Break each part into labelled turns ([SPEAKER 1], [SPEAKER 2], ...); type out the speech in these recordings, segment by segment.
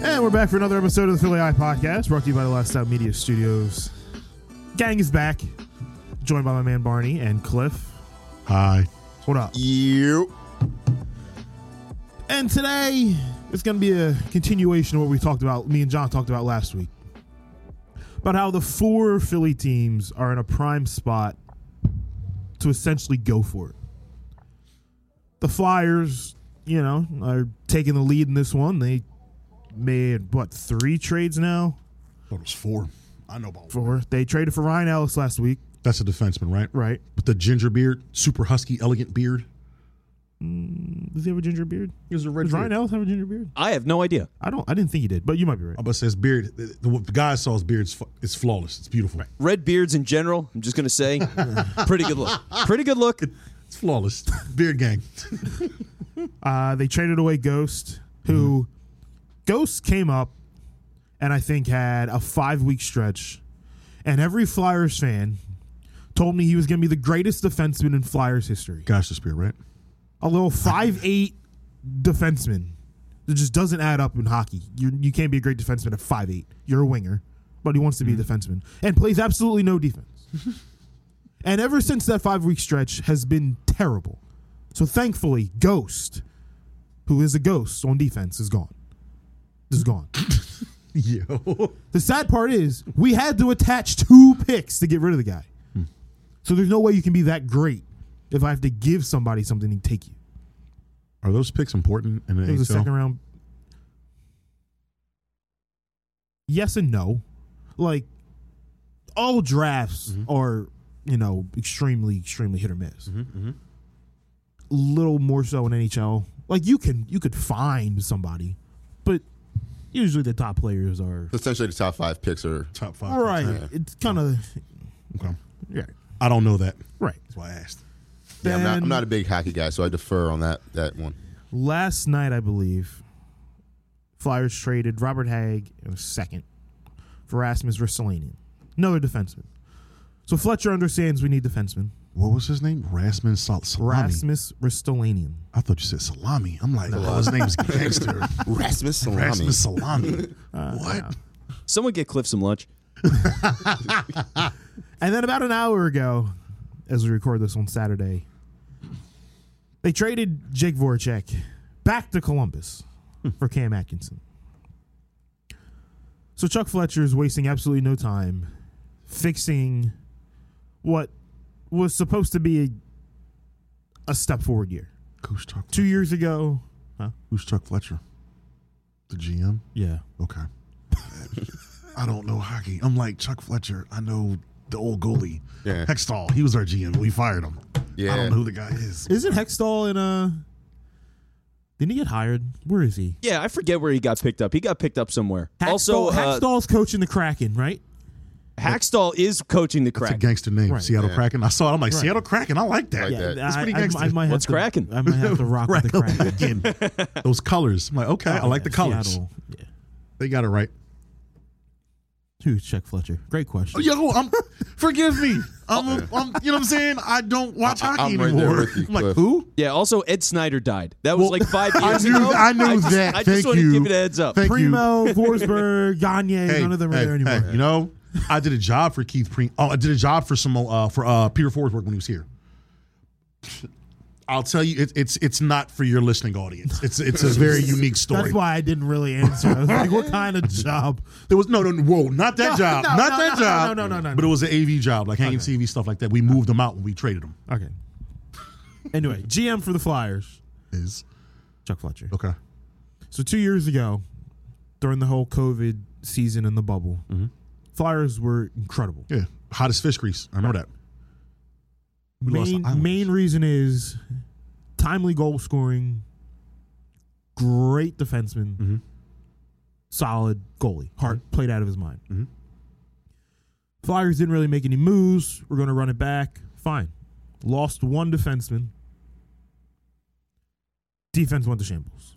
[SPEAKER 1] And we're back for another episode of the Philly Eye Podcast, brought to you by the Last Out Media Studios. Gang is back, joined by my man Barney and Cliff.
[SPEAKER 2] Hi.
[SPEAKER 1] What up?
[SPEAKER 2] You.
[SPEAKER 1] And today it's going to be a continuation of what we talked about, me and John talked about last week. About how the four Philly teams are in a prime spot to essentially go for it. The Flyers, you know, are taking the lead in this one. They made, what, three trades now?
[SPEAKER 2] Thought it was four. I know about four.
[SPEAKER 1] Four. They traded for Ryan Ellis last week.
[SPEAKER 2] That's a defenseman, right?
[SPEAKER 1] Right.
[SPEAKER 2] With the ginger beard, super husky, elegant beard.
[SPEAKER 1] Does he have a ginger beard?
[SPEAKER 2] Here's a red
[SPEAKER 1] Does Ryan Ellis have a ginger beard? Oh.
[SPEAKER 3] I have no idea.
[SPEAKER 1] I don't. I didn't think he did, but you might be right.
[SPEAKER 2] I'm about to say his beard. The, the- the guy I saw his beard is, fu- is flawless. It's beautiful.
[SPEAKER 3] Red beards in general, I'm just going to say, pretty good look. Pretty good look.
[SPEAKER 2] It's flawless. beard gang.
[SPEAKER 1] Uh, they traded away Ghost, who Ghost came up, and I think had a five week stretch, and every Flyers fan told me he was going to be the greatest defenseman in Flyers history.
[SPEAKER 2] Gosh, this beard, right?
[SPEAKER 1] A little five eight defenseman. It just doesn't add up in hockey. You you can't be a great defenseman at five eight. You're a winger, but he wants to be a defenseman and plays absolutely no defense. and ever since that five week stretch has been terrible. So thankfully, Ghost, who is a ghost on defense, is gone. Is gone.
[SPEAKER 2] Yo.
[SPEAKER 1] The sad part is we had to attach two picks to get rid of the guy. So there's no way you can be that great if I have to give somebody something to take you.
[SPEAKER 2] Are those picks important in the
[SPEAKER 1] It was a
[SPEAKER 2] NHL?
[SPEAKER 1] second round. Yes and no. Like all drafts are, you know, extremely, extremely hit or miss. Little more so in NHL. Like you can you could find somebody, but usually the top players are
[SPEAKER 4] essentially the top five picks are
[SPEAKER 2] Top five.
[SPEAKER 1] all right. It's kind of
[SPEAKER 2] Okay.
[SPEAKER 1] yeah,
[SPEAKER 2] I don't know that.
[SPEAKER 1] right.
[SPEAKER 2] That's why I asked.
[SPEAKER 4] yeah, I'm, not,
[SPEAKER 1] Then-
[SPEAKER 4] I'm not a big hockey guy so i defer on that that one
[SPEAKER 1] last night, I believe, Flyers traded Robert Hag in a second for Rasmus Ristolainen, another defenseman. So Fletcher understands we need defensemen.
[SPEAKER 2] What was his name? Rasmus Sal- Salami.
[SPEAKER 1] Rasmus Ristolainen.
[SPEAKER 2] I thought you said Salami. I'm like, oh, his name's gangster.
[SPEAKER 4] rasmus salami
[SPEAKER 2] Rasmus Salami.
[SPEAKER 1] Uh,
[SPEAKER 2] what?
[SPEAKER 3] Someone get Cliff some lunch.
[SPEAKER 1] And then about an hour ago, as we record this on Saturday, they traded Jake Voracek back to Columbus
[SPEAKER 3] Hmm.
[SPEAKER 1] for Cam Atkinson. So Chuck Fletcher is wasting absolutely no time fixing what was supposed to be a, a step forward year.
[SPEAKER 2] Who's Chuck?
[SPEAKER 1] Two years ago,
[SPEAKER 2] Who's Chuck Fletcher? The GM.
[SPEAKER 1] yeah,
[SPEAKER 2] Okay. I don't know hockey. I'm like Chuck Fletcher. I know the old goalie.
[SPEAKER 4] Yeah.
[SPEAKER 2] Hextall. He was our GM. We fired him. I
[SPEAKER 4] Yeah.
[SPEAKER 2] don't know who the guy is.
[SPEAKER 1] isn't Hextall in a? Didn't he get hired? Where is he?
[SPEAKER 3] Yeah, I forget where he got picked up. He got picked up somewhere.
[SPEAKER 1] Hextall,
[SPEAKER 3] also, uh,
[SPEAKER 1] Hextall's coaching the Kraken, right?
[SPEAKER 3] Hackstall is coaching the
[SPEAKER 2] It's a
[SPEAKER 3] crack.
[SPEAKER 2] gangster name.
[SPEAKER 1] Right.
[SPEAKER 2] Seattle
[SPEAKER 4] Yeah.
[SPEAKER 2] Kraken. I saw it. I'm like, Seattle Kraken. I like that.
[SPEAKER 4] Yeah.
[SPEAKER 2] That's
[SPEAKER 1] I,
[SPEAKER 2] pretty
[SPEAKER 1] I-
[SPEAKER 2] gangster.
[SPEAKER 1] I might have
[SPEAKER 3] What's
[SPEAKER 1] to-
[SPEAKER 3] cracking?
[SPEAKER 1] I might have to rock with the Kraken.
[SPEAKER 2] Kraken. Those colors. I'm like, okay, I like the colors.
[SPEAKER 1] Seattle. Yeah.
[SPEAKER 2] They got it right.
[SPEAKER 1] Who's Chuck Fletcher? Great question.
[SPEAKER 2] Yo, I'm forgive me. I'm, I'm you know what I'm saying? I don't watch
[SPEAKER 4] I- I'm
[SPEAKER 2] hockey
[SPEAKER 4] right there
[SPEAKER 2] anymore.
[SPEAKER 4] with you,
[SPEAKER 2] I'm like,
[SPEAKER 4] Cliff.
[SPEAKER 2] who?
[SPEAKER 3] Yeah, also, Ed Snyder died. That was
[SPEAKER 2] Well,
[SPEAKER 3] like five
[SPEAKER 2] I
[SPEAKER 3] years
[SPEAKER 2] knew-
[SPEAKER 3] ago.
[SPEAKER 2] I knew
[SPEAKER 3] just-
[SPEAKER 2] that.
[SPEAKER 3] I just
[SPEAKER 2] Thank
[SPEAKER 3] wanted
[SPEAKER 2] you.
[SPEAKER 3] to give it a heads up.
[SPEAKER 2] Thank you.
[SPEAKER 1] Primo, Forsberg, Gagne, none of them are there anymore.
[SPEAKER 2] hey, you know, I did a job for Keith Preen. Oh, I did a job for some uh, for uh, Peter Ford's work when he was here. I'll tell you, it, it's it's not for your listening audience. It's it's a very unique story.
[SPEAKER 1] That's why I didn't really answer. I was like, what kind of job?
[SPEAKER 2] There was no, no, whoa, not that
[SPEAKER 1] No,
[SPEAKER 2] job,
[SPEAKER 1] no,
[SPEAKER 2] not
[SPEAKER 1] no,
[SPEAKER 2] that
[SPEAKER 1] no,
[SPEAKER 2] job.
[SPEAKER 1] no, no, no, no, no.
[SPEAKER 2] But it was an AV job, like hanging TV stuff like that. We moved them out when we traded them.
[SPEAKER 1] Okay. Anyway, GM for the Flyers,
[SPEAKER 2] Is
[SPEAKER 1] Chuck Fletcher.
[SPEAKER 2] okay.
[SPEAKER 1] So two years ago, during the whole COVID season in the bubble,
[SPEAKER 3] Mm-hmm.
[SPEAKER 1] Flyers were incredible.
[SPEAKER 2] Yeah, hottest fish grease. I remember that. We lost
[SPEAKER 1] main,
[SPEAKER 2] the Islanders.
[SPEAKER 1] main reason is timely goal scoring, great defenseman,
[SPEAKER 2] Mm-hmm.
[SPEAKER 1] solid goalie. Hart played out of his mind.
[SPEAKER 2] Mm-hmm.
[SPEAKER 1] Flyers didn't really make any moves. We're going to run it back. Fine. Lost one defenseman. Defense went to shambles.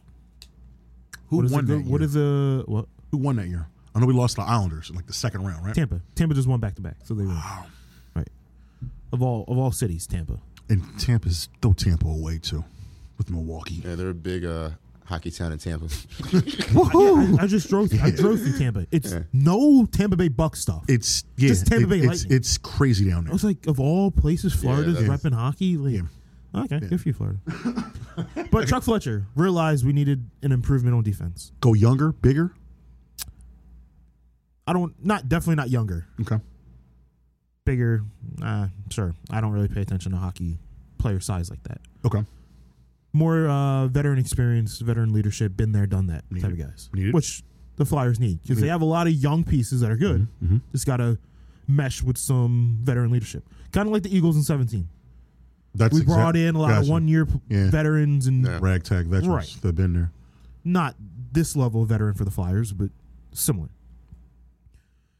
[SPEAKER 2] Who
[SPEAKER 1] what is
[SPEAKER 2] won
[SPEAKER 1] the,
[SPEAKER 2] that?
[SPEAKER 1] good- What
[SPEAKER 2] year?
[SPEAKER 1] is the what?
[SPEAKER 2] Who won that year? I know we lost to the Islanders in like the second round, right?
[SPEAKER 1] Tampa. Tampa just won back to back, so they won. Right. Of all of all cities, Tampa.
[SPEAKER 2] And Tampa's throw Tampa away too, with Milwaukee.
[SPEAKER 4] yeah they're a big uh Hockey Town in Tampa.
[SPEAKER 1] Woohoo! I, I just drove. Through, I drove through Tampa. It's no Tampa Bay Buck stuff.
[SPEAKER 2] It's yeah,
[SPEAKER 1] Just Tampa
[SPEAKER 2] it-
[SPEAKER 1] Bay
[SPEAKER 2] it's,
[SPEAKER 1] Lightning.
[SPEAKER 2] it's crazy down
[SPEAKER 1] I
[SPEAKER 2] there.
[SPEAKER 1] was like, of all places, Florida's
[SPEAKER 4] that's-
[SPEAKER 1] repping hockey. Like, Okay, good for you, Florida. but Chuck Fletcher realized we needed an improvement on defense.
[SPEAKER 2] Go younger, bigger.
[SPEAKER 1] I don't, not definitely not younger,
[SPEAKER 2] Okay.
[SPEAKER 1] bigger. Uh, sure, I don't really pay attention to hockey player size like that.
[SPEAKER 2] Okay.
[SPEAKER 1] More uh, veteran experience, veteran leadership, been there, done that type of guys,
[SPEAKER 2] Need it.
[SPEAKER 1] which the Flyers need because they have a lot of young pieces that are
[SPEAKER 2] Mm-hmm.
[SPEAKER 1] good. Just gotta mesh with some veteran leadership, kind of like the Eagles in seventeen.
[SPEAKER 2] That's
[SPEAKER 1] We brought
[SPEAKER 2] exact-
[SPEAKER 1] in a lot of
[SPEAKER 2] gotcha.
[SPEAKER 1] one-year p-
[SPEAKER 2] Yeah.
[SPEAKER 1] veterans and
[SPEAKER 4] Yeah.
[SPEAKER 2] ragtag veterans
[SPEAKER 1] Right.
[SPEAKER 2] that've been there.
[SPEAKER 1] not this level of veteran for the Flyers, but similar.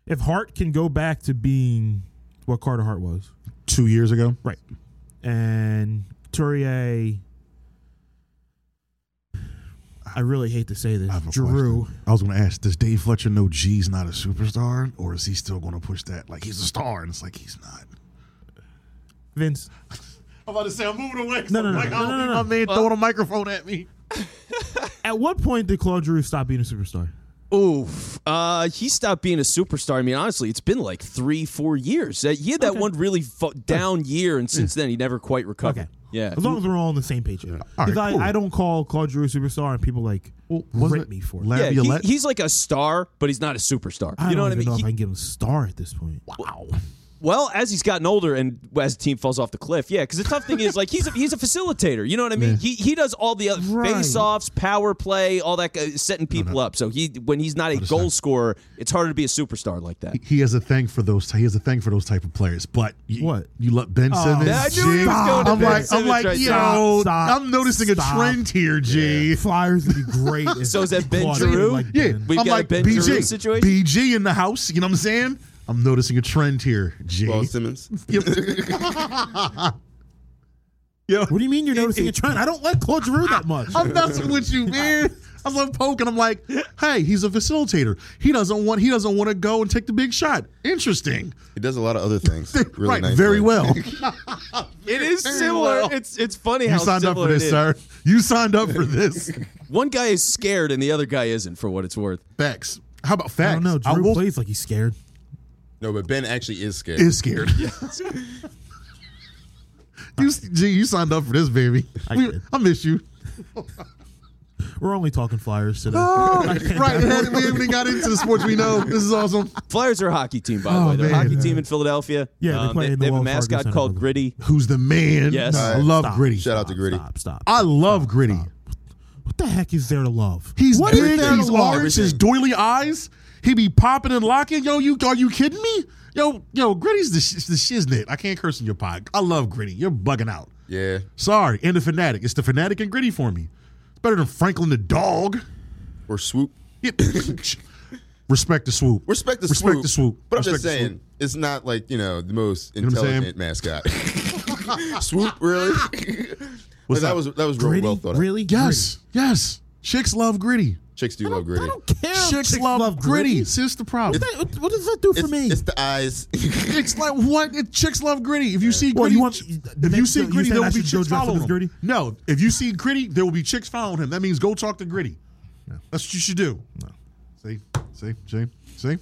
[SPEAKER 1] If Hart can go back to being what Carter Hart was,
[SPEAKER 2] Two years ago,
[SPEAKER 1] right, and Couturier, I really hate to say this,
[SPEAKER 2] I have a
[SPEAKER 1] Giroux.
[SPEAKER 2] question. I was going to ask: Does Dave Fletcher know G's not a superstar, or is he still going to push that like he's a star? And it's like he's not.
[SPEAKER 1] Vince,
[SPEAKER 2] I'm about to say I'm moving away.
[SPEAKER 1] No, no, I'm no, like, no, I don't no, no, need my no.
[SPEAKER 2] man throwing a microphone at me.
[SPEAKER 1] at what point did Claude Giroux stop being a superstar?
[SPEAKER 3] Oof. Uh, he stopped being a superstar. I mean, honestly, it's been like three, four years. Uh, he had that one really fu- down year, and since then, he never quite recovered.
[SPEAKER 1] Okay.
[SPEAKER 3] Yeah.
[SPEAKER 1] As long as we're all on the same page, because
[SPEAKER 2] All right,
[SPEAKER 1] I,
[SPEAKER 2] cool.
[SPEAKER 1] I don't call Claude Giroux a superstar, and people like rip me for it.
[SPEAKER 3] Yeah, he-
[SPEAKER 2] Laviolette?
[SPEAKER 3] he's like a star, but he's not a superstar.
[SPEAKER 1] I
[SPEAKER 3] you know
[SPEAKER 1] don't
[SPEAKER 3] what I
[SPEAKER 1] even
[SPEAKER 3] mean?
[SPEAKER 1] know
[SPEAKER 3] He-
[SPEAKER 1] if I can give him a star at this point.
[SPEAKER 2] wow.
[SPEAKER 3] well, as he's gotten older and as the team falls off the cliff, yeah. Because the tough thing is, like, he's a, he's a facilitator. You know what I mean? He he does all the other
[SPEAKER 1] Right.
[SPEAKER 3] face-offs, power play, all that, uh, setting people up. So he when he's not a goal scorer, it's harder to be a superstar like that.
[SPEAKER 2] He has a thing for those. He has a thing for those type of players. But you,
[SPEAKER 1] What?
[SPEAKER 2] you let Ben Simmons?
[SPEAKER 3] Yeah, Oh, I knew he was
[SPEAKER 2] G?
[SPEAKER 3] going to
[SPEAKER 2] I'm
[SPEAKER 3] Ben
[SPEAKER 2] like, I'm
[SPEAKER 3] Simmons
[SPEAKER 2] like,
[SPEAKER 3] right
[SPEAKER 2] yo,
[SPEAKER 3] there.
[SPEAKER 1] Stop,
[SPEAKER 2] I'm noticing
[SPEAKER 1] stop.
[SPEAKER 2] a trend here, G.
[SPEAKER 1] Flyers would be great. if
[SPEAKER 3] So is that Ben
[SPEAKER 1] Claude
[SPEAKER 3] Giroux?
[SPEAKER 1] treated like
[SPEAKER 2] Yeah,
[SPEAKER 1] Ben.
[SPEAKER 3] We've
[SPEAKER 2] I'm
[SPEAKER 3] got a
[SPEAKER 2] like
[SPEAKER 3] Ben Giroux
[SPEAKER 2] BG,
[SPEAKER 3] situation.
[SPEAKER 2] BG in the house. You know what I'm saying? I'm noticing a trend here, G.
[SPEAKER 4] Paul Simmons.
[SPEAKER 1] What do you mean you're noticing a trend? I don't like Claude Giroux that much.
[SPEAKER 2] I'm messing with you, man. I'm like poking. I'm like, hey, he's a facilitator. He doesn't want. He doesn't want to go and take the big shot. Interesting.
[SPEAKER 4] He does a lot of other things. Really
[SPEAKER 2] right.
[SPEAKER 4] nice
[SPEAKER 2] very
[SPEAKER 4] player.
[SPEAKER 2] well.
[SPEAKER 3] It is
[SPEAKER 2] Very
[SPEAKER 3] similar.
[SPEAKER 2] well.
[SPEAKER 3] It's it's funny
[SPEAKER 2] You
[SPEAKER 3] how
[SPEAKER 2] signed up
[SPEAKER 3] similar
[SPEAKER 2] for
[SPEAKER 3] it
[SPEAKER 2] this,
[SPEAKER 3] is.
[SPEAKER 2] sir. You signed up for this.
[SPEAKER 3] One guy is scared and the other guy isn't, for what it's worth.
[SPEAKER 2] Facts. How about
[SPEAKER 1] I
[SPEAKER 2] facts?
[SPEAKER 1] don't know. Drew
[SPEAKER 2] will-
[SPEAKER 1] plays like he's scared.
[SPEAKER 4] No, but Ben actually is scared.
[SPEAKER 2] is scared. you, G, you signed up for this, baby.
[SPEAKER 1] I
[SPEAKER 2] We-
[SPEAKER 1] did.
[SPEAKER 2] I miss you.
[SPEAKER 1] We're only talking Flyers today.
[SPEAKER 2] right, we haven't we haven't even got into the sports we know. This is awesome.
[SPEAKER 3] Flyers are a hockey team, by the
[SPEAKER 2] Oh,
[SPEAKER 3] way. They're a
[SPEAKER 2] man.
[SPEAKER 3] hockey team in Philadelphia. Um,
[SPEAKER 1] Yeah, they play
[SPEAKER 3] they,
[SPEAKER 1] in the
[SPEAKER 3] have a
[SPEAKER 1] Wells Fargo
[SPEAKER 3] mascot
[SPEAKER 1] Center
[SPEAKER 3] called
[SPEAKER 1] building.
[SPEAKER 3] Gritty.
[SPEAKER 2] Who's the man?
[SPEAKER 3] Yes.
[SPEAKER 2] I love Gritty.
[SPEAKER 4] Shout out to Gritty.
[SPEAKER 1] Stop, stop.
[SPEAKER 2] I love Gritty.
[SPEAKER 1] what the heck is there to love?
[SPEAKER 2] He's
[SPEAKER 1] what
[SPEAKER 2] big,
[SPEAKER 1] is there
[SPEAKER 2] he's
[SPEAKER 1] to love?
[SPEAKER 2] orange, his doily eyes. He be popping and locking. Yo, you are you kidding me? Yo, yo, Gritty's the, sh- the shiznit. I can't curse in your pod. I love Gritty. You're bugging out.
[SPEAKER 4] Yeah.
[SPEAKER 2] Sorry, and the fanatic. It's the fanatic and Gritty for me. It's better than Franklin the dog.
[SPEAKER 4] Or swoop.
[SPEAKER 2] Yeah. Respect the swoop.
[SPEAKER 4] Respect the
[SPEAKER 2] Respect
[SPEAKER 4] swoop.
[SPEAKER 2] the swoop.
[SPEAKER 4] But I'm
[SPEAKER 2] Respect
[SPEAKER 4] just
[SPEAKER 2] the
[SPEAKER 4] saying,
[SPEAKER 2] swoop.
[SPEAKER 4] it's not like, you know, the most
[SPEAKER 2] know what I'm
[SPEAKER 4] intelligent mascot. swoop, really? Like,
[SPEAKER 2] What's
[SPEAKER 4] that
[SPEAKER 2] up?
[SPEAKER 4] was that was real
[SPEAKER 1] Gritty?
[SPEAKER 4] well thought out.
[SPEAKER 1] really?
[SPEAKER 2] Yes, yes. Chicks love Gritty.
[SPEAKER 4] Chicks do love
[SPEAKER 1] Gritty.
[SPEAKER 4] gritty.
[SPEAKER 1] I don't care. if
[SPEAKER 2] Chicks, love, Gritty. Sis the problem.
[SPEAKER 1] What that- What does that do for
[SPEAKER 4] It's,
[SPEAKER 1] me?
[SPEAKER 4] it's the eyes.
[SPEAKER 2] It's like what? It, chicks love gritty. If you see
[SPEAKER 1] Well,
[SPEAKER 2] gritty,
[SPEAKER 1] you want- the
[SPEAKER 2] if you
[SPEAKER 1] next-
[SPEAKER 2] see
[SPEAKER 1] you
[SPEAKER 2] gritty,
[SPEAKER 1] saying
[SPEAKER 2] there
[SPEAKER 1] I
[SPEAKER 2] will be
[SPEAKER 1] should go
[SPEAKER 2] chicks
[SPEAKER 1] dress up
[SPEAKER 2] following
[SPEAKER 1] as
[SPEAKER 2] him.
[SPEAKER 1] Gritty?
[SPEAKER 2] No, if you see gritty, there will be chicks following him. That means go talk to gritty. That's what you should do. No. See, see, see, see.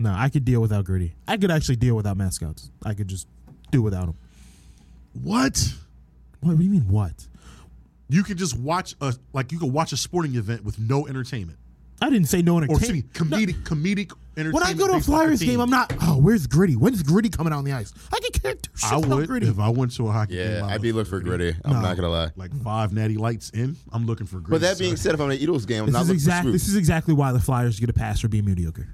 [SPEAKER 1] No, I could deal without Gritty. I could actually deal without mascots. I could just do without them.
[SPEAKER 2] What?
[SPEAKER 1] What, what do you mean? What?
[SPEAKER 2] You could just watch a like you could watch a sporting event with no entertainment
[SPEAKER 1] I didn't say no
[SPEAKER 2] or excuse me,
[SPEAKER 1] entertainment.
[SPEAKER 2] comedic comedic entertainment.
[SPEAKER 1] When I go to a
[SPEAKER 2] based on your
[SPEAKER 1] Flyers
[SPEAKER 2] team.
[SPEAKER 1] game, I'm not. Oh, where's Gritty? When's Gritty coming out on the ice? I can care two shit
[SPEAKER 2] I
[SPEAKER 1] about
[SPEAKER 2] would
[SPEAKER 1] Gritty.
[SPEAKER 2] if I went to a hockey game.
[SPEAKER 4] yeah,
[SPEAKER 2] I
[SPEAKER 4] I'd
[SPEAKER 2] would
[SPEAKER 4] be
[SPEAKER 2] look
[SPEAKER 4] looking for gritty. I'm not gonna lie.
[SPEAKER 2] like five natty lights in. I'm looking for gritty.
[SPEAKER 4] But that being
[SPEAKER 2] son.
[SPEAKER 4] said, if I'm at an Eagles game, I'm
[SPEAKER 1] This
[SPEAKER 4] not
[SPEAKER 1] is
[SPEAKER 4] looking
[SPEAKER 1] exactly
[SPEAKER 4] for
[SPEAKER 1] this
[SPEAKER 4] swoop.
[SPEAKER 1] is exactly why the Flyers get a pass for being mediocre.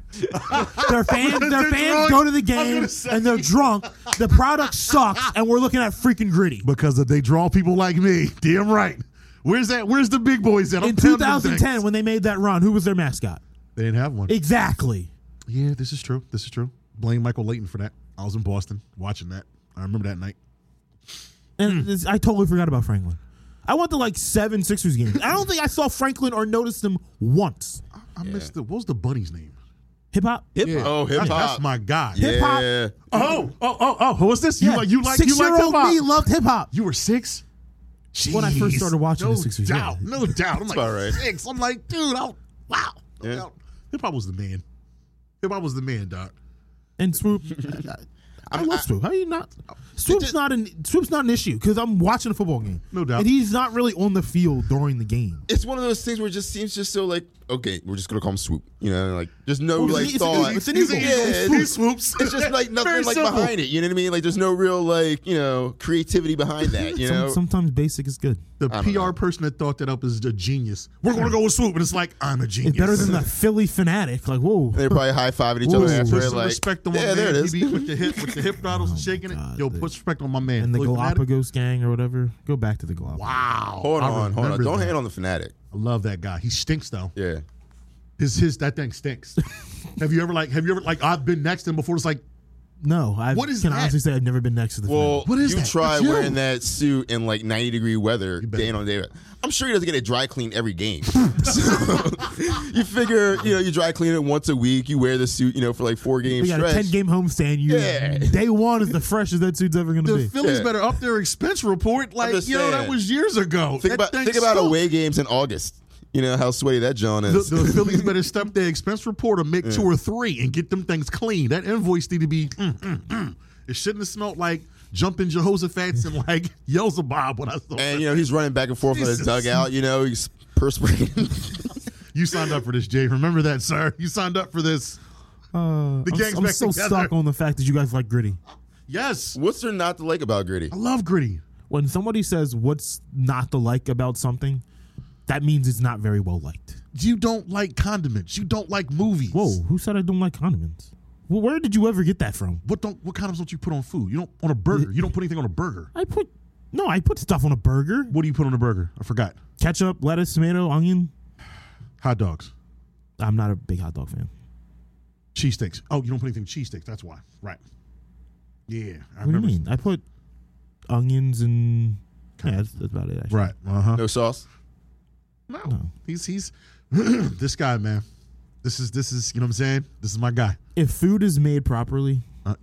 [SPEAKER 1] their fans, their
[SPEAKER 2] They're
[SPEAKER 1] fans
[SPEAKER 2] drunk.
[SPEAKER 1] go to the
[SPEAKER 2] I was
[SPEAKER 1] game
[SPEAKER 2] gonna say.
[SPEAKER 1] and they're drunk. The product sucks, and we're looking at freaking gritty.
[SPEAKER 2] because if they draw people like me. Damn right. Where's that? Where's the big boys at? I'm
[SPEAKER 1] In
[SPEAKER 2] telling them
[SPEAKER 1] 2010,
[SPEAKER 2] things.
[SPEAKER 1] when they made that run, who was their mascot?
[SPEAKER 2] they didn't have one.
[SPEAKER 1] Exactly.
[SPEAKER 2] yeah, this is true. This is true. Blame Michael Layton for that. I was in Boston watching that. I remember that night.
[SPEAKER 1] And
[SPEAKER 2] Hmm.
[SPEAKER 1] this, I totally forgot about Franklin. I went to like seven Sixers games. I don't think I saw Franklin or noticed him once.
[SPEAKER 2] I, I missed the. What was the bunny's name?
[SPEAKER 1] Hip hop.
[SPEAKER 3] Hip hop.
[SPEAKER 4] Oh, hip
[SPEAKER 2] That's, that's
[SPEAKER 4] hop.
[SPEAKER 2] my guy.
[SPEAKER 1] hip-hop.
[SPEAKER 4] Yeah.
[SPEAKER 2] Oh, oh, oh, oh. Who was this? You like? You like? You like
[SPEAKER 1] Six-year-old
[SPEAKER 2] hip hop?
[SPEAKER 1] me loved hip hop.
[SPEAKER 2] You were six.
[SPEAKER 1] When I first
[SPEAKER 2] Jeez.
[SPEAKER 1] started watching
[SPEAKER 2] no
[SPEAKER 1] this six years ago.
[SPEAKER 2] doubt, no doubt. I'm like
[SPEAKER 4] all right.
[SPEAKER 2] six. I'm like, dude, I'll, wow. No
[SPEAKER 4] Yeah.
[SPEAKER 2] doubt. Hip hop was the man. Hip hop was the man, Doc.
[SPEAKER 1] And Swoop, I, I love Swoop. How you not? Swoop's not an Swoop's not an issue because I'm watching a football game,
[SPEAKER 2] No doubt.
[SPEAKER 1] and he's not really on the field during the game.
[SPEAKER 4] It's one of those things where it just seems just so like okay, we're just gonna call him swoop. You know, like just no
[SPEAKER 1] Well,
[SPEAKER 4] like
[SPEAKER 1] it's an- e,
[SPEAKER 4] thought.
[SPEAKER 1] it's an
[SPEAKER 4] He's
[SPEAKER 1] eagle.
[SPEAKER 4] like,
[SPEAKER 1] It's
[SPEAKER 4] Yeah,
[SPEAKER 1] swoop.
[SPEAKER 4] it's,
[SPEAKER 2] swoops.
[SPEAKER 4] it's just like nothing
[SPEAKER 2] Very
[SPEAKER 4] like
[SPEAKER 2] simple.
[SPEAKER 4] behind it. You know what I mean? Like there's no real like you know creativity behind that. You
[SPEAKER 1] Some-
[SPEAKER 4] know,
[SPEAKER 1] sometimes basic is good.
[SPEAKER 2] The
[SPEAKER 4] I don't
[SPEAKER 2] PR
[SPEAKER 4] know.
[SPEAKER 2] person that thought that up is a genius. We're gonna go with swoop, and it's like I'm a genius.
[SPEAKER 1] It's better than the Philly fanatic. Like whoa,
[SPEAKER 4] they're probably high fiving each
[SPEAKER 1] Ooh.
[SPEAKER 4] other after.
[SPEAKER 2] Put
[SPEAKER 4] it,
[SPEAKER 2] some
[SPEAKER 4] Like
[SPEAKER 2] respect on my
[SPEAKER 4] yeah,
[SPEAKER 2] man.
[SPEAKER 4] there it is.
[SPEAKER 2] He be with the hip, with the hip throttles and shaking
[SPEAKER 1] God,
[SPEAKER 2] it. Yo,
[SPEAKER 1] dude.
[SPEAKER 2] put respect on my man.
[SPEAKER 1] and the
[SPEAKER 2] Look, Fanatic.
[SPEAKER 1] Galapagos gang or whatever. Go back to the Galapagos.
[SPEAKER 2] Wow.
[SPEAKER 4] Hold
[SPEAKER 2] I
[SPEAKER 4] on, hold on.
[SPEAKER 2] remember
[SPEAKER 4] Don't
[SPEAKER 2] that.
[SPEAKER 4] hand on the fanatic.
[SPEAKER 2] I love that guy. He stinks though.
[SPEAKER 4] Yeah,
[SPEAKER 2] His his that thing stinks. have you ever like have you ever like I've been next to him before? It's like
[SPEAKER 1] No, I
[SPEAKER 2] What is
[SPEAKER 1] can
[SPEAKER 2] that?
[SPEAKER 1] honestly say I've never been next to the.
[SPEAKER 4] Well,
[SPEAKER 1] fanatic.
[SPEAKER 2] What is
[SPEAKER 4] you
[SPEAKER 2] that?
[SPEAKER 4] try
[SPEAKER 2] That's you.
[SPEAKER 4] wearing that suit in like 90 degree weather
[SPEAKER 2] better.
[SPEAKER 4] day in on day. out. I'm sure he doesn't get it dry cleaned every game. so you figure, you know, you dry clean it once a week. You wear the suit, you know, for like four games
[SPEAKER 1] we got
[SPEAKER 4] stretch.
[SPEAKER 1] a ten game homestand. You
[SPEAKER 4] Yeah.
[SPEAKER 1] day one is the freshest that sude's ever going to
[SPEAKER 2] the
[SPEAKER 1] be.
[SPEAKER 2] Phillies
[SPEAKER 4] Yeah.
[SPEAKER 2] better up their expense report. Like,
[SPEAKER 4] just
[SPEAKER 2] yo, that
[SPEAKER 4] saying.
[SPEAKER 2] was years ago.
[SPEAKER 4] think
[SPEAKER 2] That
[SPEAKER 4] about
[SPEAKER 2] thing
[SPEAKER 4] think about
[SPEAKER 2] stunk.
[SPEAKER 4] away games in August. You know how sweaty that John
[SPEAKER 2] The,
[SPEAKER 4] is.
[SPEAKER 2] the Phillies better step their expense report or make two or three and get them things clean. That invoice need to be. mm, mm, mm. It shouldn't have smelled like jumping Jehoshaphat's and like Beelzebub when I saw it.
[SPEAKER 4] and you know he's running back and forth in the
[SPEAKER 2] Jesus.
[SPEAKER 4] dugout. You know he's perspiring.
[SPEAKER 2] You signed up for this, Jay. Remember that, sir. You signed up for this.
[SPEAKER 1] Uh,
[SPEAKER 2] The
[SPEAKER 1] I'm,
[SPEAKER 2] gang's
[SPEAKER 1] I'm
[SPEAKER 2] back
[SPEAKER 1] so
[SPEAKER 2] together.
[SPEAKER 1] stuck on the fact that you guys like gritty.
[SPEAKER 2] Yes.
[SPEAKER 4] What's there not to like about Gritty?
[SPEAKER 2] I love gritty.
[SPEAKER 1] When somebody says what's not to like about something, that means it's not very well liked.
[SPEAKER 2] You don't like condiments. You don't like movies.
[SPEAKER 1] Whoa, who said I don't like condiments? Well, where did you ever get that from?
[SPEAKER 2] What don't what condiments don't you put on food? You don't on a burger. You don't put anything on a burger.
[SPEAKER 1] I put no, I put stuff on a burger:
[SPEAKER 2] What do you put on a burger? I forgot.
[SPEAKER 1] ketchup, lettuce, tomato, onion.
[SPEAKER 2] Hot dogs.
[SPEAKER 1] I'm not a big hot dog fan.
[SPEAKER 2] Cheese sticks. Oh, you don't put anything in cheese sticks. That's why. Right. Yeah. I
[SPEAKER 1] What do you
[SPEAKER 2] remember.
[SPEAKER 1] mean? I put onions and yeah, that's, that's about it. Actually.
[SPEAKER 2] Right. Uh huh.
[SPEAKER 4] No sauce.
[SPEAKER 2] No. He's he's this guy, man. This is this is you know what I'm saying? This is my guy.
[SPEAKER 1] If food is made properly,
[SPEAKER 2] Uh,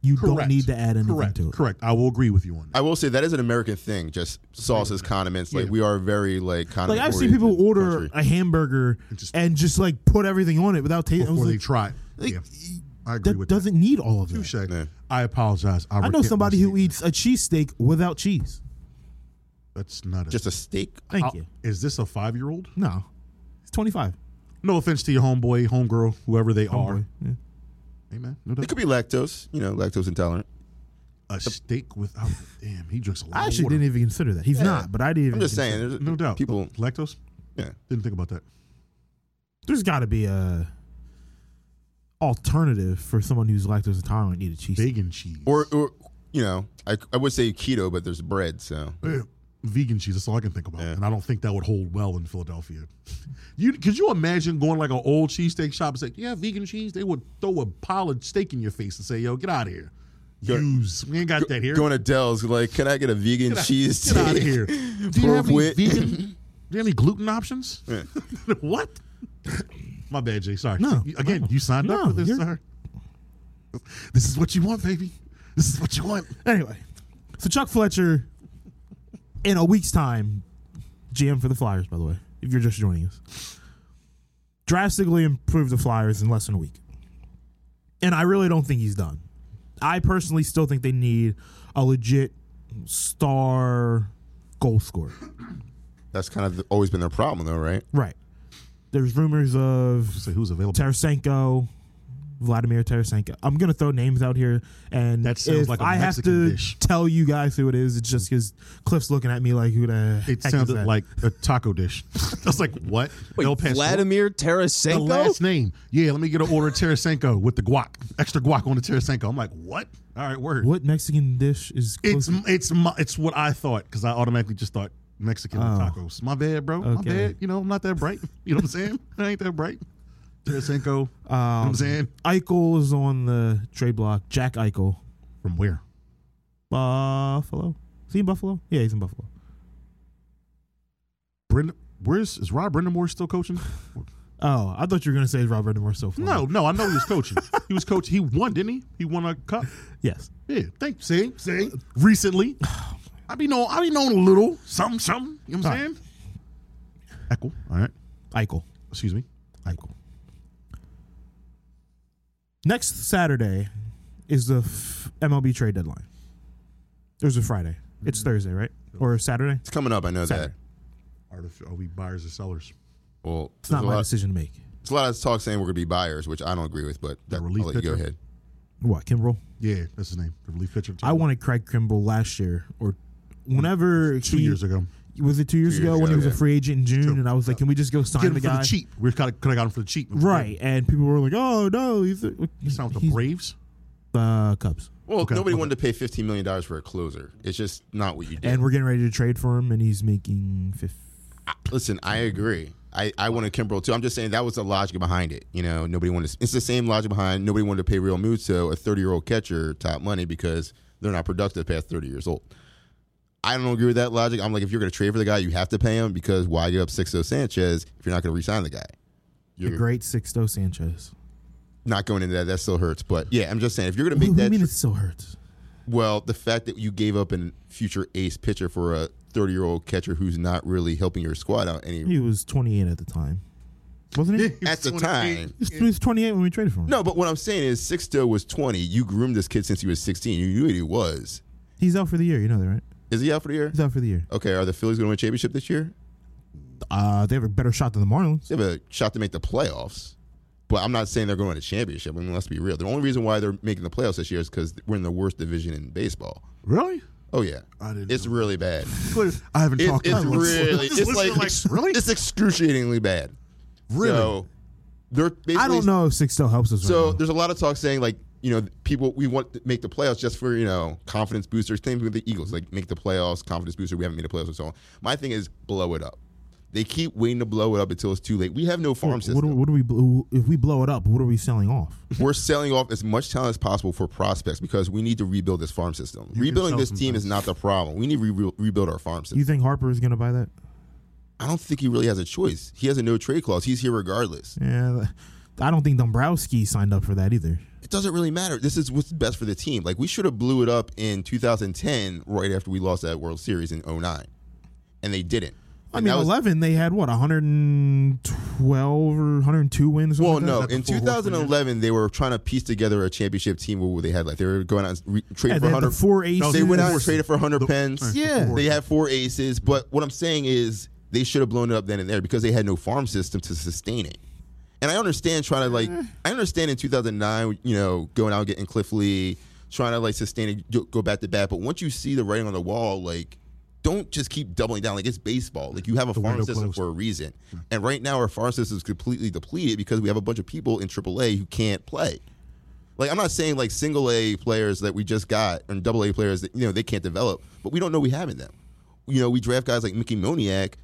[SPEAKER 1] you don't
[SPEAKER 2] correct.
[SPEAKER 1] need to add anything
[SPEAKER 2] Correct.
[SPEAKER 1] to it.
[SPEAKER 2] Correct. I will agree with you on that.
[SPEAKER 4] I will say that is an American thing. Just sauces, condiments. Like
[SPEAKER 2] Yeah.
[SPEAKER 4] we are very like
[SPEAKER 1] Like
[SPEAKER 4] condiment.
[SPEAKER 1] I've seen people order
[SPEAKER 4] Country.
[SPEAKER 1] a hamburger
[SPEAKER 2] just-
[SPEAKER 1] and just like put everything on it without tasting. I
[SPEAKER 2] Before
[SPEAKER 1] was
[SPEAKER 2] they
[SPEAKER 1] like,
[SPEAKER 2] try.
[SPEAKER 1] like,
[SPEAKER 2] yeah. I agree
[SPEAKER 1] that
[SPEAKER 2] with
[SPEAKER 1] doesn't need all of
[SPEAKER 2] that.
[SPEAKER 1] it.
[SPEAKER 2] Touche.
[SPEAKER 4] Yeah.
[SPEAKER 2] I apologize. I,
[SPEAKER 1] I know
[SPEAKER 2] repent my
[SPEAKER 1] somebody who
[SPEAKER 2] statement.
[SPEAKER 1] eats a cheesesteak without cheese.
[SPEAKER 2] That's not a,
[SPEAKER 4] just a steak.
[SPEAKER 1] Thank
[SPEAKER 2] I'll-
[SPEAKER 1] you.
[SPEAKER 2] Is this a five year old?
[SPEAKER 1] No, it's twenty five.
[SPEAKER 2] No offense to your homeboy, homegirl, whoever they are. Amen. No
[SPEAKER 4] It
[SPEAKER 2] doubt.
[SPEAKER 4] could be lactose. You know, lactose intolerant.
[SPEAKER 2] A steak without. Damn, he drinks a lot.
[SPEAKER 1] I
[SPEAKER 2] of
[SPEAKER 1] actually
[SPEAKER 2] water.
[SPEAKER 1] didn't even consider that. He's not, but I didn't. Even
[SPEAKER 4] I'm just saying.
[SPEAKER 1] consider-
[SPEAKER 4] There's
[SPEAKER 2] No doubt.
[SPEAKER 4] People.
[SPEAKER 2] lactose.
[SPEAKER 4] Yeah.
[SPEAKER 2] Didn't think about that.
[SPEAKER 1] There's got to be a alternative for someone who's lactose intolerant to eat a cheesesteak.
[SPEAKER 2] Vegan cheese
[SPEAKER 4] Or, or you know, I, I would say keto, but there's bread. So
[SPEAKER 2] Eh, vegan cheese. That's all I can think about,
[SPEAKER 4] Yeah.
[SPEAKER 2] and I don't think that would hold well in Philadelphia. You could you imagine going like an old cheesesteak shop and say, "Yeah, vegan cheese." They would throw a pile of steak in your face and say, "Yo, get out of here."
[SPEAKER 4] Go-
[SPEAKER 2] Use. We ain't got that here.
[SPEAKER 4] going to Dell's, like, can I get a vegan cheese?
[SPEAKER 2] Get out of
[SPEAKER 4] steak?
[SPEAKER 2] here. Do you have any
[SPEAKER 4] Profit.
[SPEAKER 2] vegan? Do you have any gluten options? what? My bad, Jay. Sorry.
[SPEAKER 1] No.
[SPEAKER 2] You- Again, you signed
[SPEAKER 1] No,
[SPEAKER 2] up for this,
[SPEAKER 1] you're-
[SPEAKER 2] sir. This is what you want, baby. This is what you want.
[SPEAKER 1] Anyway, so Chuck Fletcher, in a week's time, GM for the Flyers. By the way, if you're just joining us, drastically improved the Flyers in less than a week, and I really don't think he's done. I personally still think they need a legit star goal scorer.
[SPEAKER 4] That's kind of always been their problem, though, right?
[SPEAKER 1] Right. There's rumors of
[SPEAKER 2] So who's available?
[SPEAKER 1] Tarasenko, Vladimir Tarasenko. I'm gonna throw names out here, and
[SPEAKER 2] That sounds
[SPEAKER 1] if
[SPEAKER 2] like a
[SPEAKER 1] I
[SPEAKER 2] Mexican
[SPEAKER 1] have to
[SPEAKER 2] dish.
[SPEAKER 1] tell you guys who it is. It's just because Cliff's looking at me like, who the
[SPEAKER 2] It
[SPEAKER 1] heck is
[SPEAKER 2] sounded
[SPEAKER 1] that?
[SPEAKER 2] like a taco dish. I was like, what?
[SPEAKER 3] Wait,
[SPEAKER 2] El Paso-
[SPEAKER 3] Vladimir
[SPEAKER 2] The
[SPEAKER 3] Tarasenko?
[SPEAKER 2] last name. Yeah, let me get an order of Tarasenko with the guac. Extra guac on the Tarasenko. I'm like, what? All right, word.
[SPEAKER 1] what Mexican dish is close?
[SPEAKER 2] It's it's my, it's what I thought because I automatically just thought Mexican tacos. My bad, bro. My
[SPEAKER 1] Oh. Okay.
[SPEAKER 2] bad. You know, I'm not that bright. You know what I'm saying? I ain't that bright. Tarasenko. you know what I'm saying?
[SPEAKER 1] um, Eichel is on the trade block. Jack Eichel,
[SPEAKER 2] From where?
[SPEAKER 1] Buffalo. Is he in Buffalo? Yeah, he's in Buffalo.
[SPEAKER 2] Brenda. Where's is Rob Brenda Moore still coaching?
[SPEAKER 1] Oh, I thought you were gonna say Robert Moore so far.
[SPEAKER 2] No, no, I know he was coaching. he was coaching. He won, didn't he? He won a cup.
[SPEAKER 1] Yes.
[SPEAKER 2] Yeah, thank. See, see. Recently, I be know I be knowing a little something, something. You know what I'm
[SPEAKER 1] All
[SPEAKER 2] saying? Echo. All right.
[SPEAKER 1] Eichel.
[SPEAKER 2] Excuse me.
[SPEAKER 1] Eichel. Next Saturday is the f- MLB trade deadline. There's a Friday. It's
[SPEAKER 2] Mm-hmm.
[SPEAKER 1] Thursday, right? Or Saturday?
[SPEAKER 4] It's coming up. I know
[SPEAKER 1] Saturday.
[SPEAKER 2] Are, the, are oh, we buyers or sellers?
[SPEAKER 4] that. Well,
[SPEAKER 1] It's not
[SPEAKER 4] there's a
[SPEAKER 1] my
[SPEAKER 4] lot-
[SPEAKER 1] decision to make.
[SPEAKER 4] There's a lot of talk saying we're going to be buyers, which I don't agree with, but that, I'll
[SPEAKER 2] relief
[SPEAKER 4] let you go
[SPEAKER 2] pitcher?
[SPEAKER 4] ahead.
[SPEAKER 1] What, Kimbrel?
[SPEAKER 2] Yeah, that's his name. The relief pitcher.
[SPEAKER 1] I wanted Craig Kimbrel last year or whenever
[SPEAKER 2] two
[SPEAKER 1] he-
[SPEAKER 2] years ago.
[SPEAKER 1] Was it two years,
[SPEAKER 4] Two
[SPEAKER 1] ago,
[SPEAKER 4] years
[SPEAKER 1] when he was
[SPEAKER 4] ago,
[SPEAKER 1] a
[SPEAKER 4] yeah.
[SPEAKER 1] free agent in June? And I was like, can we just go sign
[SPEAKER 2] Get him
[SPEAKER 1] the
[SPEAKER 2] for
[SPEAKER 1] guy?
[SPEAKER 2] the cheap. We could have got him for the cheap.
[SPEAKER 1] Right. And people were like, oh, no. He's the,
[SPEAKER 2] You sound like the
[SPEAKER 1] he's
[SPEAKER 2] Braves.
[SPEAKER 1] the Cubs.
[SPEAKER 4] Well,
[SPEAKER 2] Okay,
[SPEAKER 4] nobody
[SPEAKER 2] okay.
[SPEAKER 4] wanted to pay $15 million for a closer. It's just not what you do.
[SPEAKER 1] And we're getting ready to trade for him, and he's making fifth.
[SPEAKER 4] Listen, I agree. I, I wanted Kimbrel too. I'm just saying that was the logic behind it. You know, nobody wanted. It's the same logic behind nobody wanted to pay Real Muto, a 30 year old catcher, top money because they're not productive past 30 years old. I don't agree with that logic. I'm like, if you're going to trade for the guy, you have to pay him because why give up Sixto Sanchez if you're not going to resign the guy?
[SPEAKER 1] The
[SPEAKER 4] You're
[SPEAKER 1] great Sixto Sanchez.
[SPEAKER 4] not going into that. That still hurts. But yeah, I'm just saying if you're going to
[SPEAKER 1] What
[SPEAKER 4] make
[SPEAKER 1] do you
[SPEAKER 4] that,
[SPEAKER 1] mean
[SPEAKER 4] tr-
[SPEAKER 1] it still hurts?
[SPEAKER 4] well, the fact that you gave up a future ace pitcher for a 30 year old catcher who's not really helping your squad out any
[SPEAKER 1] He was 28 at the time. Wasn't he?
[SPEAKER 4] at the time.
[SPEAKER 1] He was- He was 28 when we traded for him.
[SPEAKER 4] No, but what I'm saying is Sixto was 20. You groomed this kid since he was 16. You knew what he was.
[SPEAKER 1] He's out for the year. You know that, right?
[SPEAKER 4] Is he out for the year?
[SPEAKER 1] He's out for the year.
[SPEAKER 4] Okay, are the Phillies going to win a championship this year?
[SPEAKER 1] Uh, they have a better shot than the Marlins.
[SPEAKER 4] They have a shot to make the playoffs. But I'm not saying they're going to win a championship. I mean, let's be real. The only reason why they're making the playoffs this year is because we're in the worst division in baseball.
[SPEAKER 2] Really?
[SPEAKER 4] Oh, yeah.
[SPEAKER 2] I didn't
[SPEAKER 4] It's really bad.
[SPEAKER 2] I haven't
[SPEAKER 4] It-
[SPEAKER 2] talked.
[SPEAKER 4] it's
[SPEAKER 2] about this.
[SPEAKER 4] really,
[SPEAKER 2] This
[SPEAKER 4] it's
[SPEAKER 2] looks
[SPEAKER 4] like,
[SPEAKER 2] really,
[SPEAKER 4] It's excruciating bad.
[SPEAKER 2] really.
[SPEAKER 4] So, they're basically
[SPEAKER 1] I don't know if Sixto helps us.
[SPEAKER 4] So
[SPEAKER 1] right now.
[SPEAKER 4] there's a lot of talk saying like you know people we want to make the playoffs just for you know confidence boosters. Same with the Eagles, like make the playoffs, confidence booster. We haven't made the playoffs and so on. My thing is blow it up. They keep waiting to blow it up until it's too late. We have no farm
[SPEAKER 1] what,
[SPEAKER 4] system.
[SPEAKER 1] do, what do we bl- if we blow it up? What are we selling off?
[SPEAKER 4] We're selling off as much talent as possible for prospects because we need to rebuild this farm system.
[SPEAKER 2] can
[SPEAKER 4] Rebuilding
[SPEAKER 2] sell
[SPEAKER 4] this
[SPEAKER 2] some
[SPEAKER 4] team is not the problem. We need to re- rebuild our farm system.
[SPEAKER 1] You think Harper is going to buy that?
[SPEAKER 4] I don't think he really has a choice. He has a no trade clause. He's here regardless.
[SPEAKER 1] Yeah, th- I don't think Dombrowski signed up for that either.
[SPEAKER 4] it doesn't really matter. This is what's best for the team. Like we should have blew it up in 2010, right after we lost that World Series in 09. and they didn't.
[SPEAKER 1] I
[SPEAKER 4] And
[SPEAKER 1] mean,
[SPEAKER 4] that was-
[SPEAKER 1] eleven they had what 112 or 102 wins. or
[SPEAKER 4] Well,
[SPEAKER 1] something like
[SPEAKER 4] no.
[SPEAKER 1] that?
[SPEAKER 4] In 2011, they were trying to piece together a championship team. What were they had like they were going out and re-
[SPEAKER 1] Yeah,
[SPEAKER 4] trading
[SPEAKER 1] they
[SPEAKER 4] for
[SPEAKER 1] had the
[SPEAKER 4] 100.
[SPEAKER 1] four aces.
[SPEAKER 4] they went out and
[SPEAKER 2] Horses.
[SPEAKER 4] traded for 100 pens.
[SPEAKER 1] Yeah.
[SPEAKER 4] They had four aces, but what I'm saying is they should have blown it up then and there because they had no farm system to sustain it. And I understand trying to like, I understand in 2009, you know, going out and getting Cliff Lee, trying to like sustain it, go- go back to bat. But once you see the writing on the wall, like, don't just keep doubling down. Like it's baseball. Like you have a farm
[SPEAKER 1] window
[SPEAKER 4] system
[SPEAKER 1] closed. Hmm.
[SPEAKER 4] for a reason. And right now, our farm system is completely depleted because we have a bunch of people in AAA who can't play. Like I'm not saying like single A players that we just got and double A players that you know they can't develop, but we don't know we have in them. You know, we draft guys like Mickey Moniak,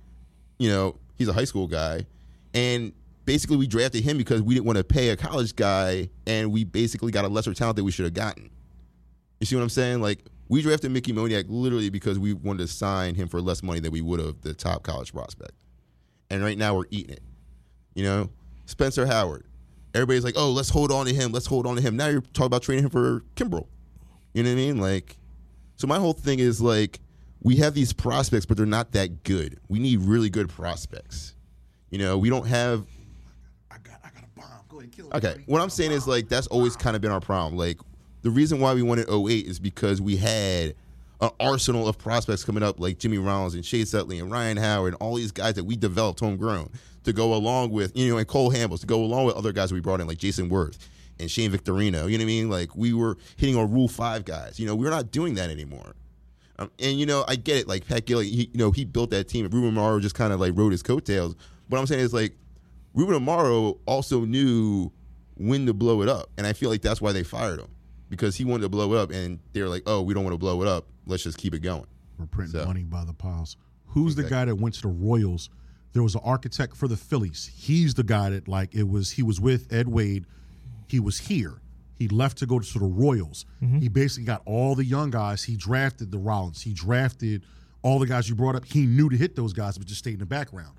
[SPEAKER 4] you know, he's a high school guy, and basically we drafted him because we didn't want to pay a college guy and we basically got a lesser talent that we should have gotten. You see what I'm saying? Like we drafted Mickey Moniak literally because we wanted to sign him for less money than we would have the top college prospect. And right now we're eating it. You know, Spencer Howard. Everybody's like, oh, let's hold on to him. Let's hold on to him. Now you're talking about trading him for Kimbrel. You know what I mean? Like, so my whole thing is like, we have these prospects, but they're not that good. We need really good prospects. You know, we don't have.
[SPEAKER 2] I got, I got a bomb. Go ahead, kill it.
[SPEAKER 4] Okay,
[SPEAKER 2] buddy.
[SPEAKER 4] what I'm saying is like that's always kind of been our problem. Like the reason why we won in 08 is because we had an arsenal of prospects coming up, like Jimmy Rollins and Shea Sutley and Ryan Howard and all these guys that we developed homegrown to go along with, you know, and Cole Hamels to go along with other guys we brought in, like Jason Worth and Shane Victorino. You know what I mean? Like we were hitting on Rule Five guys. You know, we're not doing that anymore. Um, and you know, I get it. Like Pat Gilly, he, you know, he built that team. Ruben Amaro just kind of like rode his coattails. What I'm saying is like, Ruben Amaro also knew when to blow it up, and I feel like that's why they fired him because he wanted to blow it up, and they were like, "Oh, we don't want to blow it up. Let's just keep it going."
[SPEAKER 2] We're printing
[SPEAKER 4] So.
[SPEAKER 2] money by the piles. Who's the
[SPEAKER 4] Exactly.
[SPEAKER 2] guy that went to the Royals? There was an architect for the Phillies. He's the guy that like it was. He was with Ed Wade. He was here. He left to go to the Royals.
[SPEAKER 1] Mm-hmm.
[SPEAKER 2] He basically got all the young guys. He drafted the Rollins. He drafted all the guys you brought up. He knew to hit those guys, but just stayed in the background.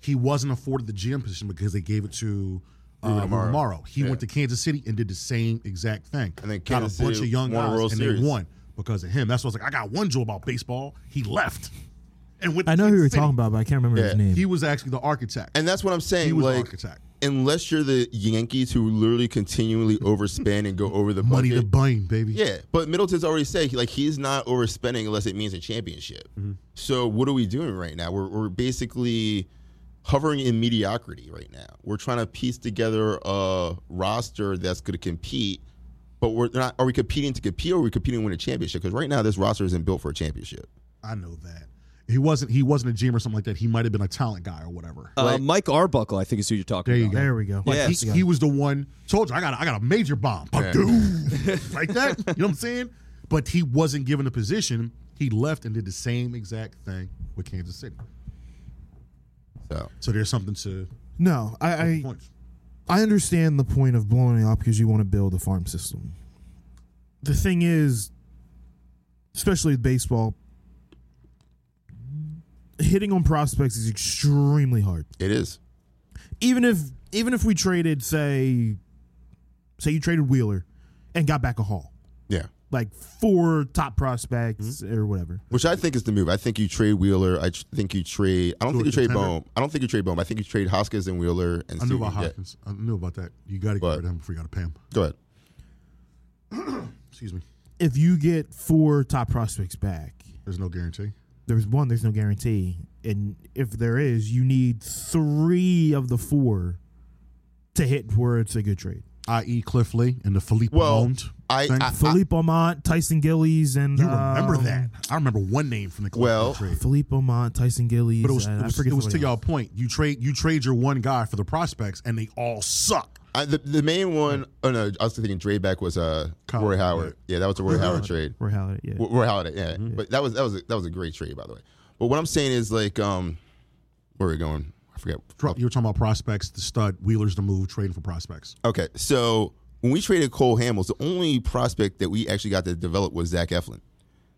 [SPEAKER 2] He wasn't afforded the GM position because they gave it to uh,
[SPEAKER 4] Ruben Amaro.
[SPEAKER 2] Ruben Amaro. He went to Kansas City and did the same exact thing.
[SPEAKER 4] And then
[SPEAKER 2] got a
[SPEAKER 4] Kansas
[SPEAKER 2] bunch
[SPEAKER 4] City
[SPEAKER 2] of young
[SPEAKER 4] won a
[SPEAKER 2] guys
[SPEAKER 4] World
[SPEAKER 2] and
[SPEAKER 4] Series.
[SPEAKER 2] they won. because of him. That's why I was like, I got one Joe about baseball. He left and went.
[SPEAKER 1] I
[SPEAKER 2] to
[SPEAKER 1] know who
[SPEAKER 2] Kansas
[SPEAKER 1] you're
[SPEAKER 2] City.
[SPEAKER 1] talking about, but I can't remember his
[SPEAKER 4] Yeah,
[SPEAKER 1] name.
[SPEAKER 2] He was actually the architect.
[SPEAKER 4] And that's what I'm saying.
[SPEAKER 2] He was the
[SPEAKER 4] like,
[SPEAKER 2] architect.
[SPEAKER 4] unless you're the Yankees who literally continually overspend and go over the
[SPEAKER 2] money
[SPEAKER 4] budget.
[SPEAKER 2] to Bain, baby.
[SPEAKER 4] Yeah, but Middleton's already said he- like he's not overspending unless it means a championship.
[SPEAKER 2] Mm-hmm.
[SPEAKER 4] So what are we doing right now? We're we're basically hovering in mediocrity right now. We're trying to piece together a roster that's going to compete, but we're not. Are we competing to compete? or Are we competing to win a championship? Because right now this roster isn't built for a championship.
[SPEAKER 2] I know that. He wasn't. He wasn't a GM or something like that. He might have been a talent guy or whatever.
[SPEAKER 3] Uh, Mike Arbuckle, I think is who you're talking
[SPEAKER 2] There you
[SPEAKER 3] about.
[SPEAKER 1] there we go.
[SPEAKER 2] Like
[SPEAKER 3] Yeah.
[SPEAKER 2] he,
[SPEAKER 3] Yes.
[SPEAKER 2] he was the one told you I got I got a major bomb,
[SPEAKER 4] Yeah.
[SPEAKER 2] Padu! like that. You know what I'm saying? But he wasn't given a position. He left and did the same exact thing with Kansas City.
[SPEAKER 4] So
[SPEAKER 2] So there's something to
[SPEAKER 1] No, I, I
[SPEAKER 2] points.
[SPEAKER 1] I understand the point of blowing it up because you want to build a farm system. The thing is, especially with baseball, hitting on prospects is extremely hard.
[SPEAKER 4] it is.
[SPEAKER 1] Even if even if we traded, say, say you traded Wheeler and got back a haul,
[SPEAKER 4] Yeah.
[SPEAKER 1] like four top prospects or whatever.
[SPEAKER 4] Which I think is the move. I think you trade Wheeler. I tr- think you trade. I don't
[SPEAKER 2] Who,
[SPEAKER 4] think you trade
[SPEAKER 2] September?
[SPEAKER 4] Bohm. I don't think you trade Bohm. I think you trade Hoskins and Wheeler and
[SPEAKER 2] I
[SPEAKER 4] see
[SPEAKER 2] knew
[SPEAKER 4] what
[SPEAKER 2] about
[SPEAKER 4] you get.
[SPEAKER 2] Hopkins. I knew about that. You got to get
[SPEAKER 4] What?
[SPEAKER 2] rid of him before you got to pay him.
[SPEAKER 4] Go ahead.
[SPEAKER 2] Excuse me.
[SPEAKER 1] If you get four top prospects back,
[SPEAKER 2] There's no guarantee.
[SPEAKER 1] there's one there's no guarantee and if there is you need three of the four to hit where it's a good trade
[SPEAKER 2] I.e. E Cliff Lee and the Philippe
[SPEAKER 4] Well,
[SPEAKER 2] Lalonde
[SPEAKER 4] I-
[SPEAKER 2] thing.
[SPEAKER 4] I-
[SPEAKER 1] philippe Omont, tyson gillies and
[SPEAKER 2] you remember
[SPEAKER 1] um,
[SPEAKER 2] that? I remember one name from the Cliff Lee
[SPEAKER 4] Well,
[SPEAKER 2] trade.
[SPEAKER 1] philippe Omont, tyson gillies
[SPEAKER 2] But it was,
[SPEAKER 1] and
[SPEAKER 2] it was,
[SPEAKER 1] i forget
[SPEAKER 2] it was to
[SPEAKER 1] somebody
[SPEAKER 2] y'all
[SPEAKER 1] else.
[SPEAKER 2] point. You trade you trade your one guy for the prospects, and they all suck.
[SPEAKER 4] I, the, the main one, oh no, I was thinking Dre back was uh,
[SPEAKER 2] Kyle,
[SPEAKER 4] Roy Howard. Yeah. that was a Roy Howard trade.
[SPEAKER 1] Roy Halladay, yeah.
[SPEAKER 4] W- Roy Howard, yeah.
[SPEAKER 1] Mm-hmm.
[SPEAKER 4] But that was that was a, that was a great trade, by the way. But what I'm saying is like, um, where are we going? I forget.
[SPEAKER 2] Dro- You were talking about prospects, the stud, Wheeler's the move, trading for prospects.
[SPEAKER 4] Okay, so when we traded Cole Hamels, the only prospect that we actually got to develop was Zach Eflin.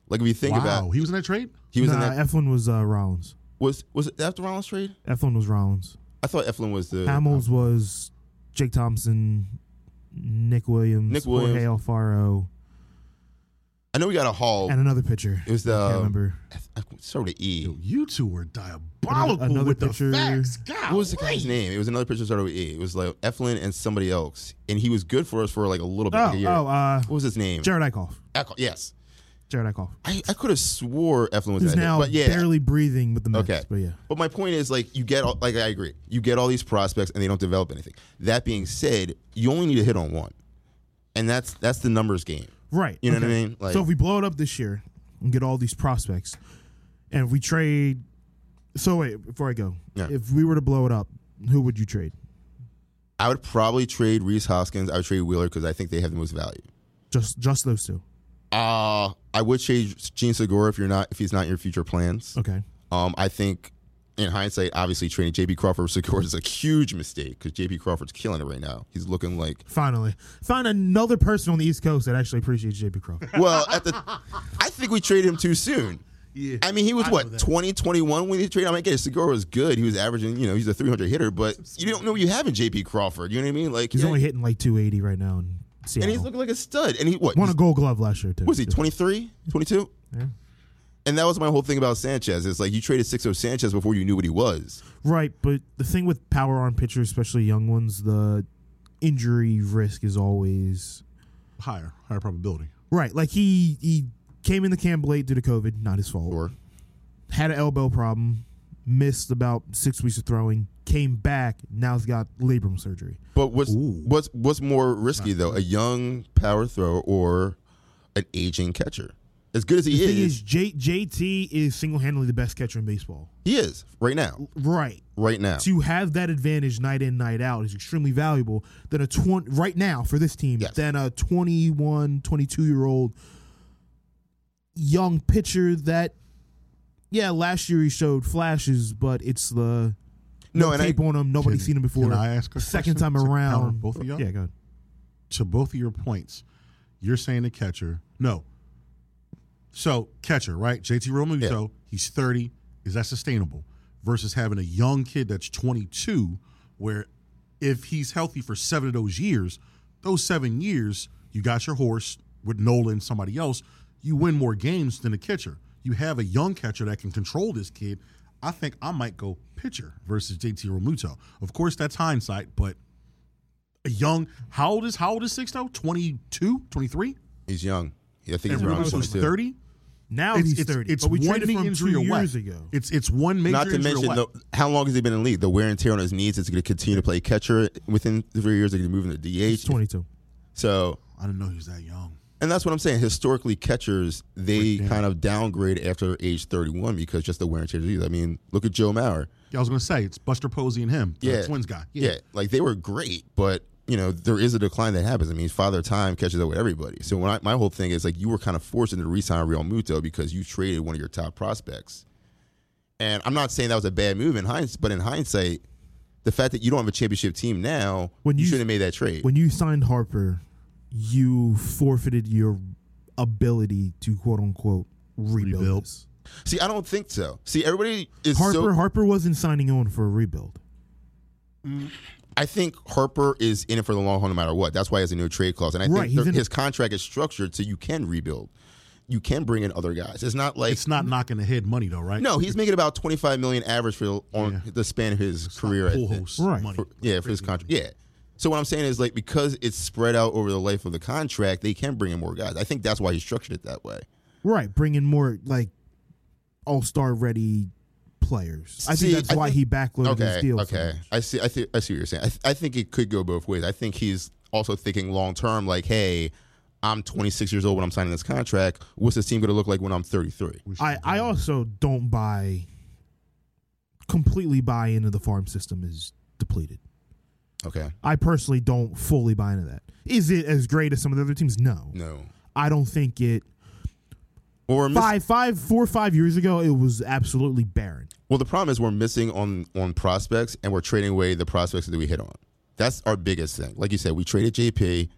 [SPEAKER 4] Like if you think
[SPEAKER 2] wow,
[SPEAKER 4] about,
[SPEAKER 2] he was in that trade.
[SPEAKER 4] he was in
[SPEAKER 1] nah,
[SPEAKER 4] that.
[SPEAKER 1] Eflin was uh, Rollins.
[SPEAKER 4] was was it after Rollins trade?
[SPEAKER 1] Eflin was Rollins.
[SPEAKER 4] I thought Eflin was the.
[SPEAKER 1] Hamels was Jake Thompson, Nick Williams,
[SPEAKER 4] Nick Williams.
[SPEAKER 1] Jorge Alfaro,
[SPEAKER 4] I know we got a haul.
[SPEAKER 1] and another pitcher.
[SPEAKER 4] It was the.
[SPEAKER 1] I
[SPEAKER 2] uh,
[SPEAKER 1] can't
[SPEAKER 4] Um,
[SPEAKER 1] remember.
[SPEAKER 4] I started with E.
[SPEAKER 2] Yo, you two were diabolical
[SPEAKER 1] Another- another
[SPEAKER 2] with
[SPEAKER 1] pitcher.
[SPEAKER 2] the facts. God,
[SPEAKER 4] What was the guy's name? It was another pitcher started with E. It was like Eflin and somebody else, and he was good for us for like a little bit. like
[SPEAKER 1] Oh,
[SPEAKER 4] a year.
[SPEAKER 1] oh, uh,
[SPEAKER 4] what was his name?
[SPEAKER 1] Jared Eichhoff.
[SPEAKER 4] Ackle- Yes,
[SPEAKER 1] Jared Eichhoff.
[SPEAKER 4] I, I could have swore Eflin was
[SPEAKER 1] who's
[SPEAKER 4] that name,
[SPEAKER 1] now
[SPEAKER 4] but yeah.
[SPEAKER 1] barely breathing with the Mets.
[SPEAKER 4] Okay.
[SPEAKER 1] But yeah,
[SPEAKER 4] But my point is, like, you get all, like I agree, you get all these prospects and they don't develop anything. That being said, you only need to hit on one, and that's that's the numbers game.
[SPEAKER 1] right.
[SPEAKER 4] You know what I mean? Like,
[SPEAKER 1] so if we blow it up this year and get all these prospects, and if we trade, so wait before I go,
[SPEAKER 4] Yeah.
[SPEAKER 1] if we were to blow it up, who would you trade?
[SPEAKER 4] I would probably trade Reese Hoskins. I would trade Wheeler because I think they have the most value.
[SPEAKER 1] Just just those two.
[SPEAKER 4] Uh I would trade Gene Segura if you're not if he's not in your future plans.
[SPEAKER 1] Okay.
[SPEAKER 4] Um, I think in hindsight, obviously trading JP Crawford for Segura is a huge mistake because JP Crawford's killing it right now. He's looking like
[SPEAKER 1] Finally, find another person on the East Coast that actually appreciates JP Crawford.
[SPEAKER 4] well at the. I think we traded him too soon.
[SPEAKER 2] Yeah.
[SPEAKER 4] I mean, he was what 20, 21 when he traded. I mean, again, Segura was good. He was averaging, you know, he's a three hundred hitter, but you don't know what you have in JP Crawford. You know what I mean? Like
[SPEAKER 1] He's
[SPEAKER 4] yeah,
[SPEAKER 1] only hitting like 280 right now in Seattle.
[SPEAKER 4] and he's looking like a stud. And he what
[SPEAKER 1] Won a Gold Glove last year too.
[SPEAKER 4] was he 23, 22? And that was my whole thing about Sanchez. It's like you traded 6 Sanchez before you knew what he was.
[SPEAKER 1] Right, but the thing with power arm pitchers, especially young ones, the injury risk is always
[SPEAKER 2] higher, higher probability.
[SPEAKER 1] Right. Like he he came in the camp late due to COVID, not his fault.
[SPEAKER 4] Or
[SPEAKER 1] Had an elbow problem, missed about six weeks of throwing, came back, now he's got labrum surgery.
[SPEAKER 4] But what's
[SPEAKER 2] Ooh.
[SPEAKER 4] what's what's more risky though? A young power thrower or an aging catcher? As good as he
[SPEAKER 1] The
[SPEAKER 4] is,
[SPEAKER 1] thing is, J, JT is single handedly the best catcher in baseball.
[SPEAKER 4] he is right now.
[SPEAKER 1] Right.
[SPEAKER 4] Right now,
[SPEAKER 1] To have that advantage night in, night out is extremely valuable than a 20, right now for this team,
[SPEAKER 4] Yes.
[SPEAKER 1] than a 21, 22 year old young pitcher that, yeah, last year he showed flashes, but it's the
[SPEAKER 4] no,
[SPEAKER 1] no
[SPEAKER 4] and I
[SPEAKER 1] tape on him. Nobody's
[SPEAKER 2] Can-
[SPEAKER 1] seen him before.
[SPEAKER 2] can I ask a
[SPEAKER 1] Second time
[SPEAKER 2] question to counter
[SPEAKER 1] around.
[SPEAKER 2] both of y'all?
[SPEAKER 1] Yeah, go ahead.
[SPEAKER 2] To both of your points, you're saying the catcher. No. So catcher, right? JT Romuto, he's 30. Is that sustainable? Versus having a young kid that's 22, where if he's healthy for seven of those years, those seven years, you got your horse with Nolan, somebody else. you win more games than a catcher. You have a young catcher that can control this kid. I think I might go pitcher versus JT Romuto. Of course, that's hindsight, but a young how old is how old is Sixto? 22, 23?
[SPEAKER 4] He's young. I think
[SPEAKER 2] And
[SPEAKER 4] he's around
[SPEAKER 2] Romuto's
[SPEAKER 4] 22.
[SPEAKER 2] 30.
[SPEAKER 1] Now
[SPEAKER 2] It's,
[SPEAKER 1] he's
[SPEAKER 2] it's,
[SPEAKER 1] thirty.
[SPEAKER 2] it's
[SPEAKER 1] but we
[SPEAKER 2] one
[SPEAKER 1] traded
[SPEAKER 2] knee
[SPEAKER 1] for him
[SPEAKER 2] injury
[SPEAKER 1] two
[SPEAKER 2] away.
[SPEAKER 1] years ago.
[SPEAKER 2] It's it's one major
[SPEAKER 4] Not to
[SPEAKER 2] injury
[SPEAKER 4] mention
[SPEAKER 2] away.
[SPEAKER 4] the, how long has he been in the league? The wear and tear on his knees is going to continue to play catcher within three years. They're going to move him to
[SPEAKER 1] He's
[SPEAKER 4] DH.
[SPEAKER 1] twenty-two.
[SPEAKER 4] So,
[SPEAKER 2] I didn't know he was that young.
[SPEAKER 4] and that's what I'm saying. Historically, catchers they kind of downgrade after age 31 because just the wear and tear. of the disease. I mean, look at Joe Mauer.
[SPEAKER 2] Yeah, I was gonna say it's Buster Posey and him, the
[SPEAKER 4] Yeah.
[SPEAKER 2] Twins guy.
[SPEAKER 4] Yeah. like they were great, but you know there is a decline that happens. I mean, father time catches up with everybody. So when I, my whole thing is like you were kind of forced into resign Real Muto because you traded one of your top prospects. And I'm not saying that was a bad move in hindsight, but in hindsight, the fact that you don't have a championship team now,
[SPEAKER 1] When
[SPEAKER 4] you,
[SPEAKER 1] you-
[SPEAKER 4] shouldn't have made that trade.
[SPEAKER 1] When you signed Harper, you forfeited your ability to quote unquote rebuild.
[SPEAKER 2] Rebuild.
[SPEAKER 1] this.
[SPEAKER 4] See, I don't think so. See, everybody is
[SPEAKER 1] Harper
[SPEAKER 4] so.
[SPEAKER 1] Harper wasn't signing on for a rebuild.
[SPEAKER 4] I think Harper is in it for the long haul, no matter what. That's why he has a no trade clause, and I
[SPEAKER 1] Right,
[SPEAKER 4] think
[SPEAKER 1] he's
[SPEAKER 4] their-
[SPEAKER 1] in-
[SPEAKER 4] his contract is structured so you can rebuild. You can bring in other guys. It's not like
[SPEAKER 2] It's not knocking the head money though, right?
[SPEAKER 4] No, he's making about twenty five million average for on
[SPEAKER 2] Yeah.
[SPEAKER 4] the span of his
[SPEAKER 2] It's not
[SPEAKER 4] career. I
[SPEAKER 2] pool
[SPEAKER 4] think.
[SPEAKER 2] host
[SPEAKER 1] Right.
[SPEAKER 2] money.
[SPEAKER 4] For- yeah, for his contract. Yeah. So what I'm saying is like because it's spread out over the life of the contract, they can bring in more guys. I think that's why he structured it that way.
[SPEAKER 1] Right, bring in more like all star ready players. I
[SPEAKER 4] See,
[SPEAKER 1] think that's
[SPEAKER 4] I
[SPEAKER 1] why
[SPEAKER 4] think-
[SPEAKER 1] he backloaded
[SPEAKER 4] Okay.
[SPEAKER 1] his deal. so
[SPEAKER 4] Okay.
[SPEAKER 1] much.
[SPEAKER 4] I see. I see. I see what you're saying. I, th- I think it could go both ways. I think he's also thinking long term. Like, hey, I'm 26 years old when I'm signing this contract. What's this team going to look like when I'm 33?
[SPEAKER 1] I, I also don't buy completely buy into the farm system is depleted.
[SPEAKER 4] Okay.
[SPEAKER 1] I personally don't fully buy into that. Is it as great as some of the other teams? No.
[SPEAKER 4] No.
[SPEAKER 1] I don't think it
[SPEAKER 4] Well, we're missing.
[SPEAKER 1] five five four or five years ago it was absolutely barren.
[SPEAKER 4] Well, the problem is we're missing on on prospects, and we're trading away the prospects that we hit on. That's our biggest thing. Like you said, we traded JP.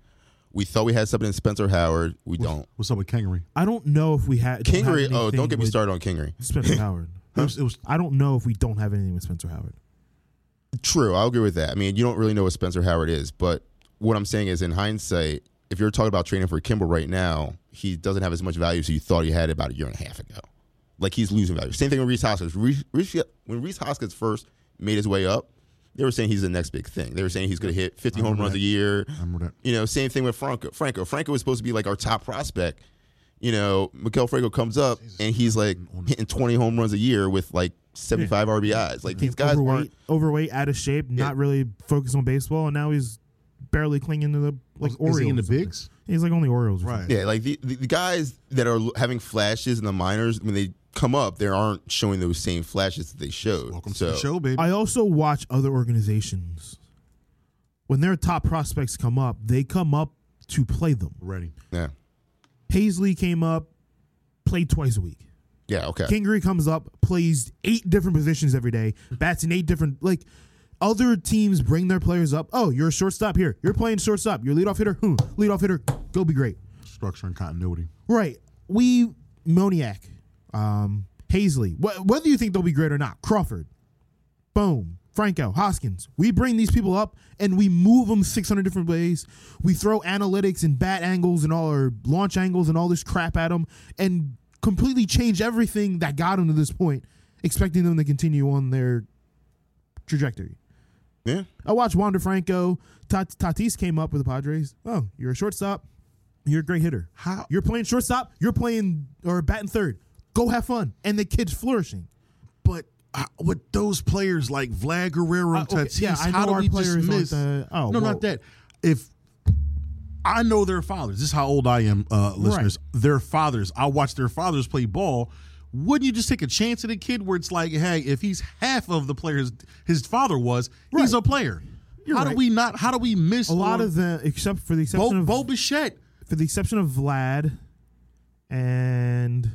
[SPEAKER 4] We thought we had something in Spencer Howard. We don't.
[SPEAKER 2] What's up with Kangaroo?
[SPEAKER 1] I don't know if we had don't have
[SPEAKER 4] Kingery. Oh,
[SPEAKER 1] anything
[SPEAKER 4] don't get me
[SPEAKER 1] with
[SPEAKER 4] started on Kingery.
[SPEAKER 1] Spencer Howard.
[SPEAKER 2] It was, it was
[SPEAKER 1] I don't know if we don't have anything with Spencer Howard.
[SPEAKER 4] True, I'll agree with that. I mean, you don't really know what Spencer Howard is, but what I'm saying is, in hindsight, if you're talking about trading for Kimball right now, he doesn't have as much value as you thought he had about a year and a half ago. Like he's losing value. Same thing with Reese Hoskins. Reese, Reese, when Reese Hoskins first made his way up, they were saying he's the next big thing. They were saying he's going to hit 50 home runs a year.
[SPEAKER 2] remember that.
[SPEAKER 4] You know, same thing with Franco. Franco. Franco was supposed to be like our top prospect. You know, Mikel Franco comes up and he's like hitting 20 home runs a year with like 75 RBIs. Like these guys
[SPEAKER 1] overweight,
[SPEAKER 4] aren't
[SPEAKER 1] overweight, out of shape, not really focused on baseball, and now he's barely clinging to the like
[SPEAKER 2] is
[SPEAKER 1] Orioles.
[SPEAKER 2] he in the
[SPEAKER 1] or something.
[SPEAKER 2] bigs?
[SPEAKER 1] He's like only Orioles, or
[SPEAKER 2] Right.
[SPEAKER 1] something.
[SPEAKER 4] Yeah, like the, the, the guys that are l- having flashes in the minors when they come up, they aren't showing those same flashes that they showed.
[SPEAKER 2] Welcome
[SPEAKER 4] so,
[SPEAKER 2] to the show, baby.
[SPEAKER 1] I also watch other organizations when their top prospects come up, they come up to play them.
[SPEAKER 2] Ready.
[SPEAKER 4] Yeah,
[SPEAKER 1] Paisley came up, played twice a week.
[SPEAKER 4] yeah, okay.
[SPEAKER 1] Kingery comes up, plays eight different positions every day, bats in eight different like other teams bring their players up. Oh, you're a shortstop here. You're playing shortstop. You're a leadoff hitter. Hmm. Leadoff hitter. Go be great.
[SPEAKER 2] Structure and continuity.
[SPEAKER 1] Right. We Moniac, um, Hazley. Wh- whether you think they'll be great or not, Crawford, Boom, Franco, Hoskins. We bring these people up and we move them 600 different ways. We throw analytics and bat angles and all our launch angles and all this crap at them and completely change everything that got them to this point, expecting them to continue on their trajectory.
[SPEAKER 4] Yeah,
[SPEAKER 1] I watched Wander Franco. Tat- Tatis came up with the Padres. Oh, you're a shortstop. You're a great hitter.
[SPEAKER 2] How-
[SPEAKER 1] You're playing shortstop. You're playing or batting third. Go have fun. And the kid's flourishing.
[SPEAKER 2] But uh, with those players like Vlad Guerrero and
[SPEAKER 1] Uh, okay,
[SPEAKER 2] Tatis,
[SPEAKER 1] yeah, I
[SPEAKER 2] how
[SPEAKER 1] know
[SPEAKER 2] do
[SPEAKER 1] our
[SPEAKER 2] we just
[SPEAKER 1] players aren't
[SPEAKER 2] miss?
[SPEAKER 1] the- oh,
[SPEAKER 2] no,
[SPEAKER 1] well-
[SPEAKER 2] not that. If I know their fathers, this is how old I am, uh, listeners. Their fathers, I watch their fathers play ball. Wouldn't you just take a chance at a kid where it's like, hey, if he's half of the players his father was,
[SPEAKER 1] Right.
[SPEAKER 2] he's a player. how
[SPEAKER 1] right.
[SPEAKER 2] do we not? How do we miss
[SPEAKER 1] A lot
[SPEAKER 2] on
[SPEAKER 1] of the except for the exception
[SPEAKER 2] Bo,
[SPEAKER 1] of
[SPEAKER 2] Bo Bichette?
[SPEAKER 1] for the exception of Vlad and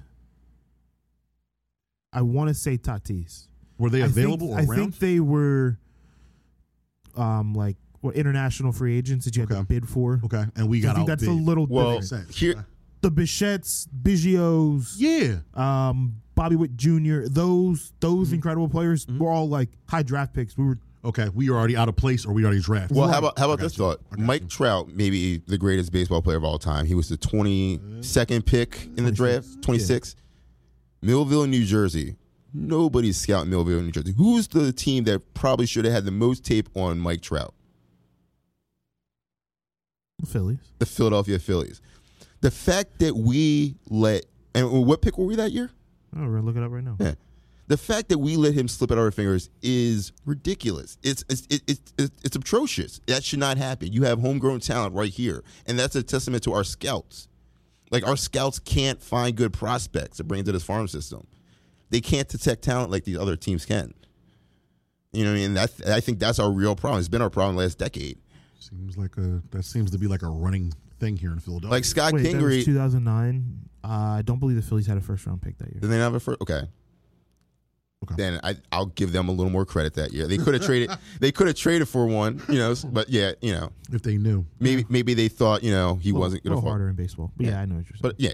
[SPEAKER 1] I want to say Tatis.
[SPEAKER 2] Were they
[SPEAKER 1] I think-
[SPEAKER 2] available
[SPEAKER 1] I
[SPEAKER 2] or around?
[SPEAKER 1] think they were um like what international free agents that you had to
[SPEAKER 2] Okay.
[SPEAKER 1] bid for.
[SPEAKER 2] okay, and we
[SPEAKER 1] I
[SPEAKER 2] got
[SPEAKER 1] think
[SPEAKER 2] out
[SPEAKER 1] that's
[SPEAKER 2] big.
[SPEAKER 1] a little
[SPEAKER 4] well,
[SPEAKER 1] different.
[SPEAKER 2] sense.
[SPEAKER 4] here
[SPEAKER 1] The Bichettes, Biggio's,
[SPEAKER 2] yeah. Mm-hmm.
[SPEAKER 1] um, Bobby Witt Jr. Those those incredible players were all like high draft picks. We were
[SPEAKER 2] Okay, we are already out of place, or we already drafted.
[SPEAKER 4] Well, how about how about this thought? Mike Trout, maybe the greatest baseball player of all time. He was the twenty second pick in the draft, twenty six. Millville, New Jersey. Nobody's scouting Millville, New Jersey. Who's the team that probably should have had the most tape on Mike Trout?
[SPEAKER 1] Phillies.
[SPEAKER 4] The Philadelphia Phillies. The fact that we let and what pick were we that year?
[SPEAKER 1] Oh, we're gonna look it up right now.
[SPEAKER 4] Yeah. The fact that we let him slip out of our fingers is ridiculous. It's it's it, it, it, it's atrocious. That should not happen. You have homegrown talent right here, and that's a testament to our scouts. Like our scouts can't find good prospects to bring into this farm system. They can't detect talent like these other teams can. You know what I mean? That, I think that's our real problem. It's been our problem last decade.
[SPEAKER 2] Seems like a that seems to be like a running thing here in Philadelphia.
[SPEAKER 4] Like Scott
[SPEAKER 1] Wait, that was
[SPEAKER 4] Kingery,
[SPEAKER 1] 2009. Uh, I don't believe the Phillies had a first round pick that year.
[SPEAKER 4] Did they not have a first? Okay.
[SPEAKER 2] Okay.
[SPEAKER 4] Then I, I'll give them a little more credit that year. They could have traded. They could have traded for one, you know. s- But yeah, you know,
[SPEAKER 2] if they knew,
[SPEAKER 4] maybe maybe they thought you know he wasn't
[SPEAKER 1] a
[SPEAKER 4] going to
[SPEAKER 1] little
[SPEAKER 4] fall.
[SPEAKER 1] harder in baseball. But yeah. I know what you're saying.
[SPEAKER 4] But yeah,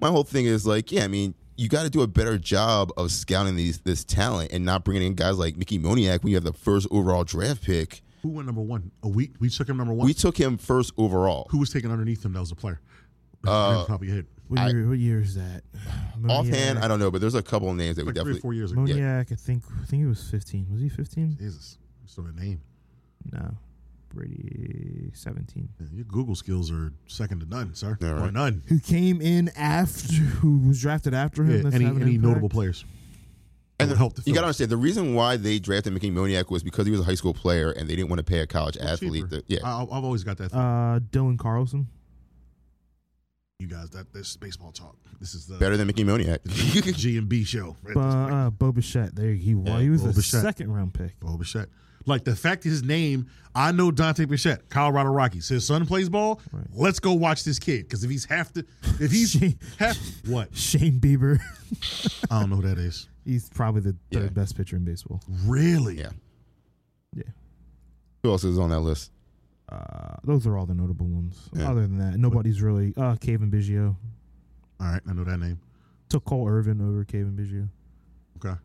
[SPEAKER 4] my whole thing is like, yeah, I mean, you got to do a better job of scouting these this talent and not bringing in guys like Mickey Moniak when you have the first overall draft pick.
[SPEAKER 2] who went number one? A week we took him number one.
[SPEAKER 4] We took him first overall.
[SPEAKER 2] who was taken underneath him? That was a player.
[SPEAKER 4] Uh,
[SPEAKER 2] probably hit
[SPEAKER 1] what,
[SPEAKER 4] I-
[SPEAKER 1] year, what year is that?
[SPEAKER 4] Offhand,
[SPEAKER 1] Moniak-
[SPEAKER 4] I don't know, but there's a couple of names that we
[SPEAKER 2] Oh, like three or
[SPEAKER 4] definitely.
[SPEAKER 2] four years ago.
[SPEAKER 1] Moniak, I think I think he was 15. Was he 15?
[SPEAKER 2] Jesus, so the name.
[SPEAKER 1] No, Brady 17.
[SPEAKER 2] Yeah, Your Google skills are second to none, sir.
[SPEAKER 4] All
[SPEAKER 2] Or
[SPEAKER 4] right.
[SPEAKER 2] none.
[SPEAKER 1] Who came in after? Who was drafted after him?
[SPEAKER 2] Yeah,
[SPEAKER 1] that's
[SPEAKER 2] any
[SPEAKER 1] having
[SPEAKER 2] any
[SPEAKER 1] impact?
[SPEAKER 2] notable players? That
[SPEAKER 4] And the-
[SPEAKER 2] would help the
[SPEAKER 4] you got to
[SPEAKER 2] Phillies.
[SPEAKER 4] understand the reason why they drafted Mickey Moniak was because he was a high school player and they didn't want to pay a college athlete.
[SPEAKER 2] Cheaper.
[SPEAKER 4] the- yeah,
[SPEAKER 2] I, I've always got that.
[SPEAKER 1] Uh, Dylan Carlson.
[SPEAKER 2] you guys, that this is baseball talk. This is the
[SPEAKER 4] better than Mickey Moniak.
[SPEAKER 2] G and B show. at this
[SPEAKER 1] Uh,
[SPEAKER 2] point.
[SPEAKER 1] uh, Bo Bichette. There he was.
[SPEAKER 4] Yeah,
[SPEAKER 1] he was
[SPEAKER 2] Bo
[SPEAKER 1] a
[SPEAKER 2] Bichette.
[SPEAKER 1] second round pick.
[SPEAKER 2] Bo Bichette. Like the fact his name, I know Dante Bichette, Colorado Rockies. His son plays ball.
[SPEAKER 1] Right.
[SPEAKER 2] Let's go watch this kid because if he's half the, if he's
[SPEAKER 1] She-
[SPEAKER 2] half what,
[SPEAKER 1] Shane Bieber.
[SPEAKER 2] I don't know who that is.
[SPEAKER 1] He's probably the third
[SPEAKER 4] Yeah.
[SPEAKER 1] best pitcher in baseball.
[SPEAKER 2] Really?
[SPEAKER 4] yeah.
[SPEAKER 1] Yeah.
[SPEAKER 4] Who else is on that list?
[SPEAKER 1] Uh, those are all the notable ones.
[SPEAKER 4] Yeah.
[SPEAKER 1] Other than that, nobody's really. Uh, Kevin Biggio
[SPEAKER 2] All right, I know that name.
[SPEAKER 1] took Cole Irvin over Kevin Biggio.
[SPEAKER 2] Okay.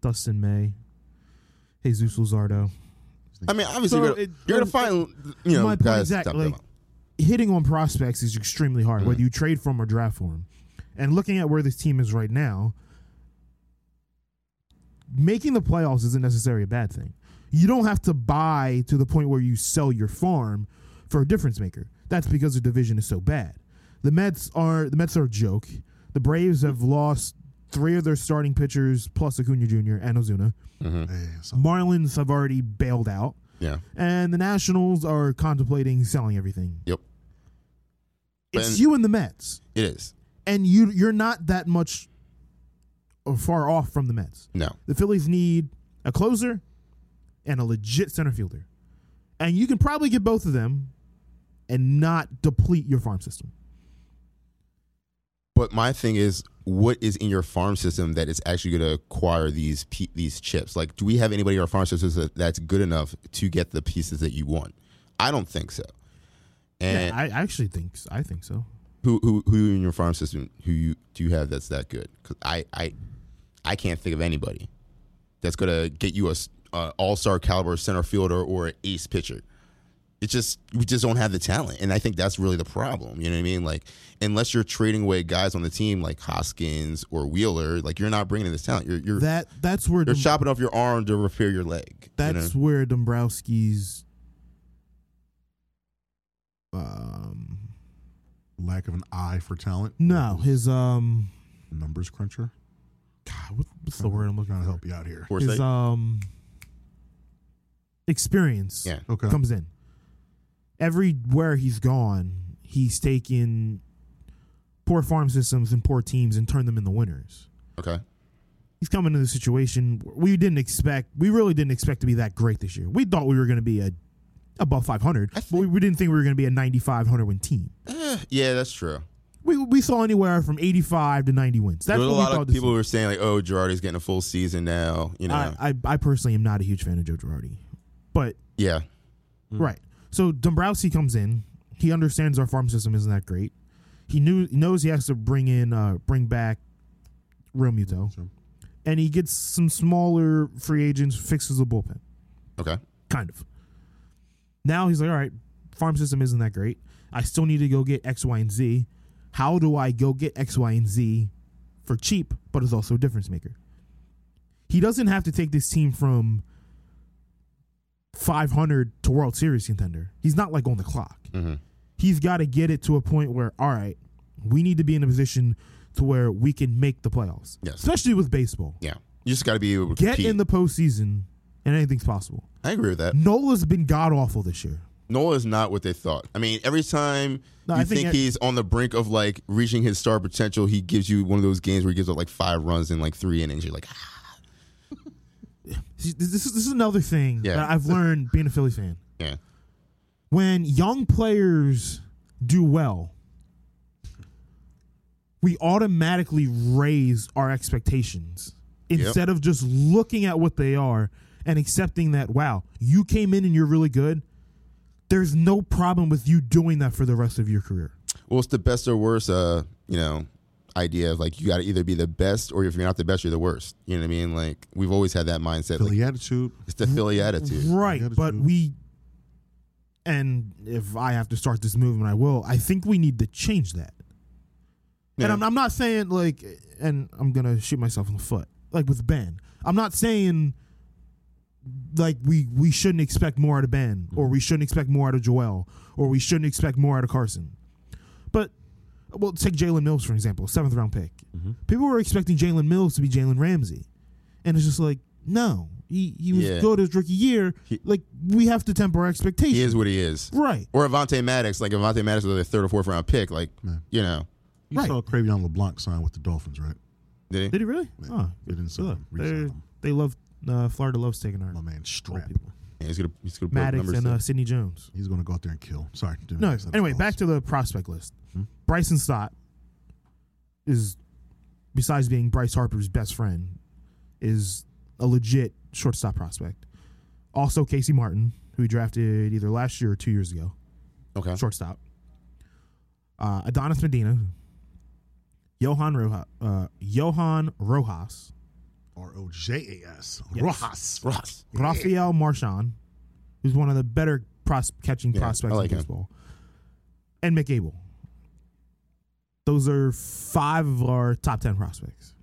[SPEAKER 1] Dustin May, Jesus Luzardo.
[SPEAKER 4] I mean, obviously,
[SPEAKER 1] So
[SPEAKER 4] you're, gonna,
[SPEAKER 1] it-
[SPEAKER 4] you're gonna
[SPEAKER 1] it-
[SPEAKER 4] find you know
[SPEAKER 1] my point
[SPEAKER 4] guys.
[SPEAKER 1] exact-
[SPEAKER 4] step them
[SPEAKER 1] like,
[SPEAKER 4] up.
[SPEAKER 1] hitting on prospects is extremely hard, whether you trade for 'em or draft for 'em. And looking at where this team is right now, making the playoffs isn't necessarily a bad thing. You don't have to buy to the point where you sell your farm for a difference maker. That's because the division is so bad. The Mets are the Mets are a joke. The Braves have lost three of their starting pitchers plus Acuna Jr. and Ozuna.
[SPEAKER 2] Yeah, so-
[SPEAKER 1] Marlins have already bailed out,
[SPEAKER 4] Yeah.
[SPEAKER 1] and the Nationals are contemplating selling everything.
[SPEAKER 4] Yep.
[SPEAKER 1] It's
[SPEAKER 4] And-
[SPEAKER 1] you and the Mets,
[SPEAKER 4] It is.
[SPEAKER 1] and you you're not that much or far off from the Mets.
[SPEAKER 4] No.
[SPEAKER 1] The Phillies need a closer and a legit center fielder, and you can probably get both of them and not deplete your farm system.
[SPEAKER 4] But my thing is, what is in your farm system that is actually going to acquire these pe- these chips? Like, do we have anybody in our farm system that, that's good enough to get the pieces that you want? I don't think so. And Eh.
[SPEAKER 1] yeah, I actually think so. I think so.
[SPEAKER 4] who, who who in your farm system who you do you have that's that good? Because I, I I can't think of anybody that's gonna get you a, s- a all star caliber center fielder or an ace pitcher. It's just we just don't have the talent, and I think that's really the problem. You know what I mean? Like unless you're trading away guys on the team like Hoskins or Wheeler, like you're not bringing in this talent. You're you're
[SPEAKER 1] That that's where
[SPEAKER 4] you're
[SPEAKER 1] Dom-
[SPEAKER 4] chopping off your arm to repair your leg. you know?
[SPEAKER 1] that's where Dombrowski's um
[SPEAKER 2] Lack of an eye for talent.
[SPEAKER 1] no his um
[SPEAKER 2] Numbers cruncher.
[SPEAKER 1] God, what, what's the word I'm looking
[SPEAKER 2] Trying
[SPEAKER 1] to
[SPEAKER 2] to help you out here.
[SPEAKER 4] Uh-huh. Foresight.
[SPEAKER 1] His um experience
[SPEAKER 4] yeah.
[SPEAKER 2] Okay.
[SPEAKER 1] comes in. Everywhere he's gone, he's taken poor farm systems and poor teams and turned them into winners.
[SPEAKER 4] Okay.
[SPEAKER 1] He's coming into the situation we didn't expect. We really didn't expect to be that great this year. We thought we were going to be a above 500,
[SPEAKER 4] I
[SPEAKER 1] but we, we didn't think we were going to be a 9500 win team.
[SPEAKER 4] Eh, yeah, that's true.
[SPEAKER 1] We, we saw anywhere from 85 to 90 wins. That's
[SPEAKER 4] There's a
[SPEAKER 1] what we
[SPEAKER 4] lot
[SPEAKER 1] thought
[SPEAKER 4] of
[SPEAKER 1] this
[SPEAKER 4] people who are saying like, "Oh, Girardi's getting a full season now." You know,
[SPEAKER 1] I, I, I personally am not a huge fan of Joe Girardi, but
[SPEAKER 4] yeah. Mm.
[SPEAKER 1] Right. So Dombrowski comes in. He understands our farm system isn't that great. He knew he knows he has to bring in uh bring back Real Muto.
[SPEAKER 2] Sure.
[SPEAKER 1] And he gets some smaller free agents, fixes the bullpen.
[SPEAKER 4] Okay.
[SPEAKER 1] kind of. Now he's like, all right, farm system isn't that great. I still need to go get X, Y, and Z. How do I go get X, Y, and Z for cheap, but is also a difference maker? He doesn't have to take this team from 500 to World Series contender. He's not like on the clock. He's got to get it to a point where, all right, we need to be in a position to where we can make the playoffs.
[SPEAKER 4] Yes.
[SPEAKER 1] Especially with baseball.
[SPEAKER 4] Yeah. You just got to be able to
[SPEAKER 1] Get
[SPEAKER 4] compete.
[SPEAKER 1] in the postseason, and anything's possible.
[SPEAKER 4] I agree with that.
[SPEAKER 1] Nola's been god awful this year.
[SPEAKER 4] Nola is not what they thought. I mean, every time
[SPEAKER 1] No,
[SPEAKER 4] you
[SPEAKER 1] I think
[SPEAKER 4] think,
[SPEAKER 1] it-
[SPEAKER 4] he's on the brink of like reaching his star potential, he gives you one of those games where he gives up like five runs in like three innings. You're like, ah.
[SPEAKER 1] See, This this is, this is another thing
[SPEAKER 4] Yeah.
[SPEAKER 1] that I've learned being a Philly fan.
[SPEAKER 4] yeah,
[SPEAKER 1] When young players do well, we automatically raise our expectations instead of just looking at what they are and accepting that, wow, you came in and you're really good. There's no problem with you doing that for the rest of your career.
[SPEAKER 4] well, it's the best or worst, uh, you know, idea of like you got to either be the best or if you're not the best, you're the worst. You know what I mean? Like we've always had that mindset. Like,
[SPEAKER 2] Philly attitude.
[SPEAKER 4] it's the Philly attitude.
[SPEAKER 1] Right,
[SPEAKER 2] gotta
[SPEAKER 1] but
[SPEAKER 2] do-
[SPEAKER 1] we and if I have to start this movement, I will. I think we need to change that. And
[SPEAKER 4] Yeah.
[SPEAKER 1] I'm, I'm not saying like, and I'm gonna shoot myself in the foot, like with Ben. I'm not saying like we we shouldn't expect more out of Ben, or we shouldn't expect more out of Joel, or we shouldn't expect more out of Carson. But well, take Jalen Mills for example, seventh round pick. People were expecting Jalen Mills to be Jalen Ramsey, and it's just like no, he he was
[SPEAKER 4] Yeah.
[SPEAKER 1] good his rookie year. like we have to temper our expectations,
[SPEAKER 4] He is what he is.
[SPEAKER 1] right?
[SPEAKER 4] Or Avante Maddox, like Avante Maddox was a third or fourth round pick. Like you know,
[SPEAKER 2] You
[SPEAKER 1] Right.
[SPEAKER 2] saw Cravion LeBlanc sign with the Dolphins, right?
[SPEAKER 4] did he?
[SPEAKER 1] Did he really? Oh,
[SPEAKER 2] They didn't sign
[SPEAKER 1] Look,
[SPEAKER 2] him.
[SPEAKER 1] they're-
[SPEAKER 2] Re-signed him.
[SPEAKER 1] they love uh, Florida loves taking our
[SPEAKER 2] My man
[SPEAKER 1] old
[SPEAKER 2] Strap.
[SPEAKER 1] people.
[SPEAKER 4] Yeah, he's gonna he's gonna put
[SPEAKER 1] Maddox
[SPEAKER 4] numbers.
[SPEAKER 1] and
[SPEAKER 4] down.
[SPEAKER 1] uh, Sidney Jones.
[SPEAKER 2] He's going to go out there and kill. Sorry. didn't
[SPEAKER 1] No,
[SPEAKER 2] mean sign
[SPEAKER 1] anyway,
[SPEAKER 2] the
[SPEAKER 1] back
[SPEAKER 2] Dolphins.
[SPEAKER 1] to the prospect list.
[SPEAKER 4] Hmm?
[SPEAKER 1] Bryson Stott is, besides being Bryce Harper's best friend, is a legit shortstop prospect. Also, Casey Martin, who he drafted either last year or two years ago,
[SPEAKER 4] okay,
[SPEAKER 1] shortstop. Uh, Adonis Medina, Johan Rojas, uh, Johan Rojas,
[SPEAKER 2] R O J A S.
[SPEAKER 1] Yes.
[SPEAKER 2] Rojas.
[SPEAKER 4] Ross.
[SPEAKER 1] Rafael Marchand, who's one of the better pros- catching
[SPEAKER 4] Yeah,
[SPEAKER 1] prospects
[SPEAKER 4] I like
[SPEAKER 1] in
[SPEAKER 4] him.
[SPEAKER 1] baseball, and McAble. Those are five of our top ten prospects.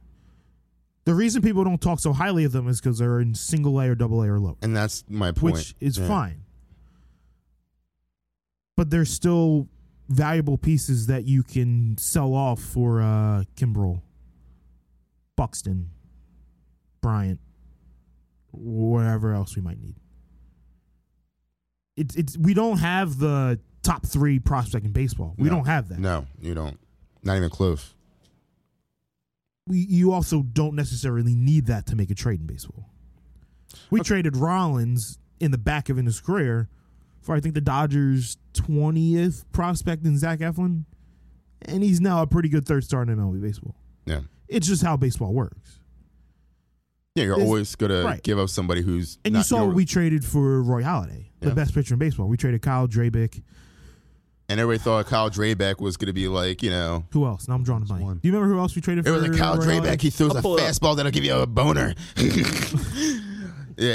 [SPEAKER 1] The reason people don't talk so highly of them is because they're in single A or double A or low,
[SPEAKER 4] And that's my point.
[SPEAKER 1] which is
[SPEAKER 4] Yeah.
[SPEAKER 1] fine. But they're still valuable pieces that you can sell off for uh, Kimbrel, Buxton, Bryant, whatever else we might need. It's it's we don't have the top three prospect in baseball. We
[SPEAKER 4] No.
[SPEAKER 1] don't have that.
[SPEAKER 4] No, you don't. Not even close.
[SPEAKER 1] We, you also don't necessarily need that to make a trade in baseball. We traded Rollins in the back of in his career for I think the Dodgers twentieth prospect in Zach Eflin, and he's now a pretty good third star in MLB baseball.
[SPEAKER 4] Yeah.
[SPEAKER 1] It's just how baseball works.
[SPEAKER 4] Yeah, you're
[SPEAKER 1] It's-
[SPEAKER 4] always gonna
[SPEAKER 1] right.
[SPEAKER 4] give up somebody who's
[SPEAKER 1] And
[SPEAKER 4] not
[SPEAKER 1] you saw
[SPEAKER 4] your-
[SPEAKER 1] we traded for Roy Halladay, the
[SPEAKER 4] Yeah.
[SPEAKER 1] best pitcher in baseball. We traded Kyle Drabick.
[SPEAKER 4] and everybody thought Kyle Drabeck was gonna be like, you know,
[SPEAKER 1] Who else? Now I'm drawing a blank.
[SPEAKER 2] one.
[SPEAKER 1] Do you remember who else we traded
[SPEAKER 4] it
[SPEAKER 1] for?
[SPEAKER 4] was like Kyle
[SPEAKER 1] Roy
[SPEAKER 4] Drabeck.
[SPEAKER 1] Halladay?
[SPEAKER 4] He throws
[SPEAKER 3] I'll
[SPEAKER 4] a
[SPEAKER 3] pull it up.
[SPEAKER 4] fastball that'll give you a boner. yeah,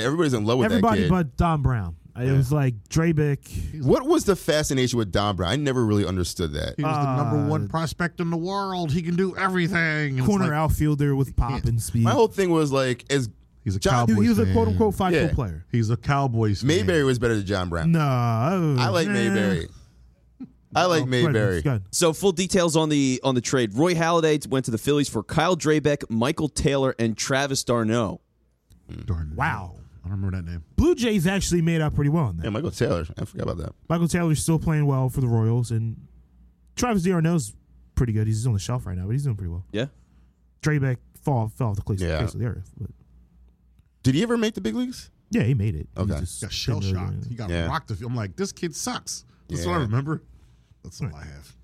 [SPEAKER 4] everybody's in love with
[SPEAKER 1] Everybody
[SPEAKER 4] that kid.
[SPEAKER 1] but Don Brown. It was like Drabick,
[SPEAKER 4] what was the fascination with Don Brown? I never really understood that.
[SPEAKER 2] He was the
[SPEAKER 1] Uh,
[SPEAKER 2] number one prospect in the world. He can do everything. And it's
[SPEAKER 1] corner
[SPEAKER 2] like,
[SPEAKER 1] outfielder with pop
[SPEAKER 2] Yeah.
[SPEAKER 1] and speed.
[SPEAKER 4] My whole thing was like, as
[SPEAKER 2] He's a
[SPEAKER 4] John-
[SPEAKER 1] Dude,
[SPEAKER 2] Cowboys
[SPEAKER 1] he was a
[SPEAKER 2] fan.
[SPEAKER 1] quote unquote five
[SPEAKER 4] Yeah.
[SPEAKER 1] goal player.
[SPEAKER 2] He's a Cowboys fan.
[SPEAKER 4] Mayberry was better than John Brown.
[SPEAKER 1] No,
[SPEAKER 4] I like Mayberry. I
[SPEAKER 1] Oh,
[SPEAKER 4] like Mayberry.
[SPEAKER 1] Good.
[SPEAKER 3] So full details on the on the trade. Roy Halladay went to the Phillies for Kyle Drabeck, Michael Taylor, and Travis Darno.
[SPEAKER 2] Darn.
[SPEAKER 1] Wow.
[SPEAKER 2] I don't remember that name.
[SPEAKER 1] Blue Jays actually made out pretty well on that.
[SPEAKER 4] Yeah, Michael Taylor. I forgot about that.
[SPEAKER 1] Michael Taylor's still playing well for the Royals, and Travis D'Arnaud's pretty good. He's on the shelf right now, but he's doing pretty well.
[SPEAKER 3] Yeah.
[SPEAKER 1] Drabeck fall fell off the face,
[SPEAKER 4] Yeah.
[SPEAKER 1] face of the earth, but
[SPEAKER 4] Did he ever make the big leagues?
[SPEAKER 1] yeah, he made it. He
[SPEAKER 4] Okay.
[SPEAKER 1] just
[SPEAKER 2] Got shell
[SPEAKER 1] didn't really do
[SPEAKER 2] shocked.
[SPEAKER 1] anything.
[SPEAKER 2] He got
[SPEAKER 4] Yeah.
[SPEAKER 2] rocked. a few- I'm like, this kid sucks. That's what I
[SPEAKER 4] Yeah.
[SPEAKER 2] remember. That's all I have.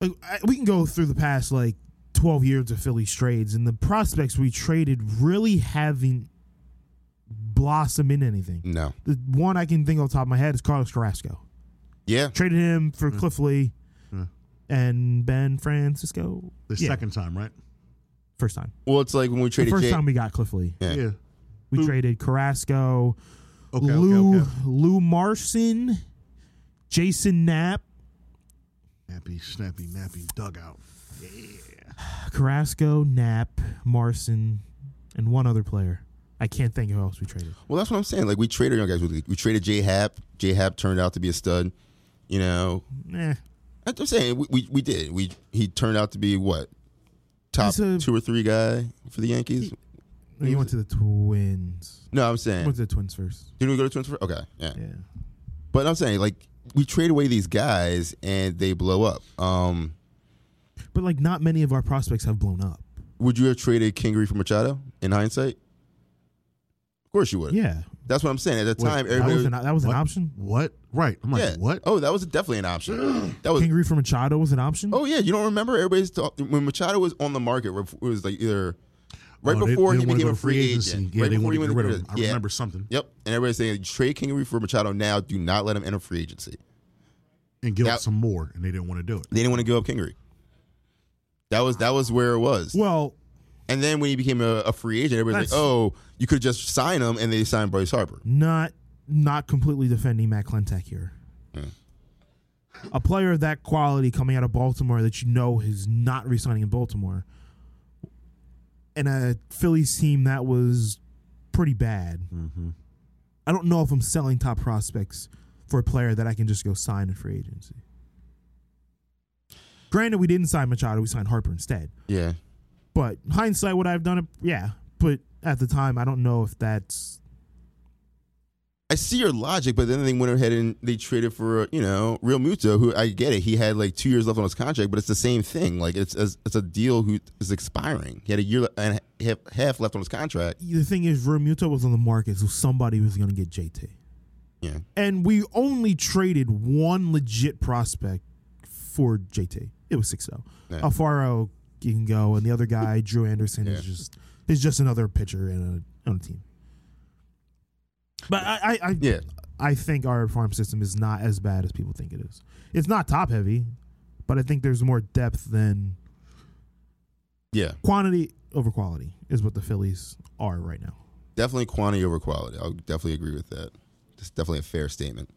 [SPEAKER 1] like I, we can go through the past like 12 years of Phillies trades and the prospects we traded really haven't blossomed in anything.
[SPEAKER 4] No.
[SPEAKER 1] The one I can think off the top of my head is Carlos Carrasco.
[SPEAKER 4] Yeah.
[SPEAKER 1] Traded him for
[SPEAKER 2] Hmm.
[SPEAKER 1] Cliff Lee
[SPEAKER 2] Yeah.
[SPEAKER 1] and Ben Francisco.
[SPEAKER 2] Hmm. The
[SPEAKER 1] Yeah,
[SPEAKER 2] second time, right?
[SPEAKER 1] first time.
[SPEAKER 4] Well, it's like when we
[SPEAKER 1] The
[SPEAKER 4] traded
[SPEAKER 1] first
[SPEAKER 4] Jay.
[SPEAKER 1] time we got Cliff Lee.
[SPEAKER 4] Yeah.
[SPEAKER 2] Yeah.
[SPEAKER 1] We traded Carrasco,
[SPEAKER 2] Okay, okay,
[SPEAKER 1] Lou
[SPEAKER 2] okay.
[SPEAKER 1] Lou Marson, Jason Knapp,
[SPEAKER 2] Nappy, snappy, nappy dugout.
[SPEAKER 1] Carrasco, Knapp, Marson, and one other player. I can't think of who else we traded.
[SPEAKER 4] Well, that's what I'm saying. Like we traded young guys. We, we traded J Hap. J Hap turned out to be a stud. You know,
[SPEAKER 1] Eh,
[SPEAKER 4] that's what I'm saying we, we, we did. We he turned out to be what top
[SPEAKER 1] He's a-
[SPEAKER 4] two or three guy for the Yankees.
[SPEAKER 1] we went to the Twins.
[SPEAKER 4] No, I'm saying
[SPEAKER 1] Went to the Twins first.
[SPEAKER 4] didn't we go to Twins? first? Okay, yeah.
[SPEAKER 1] Yeah.
[SPEAKER 4] But I'm saying like we trade away these guys and they blow up. Um,
[SPEAKER 1] But like, not many of our prospects have blown up.
[SPEAKER 4] would you have traded Kingery for Machado in hindsight? Of course you would.
[SPEAKER 1] Yeah,
[SPEAKER 4] That's what I'm saying. At the
[SPEAKER 2] Wait,
[SPEAKER 4] time,
[SPEAKER 2] that
[SPEAKER 1] that
[SPEAKER 4] everybody
[SPEAKER 1] was
[SPEAKER 4] was,
[SPEAKER 1] an, that was an
[SPEAKER 2] What?
[SPEAKER 1] option.
[SPEAKER 2] What? Right. I'm like,
[SPEAKER 4] yeah.
[SPEAKER 2] what?
[SPEAKER 4] Oh, that was definitely an option. That was
[SPEAKER 1] Kingery for Machado was an option.
[SPEAKER 4] Oh yeah, you don't remember everybody's talk- when Machado was on the market. It was like either right
[SPEAKER 2] Oh, they-
[SPEAKER 4] before
[SPEAKER 2] they
[SPEAKER 4] he
[SPEAKER 2] wanna
[SPEAKER 4] became
[SPEAKER 2] go
[SPEAKER 4] a
[SPEAKER 2] to
[SPEAKER 4] free agent,
[SPEAKER 2] Yeah,
[SPEAKER 4] right
[SPEAKER 2] they
[SPEAKER 4] before
[SPEAKER 2] want to get
[SPEAKER 4] went
[SPEAKER 2] rid
[SPEAKER 4] to
[SPEAKER 2] of him. I
[SPEAKER 4] yeah.
[SPEAKER 2] remember something.
[SPEAKER 4] Yep, and everybody's saying trade Kingery for Machado now. Do not let him enter free agency.
[SPEAKER 2] And give
[SPEAKER 4] Yeah.
[SPEAKER 2] up some more, and they didn't want to do it.
[SPEAKER 4] They didn't want to give up Kingery. That was that was where it was.
[SPEAKER 1] Well,
[SPEAKER 4] And then when he became a, a free agent, everybody's like,
[SPEAKER 1] That's-
[SPEAKER 4] "Oh, you could just sign him," and they signed Bryce Harper.
[SPEAKER 1] not not completely defending Matt Clentak here. A player of that quality coming out of Baltimore that you know is not resigning in Baltimore, and a Phillies team that was pretty bad. I don't know if I'm selling top prospects for a player that I can just go sign in free agency. Granted, we didn't sign Machado; we signed Harper instead.
[SPEAKER 4] Yeah,
[SPEAKER 1] But hindsight, would I have done it? Yeah. But at the time, I don't know if that's
[SPEAKER 4] I see your logic, but then they went ahead and they traded for you know Real Muto, who I get it. He had like two years left on his contract, but it's the same thing. Like it's it's, it's a deal who is expiring. He had a year le- and a half, half left on his contract.
[SPEAKER 1] the thing is Romuto was on the market, so somebody was going to get JT.
[SPEAKER 4] Yeah,
[SPEAKER 1] And we only traded one legit prospect for JT. It was oh. 6 0.
[SPEAKER 4] Yeah.
[SPEAKER 1] Alfaro can go, and the other guy, Drew Anderson, is
[SPEAKER 4] Yeah.
[SPEAKER 1] just is just another pitcher in a, on a team. But I, I, I
[SPEAKER 4] yeah.
[SPEAKER 1] I think our farm system is not as bad as people think it is. It's not top heavy, but I think there's more depth than
[SPEAKER 4] Yeah,
[SPEAKER 1] quantity over quality is what the Phillies are right now.
[SPEAKER 4] definitely quantity over quality. I'll definitely agree with that. That's definitely a fair statement.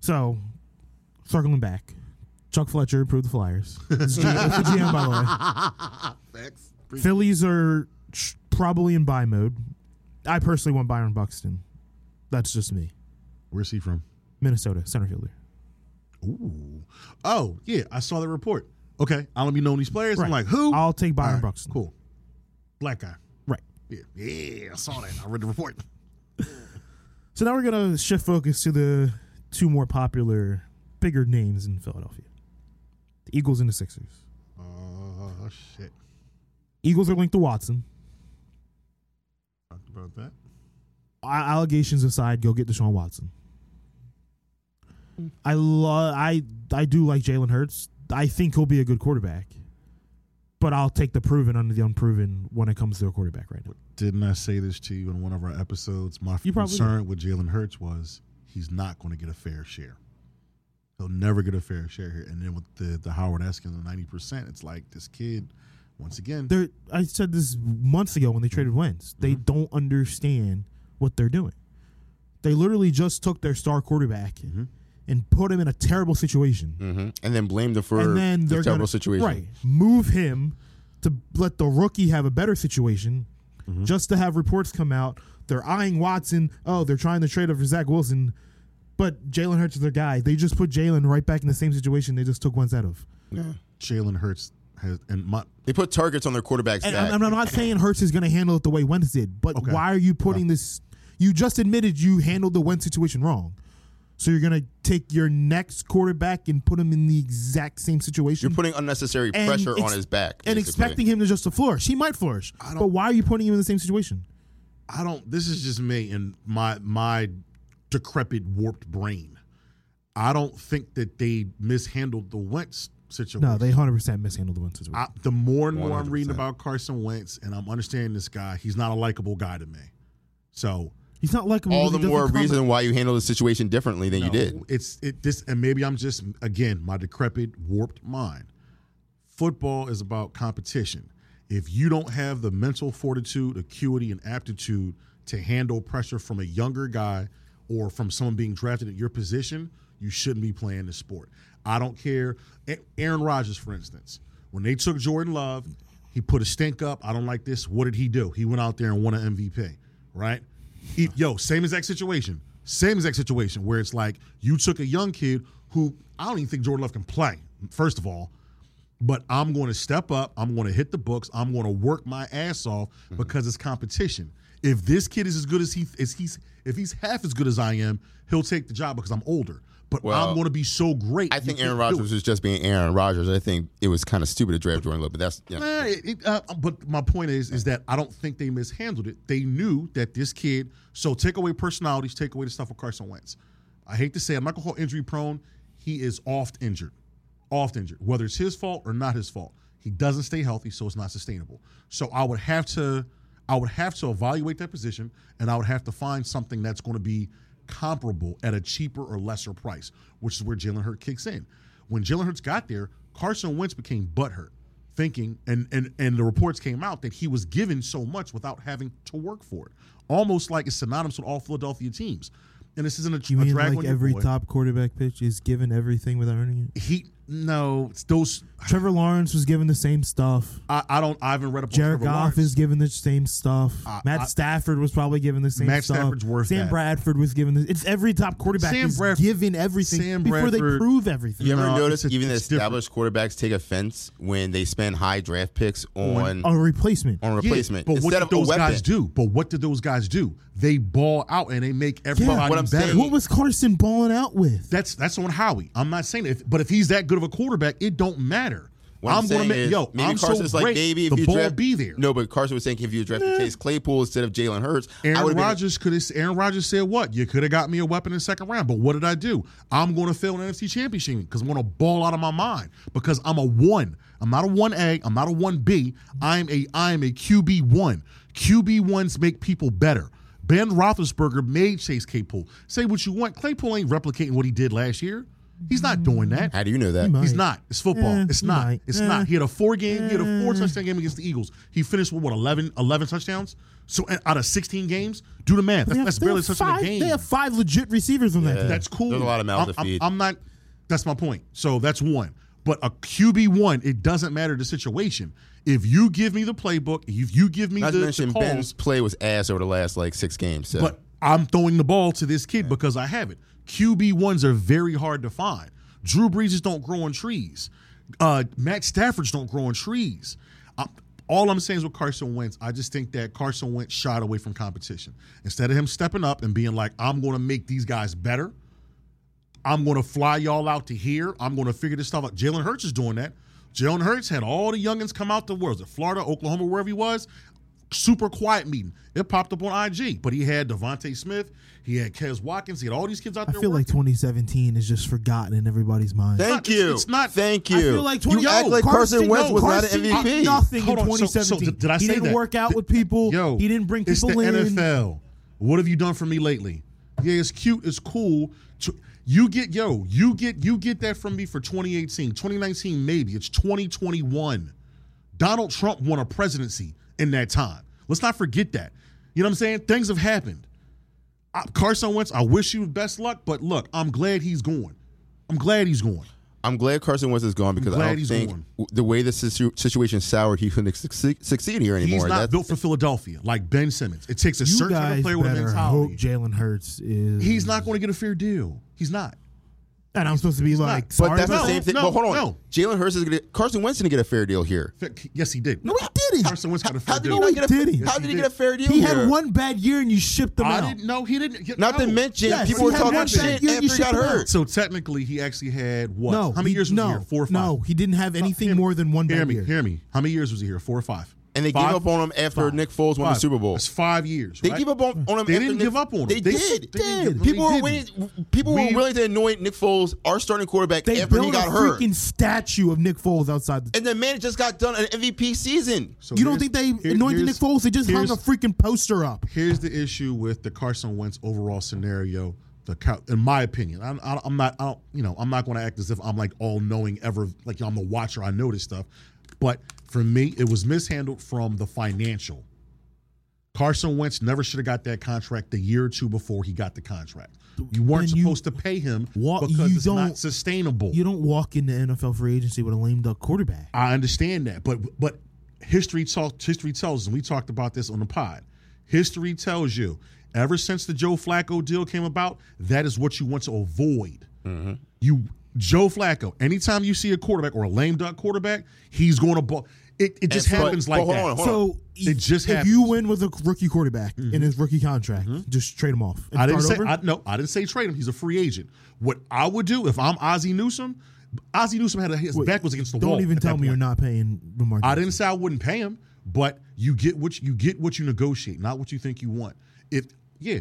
[SPEAKER 1] So, circling back, Chuck Fletcher improved the Flyers. It's the GM, it's the GM, by the
[SPEAKER 2] Facts.
[SPEAKER 1] way. Phillies are sh- probably in buy mode. I personally want Byron Buxton. That's just me.
[SPEAKER 2] Where's he from?
[SPEAKER 1] Minnesota center fielder.
[SPEAKER 2] Ooh. Oh, yeah. I saw the report. Okay. I don't be knowing these players. I'm like, who?
[SPEAKER 1] I'll take
[SPEAKER 2] All
[SPEAKER 1] Byron
[SPEAKER 2] right,
[SPEAKER 1] Buxton.
[SPEAKER 2] Cool. Black guy.
[SPEAKER 1] Right.
[SPEAKER 2] Yeah. yeah, I saw that. I read the report.
[SPEAKER 1] So now we're gonna shift focus to the two more popular, bigger names in Philadelphia: the Eagles and the Sixers.
[SPEAKER 2] Oh, shit.
[SPEAKER 1] Eagles are linked to Watson.
[SPEAKER 2] Talked about that.
[SPEAKER 1] A- Allegations aside, go get Deshaun Watson. I love. I I do like Jalen Hurts. I think he'll be a good quarterback, but I'll take the proven under the unproven when it comes to a quarterback right now.
[SPEAKER 2] Didn't I say this to you in one of our episodes? My
[SPEAKER 1] You probably
[SPEAKER 2] concern with Jalen Hurts was he's not going to get a fair share. He'll never get a fair share here. And then with the, the Howard Eskins at 90%, it's like this kid, once again,
[SPEAKER 1] They're, I said this months ago when they traded Wentz. They don't understand what they're doing. They literally just took their star quarterback and put him in a terrible situation,
[SPEAKER 4] hmm And then blame them for
[SPEAKER 1] Mm-hmm. and then
[SPEAKER 4] the
[SPEAKER 1] they're
[SPEAKER 4] terrible
[SPEAKER 1] gonna,
[SPEAKER 4] situation.
[SPEAKER 1] Right, move him to let the rookie have a better situation,
[SPEAKER 4] Mm-hmm.
[SPEAKER 1] just to have reports come out. They're eyeing Watson. Oh, they're trying to trade up for Zach Wilson, but Jalen Hurts is their guy. They just put Jalen right back in the same situation they just took Wentz out of.
[SPEAKER 4] Yeah.
[SPEAKER 2] Jalen Hurts has, and my,
[SPEAKER 4] They put targets on their quarterbacks.
[SPEAKER 1] And
[SPEAKER 4] back.
[SPEAKER 1] I'm, I'm not saying Hurts is going to handle it the way Wentz did, but
[SPEAKER 2] Okay.
[SPEAKER 1] why are you putting this? You just admitted you handled the Wentz situation wrong. So you're going to take your next quarterback and put him in the exact same situation
[SPEAKER 4] You're putting unnecessary
[SPEAKER 1] and
[SPEAKER 4] pressure on
[SPEAKER 1] ex-
[SPEAKER 4] his back
[SPEAKER 1] and
[SPEAKER 4] basically.
[SPEAKER 1] expecting him to just to flourish. He might flourish,
[SPEAKER 2] don't-
[SPEAKER 1] but why are you putting him in the same situation?
[SPEAKER 2] I don't. This is just me and my my decrepit, warped brain. I don't think that they mishandled the Wentz situation.
[SPEAKER 1] No, they 100% mishandled the Wentz situation.
[SPEAKER 2] I, the more and more i am
[SPEAKER 4] 100%.
[SPEAKER 2] reading about Carson Wentz, and I'm understanding this guy, he's not a likable guy to me. So
[SPEAKER 1] He's not likable.
[SPEAKER 4] All
[SPEAKER 1] because
[SPEAKER 4] the
[SPEAKER 1] he doesn't
[SPEAKER 4] more
[SPEAKER 1] come-
[SPEAKER 4] reason why you handled the situation differently than you did.
[SPEAKER 2] It's it this, and maybe I'm just again my decrepit, warped mind. Football is about competition. if you don't have the mental fortitude, acuity, and aptitude to handle pressure from a younger guy or from someone being drafted at your position, you shouldn't be playing this sport. I don't care. A- Aaron Rodgers, for instance, when they took Jordan Love, he put a stink up. I don't like this. What did he do? He went out there and won an MVP, right? He- yo, same exact situation. Same exact situation where it's like you took a young kid who I don't even think Jordan Love can play, first of all but I'm going to step up. I'm going to hit the books. I'm going to work my ass off
[SPEAKER 4] Mm-hmm.
[SPEAKER 2] because it's competition. If this kid is as good as he is, he's if he's half as good as I am, he'll take the job because I'm older. But
[SPEAKER 4] Well,
[SPEAKER 2] I'm going to be so great.
[SPEAKER 4] I
[SPEAKER 2] you
[SPEAKER 4] think
[SPEAKER 2] can't
[SPEAKER 4] Aaron
[SPEAKER 2] do it.
[SPEAKER 4] Rodgers was just being Aaron Rodgers. I think it was kind of stupid to draft Jordan Love, but that's yeah.
[SPEAKER 2] Nah, it- it- uh, but my point is, is that I don't think they mishandled it. They knew that this kid. So take away personalities, take away the stuff with Carson Wentz. I hate to say, it, I'm not gonna call injury prone. He is oft injured, oft injured, whether it's his fault or not his fault. He doesn't stay healthy, so it's not sustainable. So I would have to, I would have to evaluate that position, and I would have to find something that's going to be comparable at a cheaper or lesser price, which is where Jalen Hurt kicks in. When Jalen Hurts got there, Carson Wentz became butthurt thinking and and and the reports came out that he was given so much without having to work for it almost like it's synonymous with all philadelphia teams and this isn't a,
[SPEAKER 1] You
[SPEAKER 2] a
[SPEAKER 1] mean
[SPEAKER 2] drag
[SPEAKER 1] like
[SPEAKER 2] on your
[SPEAKER 1] every
[SPEAKER 2] boy.
[SPEAKER 1] top quarterback pitch is given everything without earning it?
[SPEAKER 2] he no it's those
[SPEAKER 1] Trevor Lawrence was given the same stuff.
[SPEAKER 2] I, I don't i haven't read up on
[SPEAKER 1] Jared
[SPEAKER 2] Trevor
[SPEAKER 1] Goff
[SPEAKER 2] Lawrence.
[SPEAKER 1] is given the same stuff. Matt
[SPEAKER 2] I-
[SPEAKER 1] Stafford was probably given the same
[SPEAKER 2] Matt
[SPEAKER 1] stuff.
[SPEAKER 2] Stafford's worth
[SPEAKER 1] Sam
[SPEAKER 2] that.
[SPEAKER 1] Bradford was given the. It's every top quarterback
[SPEAKER 2] Sam
[SPEAKER 1] is
[SPEAKER 2] Bradf-
[SPEAKER 1] given everything
[SPEAKER 2] Sam
[SPEAKER 1] before they
[SPEAKER 2] Bradford-
[SPEAKER 1] prove everything.
[SPEAKER 4] You ever
[SPEAKER 2] No,
[SPEAKER 4] notice
[SPEAKER 2] it's a-
[SPEAKER 4] even the
[SPEAKER 2] it's different.
[SPEAKER 4] established quarterbacks take offense when they spend high draft picks on
[SPEAKER 1] A replacement.
[SPEAKER 4] on
[SPEAKER 2] Yeah,
[SPEAKER 4] replacement
[SPEAKER 2] but what
[SPEAKER 4] instead
[SPEAKER 2] did
[SPEAKER 4] of a
[SPEAKER 2] those
[SPEAKER 4] weapon?
[SPEAKER 2] guys do but what did those guys do they ball out and they make everybody
[SPEAKER 4] what I'm
[SPEAKER 2] better
[SPEAKER 4] saying-
[SPEAKER 1] What was Carson balling out with?
[SPEAKER 2] that's that's on howie i'm not saying if but if he's that good of a quarterback it don't matter
[SPEAKER 4] What
[SPEAKER 2] gonna
[SPEAKER 4] I'm, saying
[SPEAKER 2] make
[SPEAKER 4] is,
[SPEAKER 2] yo
[SPEAKER 4] maybe
[SPEAKER 2] i'm
[SPEAKER 4] Carson's
[SPEAKER 2] so
[SPEAKER 4] like
[SPEAKER 2] great
[SPEAKER 4] maybe if
[SPEAKER 2] the
[SPEAKER 4] you
[SPEAKER 2] ball
[SPEAKER 4] draft,
[SPEAKER 2] be there
[SPEAKER 4] No, but Carson was saying if you drafted Chase Claypool instead of Jalen Hurts, I
[SPEAKER 2] Aaron
[SPEAKER 4] would have
[SPEAKER 2] Rodgers could have. Aaron Rodgers said, "What? You could have got me a weapon in the second round, but what did I do? I'm going to fail an NFC Championship because I'm going to ball out of my mind because I'm a one. I'm not a one A. I'm not a one B. I'm a I'm a QB one. QB ones make people better. Ben Roethlisberger made Chase Claypool. Say what you want. Claypool ain't replicating what he did last year. He's not doing that.
[SPEAKER 4] How do you know that?
[SPEAKER 1] might.
[SPEAKER 2] He's not. It's football.
[SPEAKER 1] Eh,
[SPEAKER 2] it's
[SPEAKER 1] he
[SPEAKER 2] not.
[SPEAKER 1] might.
[SPEAKER 2] It's
[SPEAKER 1] Eh.
[SPEAKER 2] not. He had a four game, he had a four touchdown game against the Eagles. He finished with what 11, 11 touchdowns. So and out of sixteen games, do the math.
[SPEAKER 1] They
[SPEAKER 2] That's,
[SPEAKER 1] have-
[SPEAKER 2] that's
[SPEAKER 1] they
[SPEAKER 2] barely
[SPEAKER 1] have
[SPEAKER 2] touching
[SPEAKER 1] five,
[SPEAKER 2] a game.
[SPEAKER 1] They have five legit receivers on that. team.
[SPEAKER 2] that's cool.
[SPEAKER 4] There's a lot of mouths
[SPEAKER 2] I'm,
[SPEAKER 4] to feed.
[SPEAKER 2] I'm, I'm not. That's my point. So that's one. But a QB one, it doesn't matter the situation. If you give me the playbook, if you give me
[SPEAKER 4] Not
[SPEAKER 2] the,
[SPEAKER 4] to
[SPEAKER 2] the
[SPEAKER 4] mention
[SPEAKER 2] calls,
[SPEAKER 4] Ben's play was ass over the last like six games. So
[SPEAKER 2] but I'm throwing the ball to this kid because I have it. QB ones are very hard to find. Drew Breeses don't grow on trees. Uh, Matt Stafford's don't grow on trees. i all I'm saying is with Carson Wentz, I just think that Carson Wentz shied away from competition. Instead of him stepping up and being like, "I'm going to make these guys better," I'm going to fly y'all out to here. I'm going to figure this stuff out. Jalen Hurts is doing that. Jalen Hurts had all the youngins come out the world, the Florida, Oklahoma, wherever he was. Super quiet meeting. It popped up on IG, but he had Devontae Smith. He had Kez Watkins. He had all these kids out
[SPEAKER 1] I
[SPEAKER 2] there.
[SPEAKER 1] feel like
[SPEAKER 2] working.
[SPEAKER 1] 2017 is just forgotten in everybody's mind.
[SPEAKER 4] thank
[SPEAKER 2] not- it's-
[SPEAKER 4] you.
[SPEAKER 2] it's not-
[SPEAKER 4] Thank you.
[SPEAKER 1] I feel like 20,
[SPEAKER 4] you act like Carson, Wentz was
[SPEAKER 1] Carson
[SPEAKER 4] not an
[SPEAKER 1] did
[SPEAKER 4] MVP.
[SPEAKER 1] Nothing
[SPEAKER 2] Hold
[SPEAKER 1] in
[SPEAKER 2] on, so- so
[SPEAKER 1] 2017.
[SPEAKER 2] did- did I
[SPEAKER 1] he
[SPEAKER 2] say
[SPEAKER 1] didn't
[SPEAKER 2] that?
[SPEAKER 1] work out
[SPEAKER 2] Th-
[SPEAKER 1] with people.
[SPEAKER 2] Yo,
[SPEAKER 1] he didn't bring
[SPEAKER 2] it's
[SPEAKER 1] people
[SPEAKER 2] the
[SPEAKER 1] in.
[SPEAKER 2] NFL. What have you done for me lately? Yeah, it's cute. It's cool. Tw- You get yo, you get you get that from me for 2018, 2019, maybe it's 2021. Donald Trump won a presidency in that time. Let's not forget that. You know what I'm saying? Things have happened. I, Carson Wentz, I wish you best luck, but look, I'm glad he's going. I'm glad he's going.
[SPEAKER 4] I'm glad Carson Wentz is gone because
[SPEAKER 2] glad
[SPEAKER 4] I don't
[SPEAKER 2] he's
[SPEAKER 4] think
[SPEAKER 2] gone.
[SPEAKER 4] w- the way the situ- situation soured, he couldn't succeed, succeed here anymore.
[SPEAKER 2] He's not
[SPEAKER 4] That's-
[SPEAKER 2] built for Philadelphia like Ben Simmons. It takes a
[SPEAKER 1] You
[SPEAKER 2] certain kind
[SPEAKER 1] guys
[SPEAKER 2] of player with a
[SPEAKER 1] better hope
[SPEAKER 2] mentality.
[SPEAKER 1] Jalen Hurts is.
[SPEAKER 2] He's not going to get a fair deal. He's not.
[SPEAKER 1] And I'm supposed to be like,
[SPEAKER 2] not.
[SPEAKER 1] sorry,
[SPEAKER 4] but that's
[SPEAKER 1] about
[SPEAKER 4] the
[SPEAKER 2] No,
[SPEAKER 4] same thing.
[SPEAKER 2] no,
[SPEAKER 4] but hold on,
[SPEAKER 2] no.
[SPEAKER 4] Jalen Hurts is going to Carson Wentz didn't get a fair deal here.
[SPEAKER 2] Fact- Yes, he did.
[SPEAKER 1] No, he didn't.
[SPEAKER 2] Carson Wentz got a fair
[SPEAKER 4] How did
[SPEAKER 2] deal.
[SPEAKER 4] he not
[SPEAKER 1] he
[SPEAKER 4] get a,
[SPEAKER 1] didn't.
[SPEAKER 4] How did
[SPEAKER 2] Yes,
[SPEAKER 4] he get a
[SPEAKER 2] he
[SPEAKER 4] fair deal?
[SPEAKER 1] He
[SPEAKER 4] here?
[SPEAKER 1] had one bad year and you shipped him
[SPEAKER 2] I
[SPEAKER 1] out.
[SPEAKER 2] didn't. No, he didn't.
[SPEAKER 4] Not
[SPEAKER 2] no.
[SPEAKER 4] to mention,
[SPEAKER 1] Yes,
[SPEAKER 4] people
[SPEAKER 1] he
[SPEAKER 4] were
[SPEAKER 1] had
[SPEAKER 4] talking
[SPEAKER 1] one bad
[SPEAKER 4] shit
[SPEAKER 1] year, you
[SPEAKER 4] after he got
[SPEAKER 1] should've
[SPEAKER 4] hurt.
[SPEAKER 2] So technically, he actually had what?
[SPEAKER 1] No,
[SPEAKER 2] How many
[SPEAKER 1] he-
[SPEAKER 2] years was
[SPEAKER 1] no,
[SPEAKER 2] he here? Four or five.
[SPEAKER 1] No, he didn't have anything more than one
[SPEAKER 2] Hear
[SPEAKER 1] bad
[SPEAKER 2] me.
[SPEAKER 1] year.
[SPEAKER 2] Hear me. How many years was he here? Four or five.
[SPEAKER 4] And they
[SPEAKER 2] Five?
[SPEAKER 4] gave up on him after
[SPEAKER 2] Five.
[SPEAKER 4] Nick Foles won the
[SPEAKER 2] Five.
[SPEAKER 4] Super Bowl.
[SPEAKER 2] That's five years.
[SPEAKER 4] They
[SPEAKER 2] right?
[SPEAKER 4] gave up on, on him.
[SPEAKER 2] They
[SPEAKER 4] after
[SPEAKER 2] didn't
[SPEAKER 4] Nick-
[SPEAKER 2] give up on him.
[SPEAKER 4] They,
[SPEAKER 2] They
[SPEAKER 4] did.
[SPEAKER 2] did. They did.
[SPEAKER 4] People
[SPEAKER 2] They
[SPEAKER 4] were
[SPEAKER 2] didn't.
[SPEAKER 4] waiting. People
[SPEAKER 2] We-
[SPEAKER 4] were willing to anoint Nick Foles our starting quarterback
[SPEAKER 1] They
[SPEAKER 4] after
[SPEAKER 1] built
[SPEAKER 4] he got
[SPEAKER 1] a
[SPEAKER 4] hurt.
[SPEAKER 1] freaking statue of Nick Foles outside the.
[SPEAKER 4] And the man just got done an MVP season.
[SPEAKER 2] So
[SPEAKER 1] you don't think
[SPEAKER 2] here's-
[SPEAKER 1] they
[SPEAKER 2] here-
[SPEAKER 1] anointed Nick
[SPEAKER 2] here's-
[SPEAKER 1] Foles? They just hung
[SPEAKER 2] here's-
[SPEAKER 1] a freaking poster up.
[SPEAKER 2] Here's the issue with the Carson Wentz overall scenario. The Cow- in my opinion, I'm, I- I'm not. I don't, you know, I'm not going to act as if I'm like all knowing ever. Like I'm the watcher. I know this stuff. But for me, it was mishandled from the financial. Carson Wentz never should have got that contract the year or two before he got the contract. You weren't
[SPEAKER 1] Then you-
[SPEAKER 2] supposed to pay him
[SPEAKER 1] Wha-
[SPEAKER 2] because
[SPEAKER 1] you
[SPEAKER 2] it's
[SPEAKER 1] don't-
[SPEAKER 2] not sustainable.
[SPEAKER 1] You don't walk into NFL free agency with a lame duck quarterback.
[SPEAKER 2] I understand that, but but history talks. History tells, and we talked about this on the pod. History tells you, ever since the Joe Flacco deal came about, that is what you want to avoid.
[SPEAKER 4] Mm-hmm.
[SPEAKER 2] You Joe Flacco. Anytime you see a quarterback or a lame duck quarterback, he's going to ball. It, it just
[SPEAKER 4] And- but-
[SPEAKER 2] happens
[SPEAKER 4] but
[SPEAKER 2] like
[SPEAKER 4] hold
[SPEAKER 2] that.
[SPEAKER 4] on, hold
[SPEAKER 1] So
[SPEAKER 2] It
[SPEAKER 1] if-
[SPEAKER 2] just Mm-hmm.
[SPEAKER 1] if you win with a rookie quarterback in his rookie contract, just trade him off. and
[SPEAKER 2] I didn't
[SPEAKER 1] start
[SPEAKER 2] say
[SPEAKER 1] over?
[SPEAKER 2] I, no. I didn't say trade him. He's a free agent. What I would do if I'm Ozzie Newsome, Ozzie Newsome had a, his
[SPEAKER 1] Wait,
[SPEAKER 2] back was against the wall.
[SPEAKER 1] Don't even
[SPEAKER 2] at that
[SPEAKER 1] tell me
[SPEAKER 2] point.
[SPEAKER 1] you're not paying Lamar.
[SPEAKER 2] I
[SPEAKER 1] Jackson.
[SPEAKER 2] didn't say I wouldn't pay him, but you get what you get what you negotiate, not what you think you want. If yeah,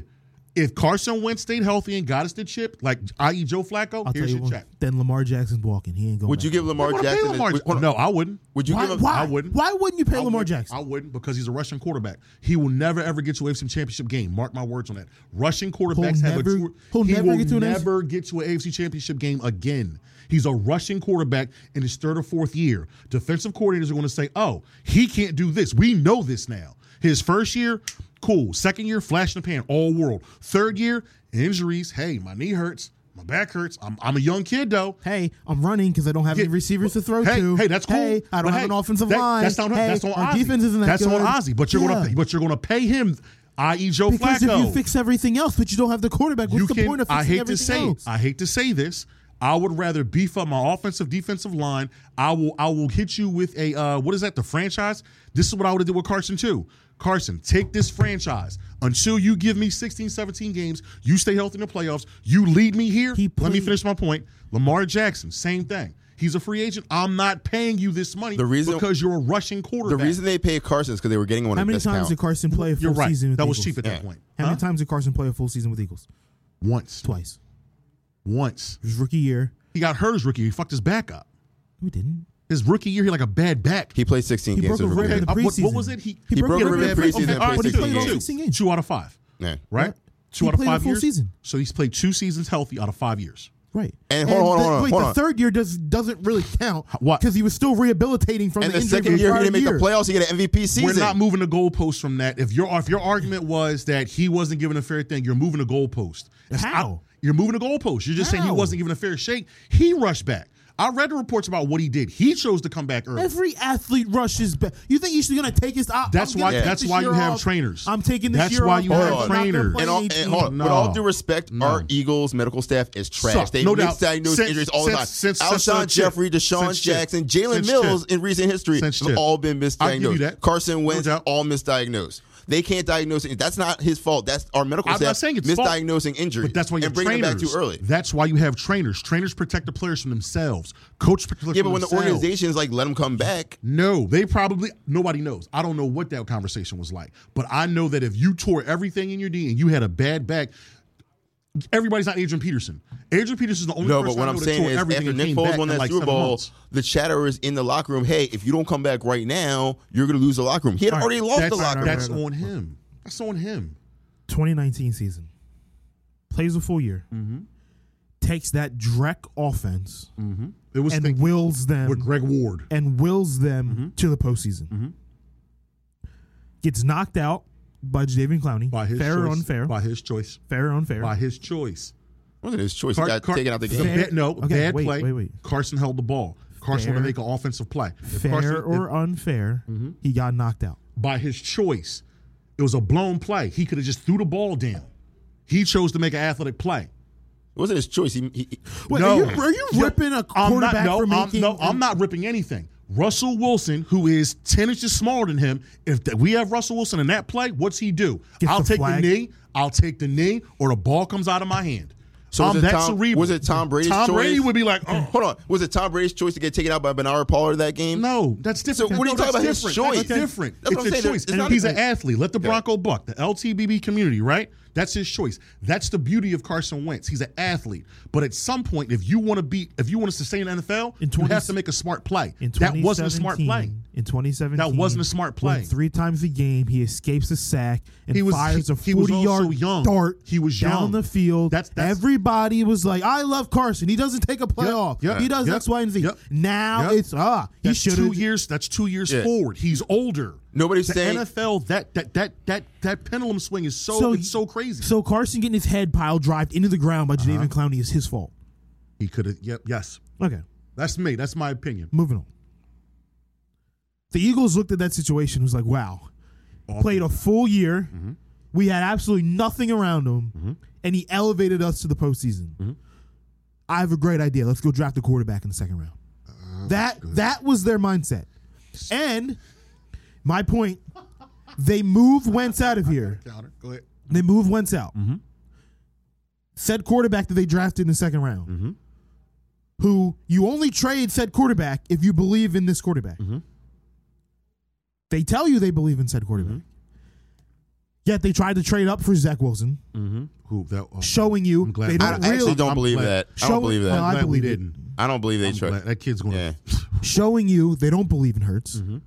[SPEAKER 2] if Carson Wentz stayed healthy and got us the chip, like i.e. Joe Flacco,
[SPEAKER 1] I'll tell
[SPEAKER 2] here's
[SPEAKER 1] you
[SPEAKER 2] your
[SPEAKER 1] what.
[SPEAKER 2] check.
[SPEAKER 1] Then Lamar Jackson's walking. He ain't going.
[SPEAKER 4] Would you
[SPEAKER 1] back.
[SPEAKER 4] give Lamar
[SPEAKER 2] I wouldn't pay
[SPEAKER 4] Jackson?
[SPEAKER 2] Lamar-
[SPEAKER 4] would- hold on.
[SPEAKER 2] no, I wouldn't.
[SPEAKER 4] Would you
[SPEAKER 1] Why,
[SPEAKER 4] give him?
[SPEAKER 1] why,
[SPEAKER 2] I wouldn't.
[SPEAKER 1] why wouldn't you pay Lamar
[SPEAKER 2] wouldn't-
[SPEAKER 1] Jackson?
[SPEAKER 2] I wouldn't because he's a Russian quarterback. He will never ever get to a AFC championship game. Mark my words on that. Russian quarterbacks have
[SPEAKER 1] never-
[SPEAKER 2] a tour,
[SPEAKER 1] he'll
[SPEAKER 2] he
[SPEAKER 1] never
[SPEAKER 2] will
[SPEAKER 1] get to an AFC
[SPEAKER 2] never get to an AFC championship game again. He's a Russian quarterback in his third or fourth year. Defensive coordinators are going to say, "Oh, he can't do this. We know this now." His first year, cool. Second year, flash in the pan, all world. Third year, injuries. Hey, my knee hurts. My back hurts. I'm, I'm a young kid though.
[SPEAKER 1] Hey, I'm running because I don't have
[SPEAKER 2] Yeah.
[SPEAKER 1] any receivers to throw
[SPEAKER 2] Hey,
[SPEAKER 1] to.
[SPEAKER 2] hey, that's cool.
[SPEAKER 1] Hey, I don't
[SPEAKER 2] But
[SPEAKER 1] have
[SPEAKER 2] hey,
[SPEAKER 1] an offensive
[SPEAKER 2] that-
[SPEAKER 1] line.
[SPEAKER 2] That's on
[SPEAKER 1] hey,
[SPEAKER 2] that's on
[SPEAKER 1] our
[SPEAKER 2] Ozzie.
[SPEAKER 1] defense isn't that
[SPEAKER 2] That's
[SPEAKER 1] good.
[SPEAKER 2] on Ozzy. But you're
[SPEAKER 1] Yeah.
[SPEAKER 2] gonna pay, but you're gonna pay him, i.e. Joe
[SPEAKER 1] because
[SPEAKER 2] Flacco.
[SPEAKER 1] if you fix everything else, but you don't have the quarterback, what's
[SPEAKER 2] You
[SPEAKER 1] the
[SPEAKER 2] can-
[SPEAKER 1] point of fixing
[SPEAKER 2] I hate to
[SPEAKER 1] everything
[SPEAKER 2] say
[SPEAKER 1] else?
[SPEAKER 2] I hate to say this. I would rather beef up my offensive defensive line. I will I will hit you with a uh, what is that the franchise? This is what I would have did with Carson too. Carson, take this franchise until you give me 16, 17 games. You stay healthy in the playoffs. You lead me here.
[SPEAKER 1] He
[SPEAKER 2] Let me
[SPEAKER 1] played-
[SPEAKER 2] finish my point. Lamar Jackson, same thing. He's a free agent. I'm not paying you this money
[SPEAKER 4] The reason-
[SPEAKER 2] because you're a rushing quarterback.
[SPEAKER 4] The reason they paid Carson is because they were getting one
[SPEAKER 1] How
[SPEAKER 4] at
[SPEAKER 1] many
[SPEAKER 4] discount.
[SPEAKER 1] times did Carson play a full
[SPEAKER 2] you're right.
[SPEAKER 1] season with
[SPEAKER 2] That was
[SPEAKER 1] Eagles?
[SPEAKER 2] cheap at
[SPEAKER 4] Yeah.
[SPEAKER 2] that point.
[SPEAKER 1] How many
[SPEAKER 2] Huh?
[SPEAKER 1] times did Carson play a full season with Eagles?
[SPEAKER 2] Once.
[SPEAKER 1] Twice.
[SPEAKER 2] Once.
[SPEAKER 1] His rookie year.
[SPEAKER 2] He got hurt his rookie year. He fucked his back up.
[SPEAKER 1] We didn't.
[SPEAKER 2] His rookie year, he had like a bad back.
[SPEAKER 4] He played 16
[SPEAKER 1] He
[SPEAKER 4] games.
[SPEAKER 1] broke a
[SPEAKER 4] his rookie
[SPEAKER 1] rib in
[SPEAKER 4] year.
[SPEAKER 1] the
[SPEAKER 2] Uh,
[SPEAKER 1] preseason.
[SPEAKER 2] what- what was it? He-
[SPEAKER 4] He broke
[SPEAKER 1] a
[SPEAKER 4] a rib in
[SPEAKER 1] back.
[SPEAKER 4] preseason
[SPEAKER 1] Okay,
[SPEAKER 4] and
[SPEAKER 1] all right,
[SPEAKER 4] played
[SPEAKER 1] but he
[SPEAKER 4] 16
[SPEAKER 1] played all
[SPEAKER 4] games.
[SPEAKER 1] 16 games.
[SPEAKER 2] Two out of five.
[SPEAKER 4] Yeah.
[SPEAKER 2] Right?
[SPEAKER 1] Right.
[SPEAKER 2] Two
[SPEAKER 1] He
[SPEAKER 2] out of
[SPEAKER 1] played a
[SPEAKER 2] five
[SPEAKER 1] full
[SPEAKER 2] years.
[SPEAKER 1] season.
[SPEAKER 2] So he's played two seasons healthy out of five years.
[SPEAKER 1] Right.
[SPEAKER 4] And hold on,
[SPEAKER 1] the,
[SPEAKER 4] hold on,
[SPEAKER 1] wait,
[SPEAKER 4] hold
[SPEAKER 1] the
[SPEAKER 4] on.
[SPEAKER 1] third year does doesn't really count
[SPEAKER 2] What?
[SPEAKER 1] because he was still rehabilitating from
[SPEAKER 4] And
[SPEAKER 1] the
[SPEAKER 4] the
[SPEAKER 1] injury from
[SPEAKER 4] second year he
[SPEAKER 1] prior
[SPEAKER 4] didn't make the
[SPEAKER 1] year.
[SPEAKER 4] playoffs. He had an MVP season.
[SPEAKER 2] We're not moving the goalposts from that. If your if your argument was that he wasn't given a fair thing, you're moving the goalpost. It's
[SPEAKER 1] How?
[SPEAKER 2] not- you're moving the goalpost. You're just saying he
[SPEAKER 1] How?
[SPEAKER 2] wasn't given a fair shake. He rushed back. I read the reports about what he did. He chose to come back early.
[SPEAKER 1] Every athlete rushes back. You think he's going to take his? I,
[SPEAKER 2] That's
[SPEAKER 1] I'm
[SPEAKER 2] why-
[SPEAKER 1] gonna take
[SPEAKER 2] that's
[SPEAKER 1] this
[SPEAKER 2] why you
[SPEAKER 1] year
[SPEAKER 2] have
[SPEAKER 1] off.
[SPEAKER 2] trainers.
[SPEAKER 1] I'm taking this
[SPEAKER 2] That's
[SPEAKER 1] year
[SPEAKER 2] why
[SPEAKER 1] off.
[SPEAKER 2] you
[SPEAKER 1] I'm
[SPEAKER 4] have
[SPEAKER 1] not gonna
[SPEAKER 2] trainers.
[SPEAKER 1] play
[SPEAKER 4] And, all, and
[SPEAKER 1] 18.
[SPEAKER 4] hold on, with all
[SPEAKER 2] No.
[SPEAKER 4] due respect, our Eagles medical staff is trash.
[SPEAKER 2] Suck.
[SPEAKER 4] They
[SPEAKER 2] No doubt.
[SPEAKER 4] misdiagnose
[SPEAKER 2] Since-
[SPEAKER 4] injuries all the time.
[SPEAKER 2] since- since- since,
[SPEAKER 4] Alshon
[SPEAKER 2] uh, Chip.
[SPEAKER 4] Jeffrey, Deshaun
[SPEAKER 2] Since Chip.
[SPEAKER 4] Jackson, Jalen
[SPEAKER 2] Since
[SPEAKER 4] Mills
[SPEAKER 2] Chip.
[SPEAKER 4] in recent history
[SPEAKER 2] Since
[SPEAKER 4] have
[SPEAKER 2] Chip.
[SPEAKER 4] all been
[SPEAKER 2] I'll give you
[SPEAKER 4] misdiagnosed.
[SPEAKER 2] that.
[SPEAKER 4] Carson Wentz,
[SPEAKER 2] doubt.
[SPEAKER 4] all misdiagnosed. They can't diagnose it. That's not his fault. That's our medical
[SPEAKER 2] I'm
[SPEAKER 4] staff
[SPEAKER 2] not saying it's fault,
[SPEAKER 4] misdiagnosing injuries
[SPEAKER 2] But that's why you
[SPEAKER 4] and
[SPEAKER 2] have
[SPEAKER 4] bringing
[SPEAKER 2] trainers.
[SPEAKER 4] them back too early.
[SPEAKER 2] That's why you have trainers. Trainers protect the players from themselves. Coach protect
[SPEAKER 4] Yeah,
[SPEAKER 2] from
[SPEAKER 4] but when the
[SPEAKER 2] themselves.
[SPEAKER 4] organizations like let him come back,
[SPEAKER 2] No, they probably nobody knows. I don't know what that conversation was like, but I know that if you tore everything in your knee and you had a bad back, everybody's not Adrian Peterson. Adrian Peterson's the only
[SPEAKER 4] No,
[SPEAKER 2] person
[SPEAKER 4] but what
[SPEAKER 2] I
[SPEAKER 4] I'm
[SPEAKER 2] know that
[SPEAKER 4] saying
[SPEAKER 2] tore
[SPEAKER 4] is,
[SPEAKER 2] everything
[SPEAKER 4] after
[SPEAKER 2] and
[SPEAKER 4] Nick
[SPEAKER 2] came
[SPEAKER 4] Foles
[SPEAKER 2] back
[SPEAKER 4] won
[SPEAKER 2] in
[SPEAKER 4] that
[SPEAKER 2] like
[SPEAKER 4] Super
[SPEAKER 2] seven
[SPEAKER 4] Bowl,
[SPEAKER 2] months.
[SPEAKER 4] the chatter is in the locker room. Hey, if you don't come back right now, you're going to lose the locker room. He had already lost
[SPEAKER 2] that's,
[SPEAKER 4] the locker room.
[SPEAKER 2] that's on him. That's on him.
[SPEAKER 1] 2019 season. Plays a full year.
[SPEAKER 4] Mm-hmm.
[SPEAKER 1] Takes that Drek offense
[SPEAKER 2] It was
[SPEAKER 1] and
[SPEAKER 2] thing
[SPEAKER 1] wills them
[SPEAKER 2] with Greg Ward.
[SPEAKER 1] and wills them
[SPEAKER 2] Mm-hmm.
[SPEAKER 1] to the postseason. Gets knocked out by Jadavian Clowney.
[SPEAKER 2] By his
[SPEAKER 1] fair or
[SPEAKER 2] choice.
[SPEAKER 1] unfair.
[SPEAKER 2] By his choice.
[SPEAKER 1] fair or unfair.
[SPEAKER 2] By his choice.
[SPEAKER 4] Wasn't his choice.
[SPEAKER 2] Car-
[SPEAKER 4] he got
[SPEAKER 2] Car-
[SPEAKER 4] taken out the
[SPEAKER 2] the
[SPEAKER 4] game.
[SPEAKER 1] Fair-
[SPEAKER 2] bad- no,
[SPEAKER 1] okay,
[SPEAKER 2] bad
[SPEAKER 1] wait,
[SPEAKER 2] play.
[SPEAKER 1] wait, wait.
[SPEAKER 2] Carson held the ball. Carson
[SPEAKER 1] Fair.
[SPEAKER 2] wanted to make an offensive play. If
[SPEAKER 1] fair
[SPEAKER 2] Carson-
[SPEAKER 1] or unfair,
[SPEAKER 2] Mm-hmm.
[SPEAKER 1] he got knocked out.
[SPEAKER 2] by his choice. It was a blown play. He could have just threw the ball down. He chose to make an athletic play.
[SPEAKER 4] It wasn't his choice. He, he, he-
[SPEAKER 1] Wait,
[SPEAKER 2] no.
[SPEAKER 1] are you, are you ripping a
[SPEAKER 2] I'm
[SPEAKER 1] quarterback
[SPEAKER 2] not, no,
[SPEAKER 1] for
[SPEAKER 2] I'm,
[SPEAKER 1] making?
[SPEAKER 2] no, I'm not ripping anything. Russell Wilson, who is 10 inches smaller than him, if th- we have Russell Wilson in that play, what's he do?
[SPEAKER 1] Gets
[SPEAKER 2] I'll
[SPEAKER 1] the
[SPEAKER 2] take
[SPEAKER 1] flag.
[SPEAKER 2] the knee, I'll take the knee, or the ball comes out of my hand.
[SPEAKER 4] So was
[SPEAKER 2] I'm
[SPEAKER 4] it
[SPEAKER 2] that
[SPEAKER 4] Tom-
[SPEAKER 2] cerebral.
[SPEAKER 4] was it Tom Brady's
[SPEAKER 2] Tom
[SPEAKER 4] choice?
[SPEAKER 2] Brady would be like, oh,
[SPEAKER 4] hold on. Was it Tom Brady's choice to get taken out by Bernard Pollard that game?
[SPEAKER 2] No, that's different.
[SPEAKER 4] So what are you
[SPEAKER 2] No,
[SPEAKER 4] talking
[SPEAKER 2] that's
[SPEAKER 4] about?
[SPEAKER 2] different.
[SPEAKER 4] His choice.
[SPEAKER 2] That's
[SPEAKER 4] Okay.
[SPEAKER 2] different.
[SPEAKER 4] That's what I'm
[SPEAKER 2] it's a
[SPEAKER 4] saying.
[SPEAKER 2] choice.
[SPEAKER 4] It's not
[SPEAKER 2] He's
[SPEAKER 4] a-
[SPEAKER 2] an athlete. Let the Bronco buck. The LTBB community, right? That's his choice. That's the beauty of Carson Wentz. He's an athlete. But at some point, if you want to be, if you want to sustain the NFL,
[SPEAKER 1] In
[SPEAKER 2] you
[SPEAKER 1] 20
[SPEAKER 2] have to make a smart play.
[SPEAKER 1] In
[SPEAKER 2] That wasn't a smart play.
[SPEAKER 1] 2017, in 2017.
[SPEAKER 2] That wasn't a smart play.
[SPEAKER 1] when three times a game, he escapes a sack and
[SPEAKER 2] He was-
[SPEAKER 1] fires a
[SPEAKER 2] he was
[SPEAKER 1] 40
[SPEAKER 2] also
[SPEAKER 1] yard
[SPEAKER 2] young.
[SPEAKER 1] dart.
[SPEAKER 2] He was young.
[SPEAKER 1] down the field.
[SPEAKER 2] That's- that's-
[SPEAKER 1] everybody was like, "I love Carson. He doesn't take a play
[SPEAKER 2] Yep,
[SPEAKER 1] off.
[SPEAKER 2] yep,
[SPEAKER 1] he does
[SPEAKER 2] yep,
[SPEAKER 1] X, Y, and Z."
[SPEAKER 2] yep.
[SPEAKER 1] Now
[SPEAKER 2] Yep.
[SPEAKER 1] it's ah, he
[SPEAKER 2] That's
[SPEAKER 1] should
[SPEAKER 2] two
[SPEAKER 1] have.
[SPEAKER 2] years. That's two years
[SPEAKER 4] Yeah.
[SPEAKER 2] forward. He's older.
[SPEAKER 4] Nobody's
[SPEAKER 2] the
[SPEAKER 4] saying-
[SPEAKER 2] NFL. That that that that that pendulum swing is so, it's so crazy.
[SPEAKER 1] So Carson getting his head pile drived into the ground by
[SPEAKER 2] Uh-huh.
[SPEAKER 1] Jadavion Clowney is his fault.
[SPEAKER 2] he could have. Yep. Yes.
[SPEAKER 1] Okay,
[SPEAKER 2] That's me. That's my opinion.
[SPEAKER 1] moving on. The Eagles looked at that situation. and Was like, "Wow, played a full year. We had absolutely nothing around him, and he elevated us to the postseason. I have a great idea. Let's go draft a quarterback in the second round. that that was their mindset. And my point, they move Wentz out of here.
[SPEAKER 2] Counter. Go ahead.
[SPEAKER 1] They move Wentz out.
[SPEAKER 2] Mm-hmm.
[SPEAKER 1] Said quarterback that they drafted in the second round,
[SPEAKER 2] Mm-hmm.
[SPEAKER 1] who you only trade said quarterback if you believe in this quarterback.
[SPEAKER 2] Mm-hmm.
[SPEAKER 1] They tell you they believe in said quarterback.
[SPEAKER 2] Mm-hmm.
[SPEAKER 1] Yet they tried to trade up for Zach Wilson,
[SPEAKER 2] Who that? oh,
[SPEAKER 1] showing you
[SPEAKER 2] I'm glad-
[SPEAKER 1] they
[SPEAKER 4] I,
[SPEAKER 1] don't
[SPEAKER 4] I
[SPEAKER 1] really
[SPEAKER 4] actually don't
[SPEAKER 2] I'm
[SPEAKER 4] believe
[SPEAKER 2] glad-
[SPEAKER 4] that. I
[SPEAKER 1] Show-
[SPEAKER 4] don't believe that.
[SPEAKER 1] well, I
[SPEAKER 2] glad we
[SPEAKER 1] believe it.
[SPEAKER 2] didn't.
[SPEAKER 4] I don't believe they
[SPEAKER 2] I'm glad-
[SPEAKER 4] tried.
[SPEAKER 2] That kid's going.
[SPEAKER 4] Yeah.
[SPEAKER 2] to
[SPEAKER 1] showing you they don't believe in Hurts.
[SPEAKER 2] Mm-hmm.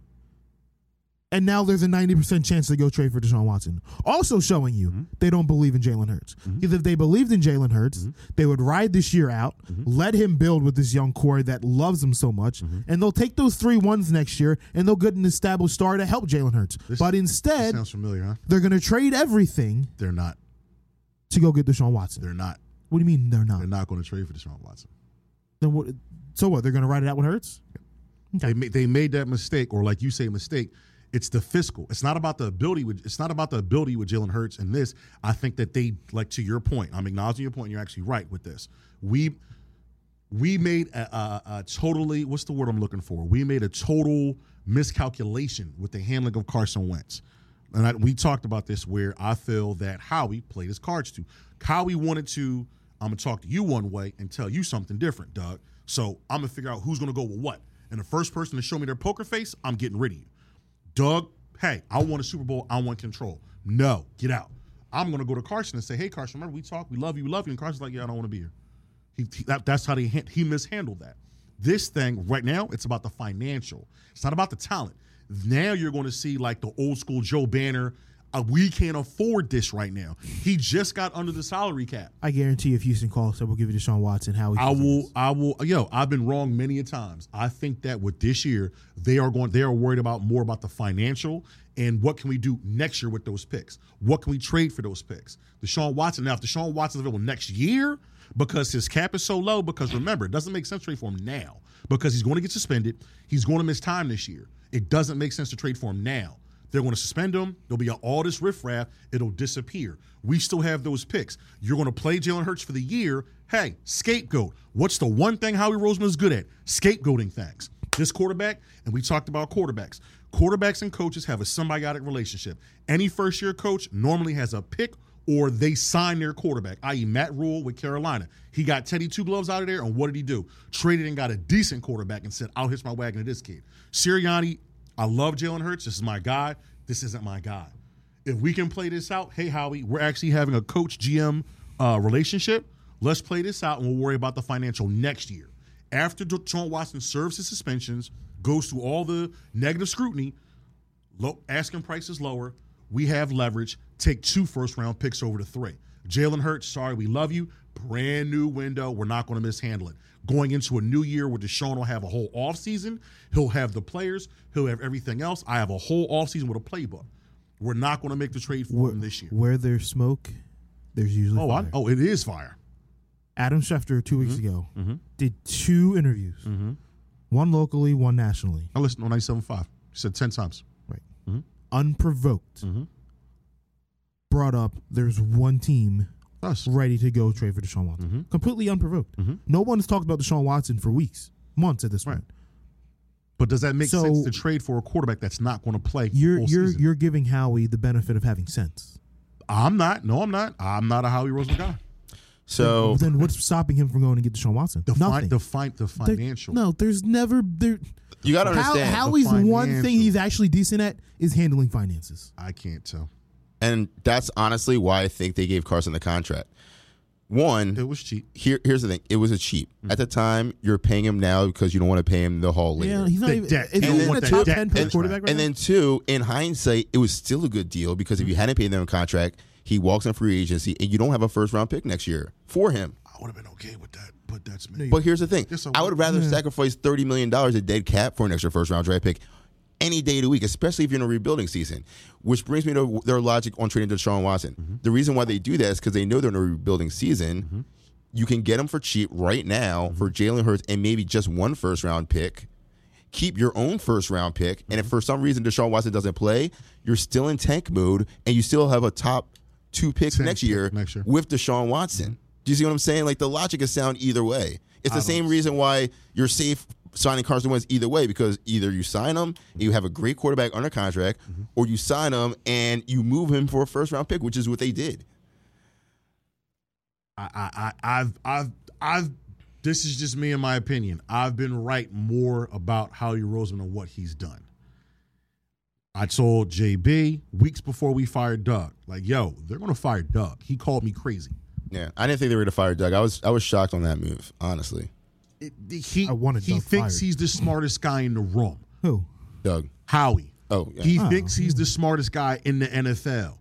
[SPEAKER 1] And now there's a 90% chance they go trade for Deshaun Watson. Also showing you
[SPEAKER 2] Mm-hmm.
[SPEAKER 1] they don't believe in Jalen Hurts. Because if they believed in Jalen Hurts,
[SPEAKER 2] Mm-hmm.
[SPEAKER 1] they would ride this year out, let him build with this young core that loves him so much,
[SPEAKER 2] Mm-hmm.
[SPEAKER 1] and they'll take those three ones next year and they'll get an established star to help Jalen Hurts. but instead,
[SPEAKER 2] Sounds familiar, huh?
[SPEAKER 1] they're going to trade everything
[SPEAKER 2] They're not.
[SPEAKER 1] to go get Deshaun Watson.
[SPEAKER 2] They're not.
[SPEAKER 1] what do you mean they're not?
[SPEAKER 2] They're not going to trade for Deshaun Watson.
[SPEAKER 1] Then what, so what? They're going to ride it out with Hurts?
[SPEAKER 2] They made, they made that mistake, or like you say, mistake. It's the fiscal. It's not about the ability. With, it's not about the ability with Jalen Hurts and this. I think that they like to your point. I'm acknowledging your point. You're actually right with this. We we made a, a, a totally what's the word I'm looking for? We made a total miscalculation with the handling of Carson Wentz. And I, we talked about this where I feel that Howie played his cards too. Howie wanted to, I'm gonna talk to you one way and tell you something different, Doug. So I'm gonna figure out who's gonna go with what. And the first person to show me their poker face, I'm getting rid of you. Doug, hey, I want a Super Bowl. I want control. No, get out. I'm going to go to Carson and say, hey, Carson, remember we talked. We love you. We love you. And Carson's like, yeah, I don't want to be here. He, he- that, that's how they, han- he mishandled that. This thing right now, it's about the financial. It's not about the talent. Now you're going to see like the old school Joe Banner. uh, we can't afford this right now. He just got under the salary cap.
[SPEAKER 1] I guarantee if Houston calls, said we'll give you Deshaun Watson, how he
[SPEAKER 2] I
[SPEAKER 1] feels.
[SPEAKER 2] will. I will. Yo, I've been wrong many a times. I think that with this year, they are going. They are worried about more about the financial and what can we do next year with those picks. What can we trade for those picks? Deshaun Watson. Now, if Deshaun Watson's available next year because his cap is so low, because remember, it doesn't make sense to trade for him now because he's going to get suspended. He's going to miss time this year. It doesn't make sense to trade for him now. They're going to suspend him. There'll be all this riffraff. It'll disappear. We still have those picks. You're going to play Jalen Hurts for the year. Hey, scapegoat. What's the one thing Howie Roseman is good at? Scapegoating things. This quarterback, and we talked about quarterbacks. Quarterbacks and coaches have a symbiotic relationship. Any first year coach normally has a pick or they sign their quarterback, i.e., Matt Rule with Carolina. He got Teddy Two Gloves out of there, and what did he do? Traded and got a decent quarterback and said, I'll hitch my wagon to this kid. Sirianni I love Jalen Hurts. This is my guy. This isn't my guy. If we can play this out, hey Howie, we're actually having a coach GM uh, relationship. Let's play this out, and we'll worry about the financial next year. After Deshaun Watson serves his suspensions, goes through all the negative scrutiny, low, asking prices lower. We have leverage. Take two first round picks over to three. Jalen Hurts, sorry, we love you. Brand new window. We're not going to mishandle it. Going into a new year where Deshaun will have a whole offseason. He'll have the players. He'll have everything else. I have a whole offseason with a playbook. We're not going to make the trade for
[SPEAKER 1] where,
[SPEAKER 2] him this year.
[SPEAKER 1] Where there's smoke, there's usually
[SPEAKER 2] Oh, Mm-hmm.
[SPEAKER 1] fire.
[SPEAKER 2] I, oh, it is fire.
[SPEAKER 1] Adam Schefter 2 weeks ago did two interviews,
[SPEAKER 2] Mm-hmm.
[SPEAKER 1] one locally, one nationally,
[SPEAKER 2] I listened on 97.5. You said 10 times.
[SPEAKER 1] right?
[SPEAKER 2] Mm-hmm.
[SPEAKER 1] Unprovoked, brought up there's one team
[SPEAKER 2] Us.
[SPEAKER 1] ready to go trade for Deshaun Watson,
[SPEAKER 2] Mm-hmm.
[SPEAKER 1] completely unprovoked. No one's talked about Deshaun Watson for weeks, months at this
[SPEAKER 2] Right.
[SPEAKER 1] point.
[SPEAKER 2] But does that make
[SPEAKER 1] So-
[SPEAKER 2] sense to trade for a quarterback that's not going to play?
[SPEAKER 1] You're
[SPEAKER 2] full
[SPEAKER 1] you're
[SPEAKER 2] season?
[SPEAKER 1] you're giving Howie the benefit of having sense.
[SPEAKER 2] I'm not. No, I'm not. I'm not a Howie Roseman guy.
[SPEAKER 4] So
[SPEAKER 1] Then what's stopping him from going and get Deshaun Watson?
[SPEAKER 2] The, fi-
[SPEAKER 1] Nothing.
[SPEAKER 2] the, fi- the
[SPEAKER 1] There-
[SPEAKER 2] financial.
[SPEAKER 1] no, there's never there.
[SPEAKER 4] you got to
[SPEAKER 1] How,
[SPEAKER 4] understand.
[SPEAKER 1] Howie's one thing
[SPEAKER 2] financial.
[SPEAKER 1] he's actually decent at is handling finances.
[SPEAKER 2] I can't tell.
[SPEAKER 4] And that's honestly why I think they gave Carson the contract. One,
[SPEAKER 2] It was cheap.
[SPEAKER 4] here here's the thing. It was a cheap.
[SPEAKER 1] Mm-hmm.
[SPEAKER 4] At the time, you're paying him now because you don't want to pay him the haul later.
[SPEAKER 1] Yeah, he's not
[SPEAKER 2] The
[SPEAKER 1] even,
[SPEAKER 2] debt.
[SPEAKER 1] is he
[SPEAKER 2] You
[SPEAKER 4] don't
[SPEAKER 1] even a
[SPEAKER 4] want that
[SPEAKER 1] top
[SPEAKER 2] debt
[SPEAKER 1] ten pick
[SPEAKER 2] contract.
[SPEAKER 1] quarterback right
[SPEAKER 4] and
[SPEAKER 1] now? Mm-hmm.
[SPEAKER 4] then two, in hindsight, it was still a good deal because if you hadn't paid them a contract, he walks on free agency and you don't have a first round pick next year for him.
[SPEAKER 2] I would have been okay with that, but that's me.
[SPEAKER 4] But here's the thing:
[SPEAKER 2] Yes, I
[SPEAKER 4] I
[SPEAKER 2] would.
[SPEAKER 4] would rather sacrifice thirty million dollars a dead cap for an extra first round draft pick any day of the week, especially if you're in a rebuilding season. Which brings me to their logic on trading Deshaun Watson. The reason why they do that is because they know they're in a rebuilding season. You can get them for cheap right now for Jalen Hurts and maybe just one first round pick. Keep your own first round pick, and
[SPEAKER 2] Mm-hmm.
[SPEAKER 4] if for some reason Deshaun Watson doesn't play, you're still in tank mode, and you still have a top two pick
[SPEAKER 2] Tank
[SPEAKER 4] next
[SPEAKER 2] pick
[SPEAKER 4] year
[SPEAKER 2] next year. Mm-hmm.
[SPEAKER 4] with Deshaun Watson. Do you see what I'm saying? Like the logic is sound either way. It's the same reason why you're safe signing Carson Wentz either way because either you sign him, and you have a great quarterback under contract,
[SPEAKER 2] Mm-hmm.
[SPEAKER 4] or you sign him and you move him for a first round pick, which is what they did.
[SPEAKER 2] I, I, I, I've, I've, I've. This is just me in my opinion. I've been right more about Howie Roseman and what he's done. I told JB weeks before we fired Doug, like, yo, they're gonna fire Doug. He called me crazy.
[SPEAKER 4] Yeah, I didn't think they were going to fire Doug. I was I was shocked on that move, honestly.
[SPEAKER 2] It, he
[SPEAKER 1] I wanted
[SPEAKER 2] he
[SPEAKER 1] Doug
[SPEAKER 2] thinks
[SPEAKER 1] fired.
[SPEAKER 2] he's the smartest guy in the room.
[SPEAKER 1] Who?
[SPEAKER 4] Doug.
[SPEAKER 2] Howie.
[SPEAKER 4] Oh, yeah.
[SPEAKER 2] He thinks he's the smartest guy in the NFL.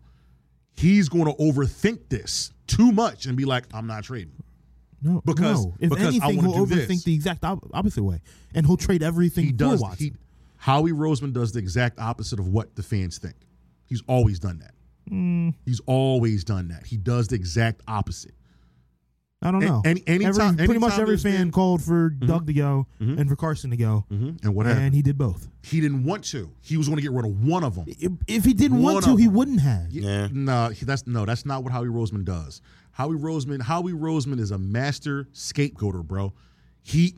[SPEAKER 2] He's going to overthink this too much and be like, "I'm not trading."
[SPEAKER 1] No,
[SPEAKER 2] Because-
[SPEAKER 1] no. if
[SPEAKER 2] because I
[SPEAKER 1] anything,
[SPEAKER 2] wanna
[SPEAKER 1] he'll overthink
[SPEAKER 2] do this.
[SPEAKER 1] the exact op- opposite way, and he'll trade everything
[SPEAKER 2] He does.
[SPEAKER 1] for Watson.
[SPEAKER 2] He, Howie Roseman does the exact opposite of what the fans think. He's always done that. He's always done that. He does the exact opposite.
[SPEAKER 1] I don't
[SPEAKER 2] An-
[SPEAKER 1] know.
[SPEAKER 2] any-
[SPEAKER 1] every,
[SPEAKER 2] anytime-
[SPEAKER 1] pretty much
[SPEAKER 2] anytime
[SPEAKER 1] every
[SPEAKER 2] there's
[SPEAKER 1] fan
[SPEAKER 2] been- Mm-hmm.
[SPEAKER 1] called for Doug to go and for Carson to go,
[SPEAKER 2] And what happened?
[SPEAKER 1] and he did both.
[SPEAKER 2] He didn't want to. He was going to get rid of one of them.
[SPEAKER 1] If, if he didn't
[SPEAKER 2] One
[SPEAKER 1] want to,
[SPEAKER 2] of
[SPEAKER 1] he
[SPEAKER 2] them.
[SPEAKER 1] wouldn't have.
[SPEAKER 4] Yeah.
[SPEAKER 2] No, he- that's no, that's not what Howie Roseman does. Howie Roseman, Howie Roseman is a master scapegoater, bro. He,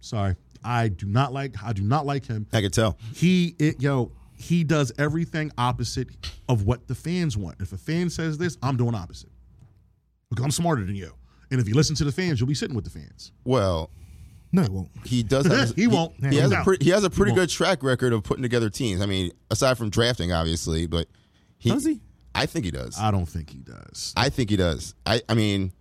[SPEAKER 2] sorry, I do not like. I do not like him.
[SPEAKER 4] I could tell.
[SPEAKER 2] He, it, yo, he does everything opposite of what the fans want. If a fan says this, I'm doing opposite because I'm smarter than you. And if you listen to the fans, you'll be sitting with the fans.
[SPEAKER 4] Well,
[SPEAKER 1] No, he won't.
[SPEAKER 4] he does have
[SPEAKER 2] He won't.
[SPEAKER 4] He, has a
[SPEAKER 2] No.
[SPEAKER 4] pre- he has a pretty good track record of putting together teams. I mean, aside from drafting obviously, but he
[SPEAKER 1] Does he?
[SPEAKER 4] I think he does.
[SPEAKER 2] I don't think he does.
[SPEAKER 4] I think he does. I, I mean,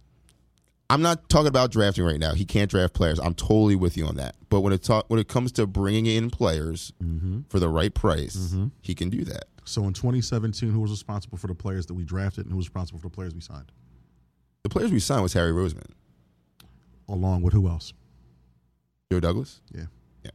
[SPEAKER 4] I'm not talking about drafting right now. He can't draft players. I'm totally with you on that. But when it ta- when it comes to bringing in players
[SPEAKER 2] Mm-hmm.
[SPEAKER 4] for the right price, he can do that.
[SPEAKER 2] So in 2017, who was responsible for the players that we drafted and who was responsible for the players we signed,
[SPEAKER 4] The players we signed was Harry Roseman,
[SPEAKER 2] along with who else?
[SPEAKER 4] Joe Douglas.
[SPEAKER 2] Yeah.
[SPEAKER 4] Yeah.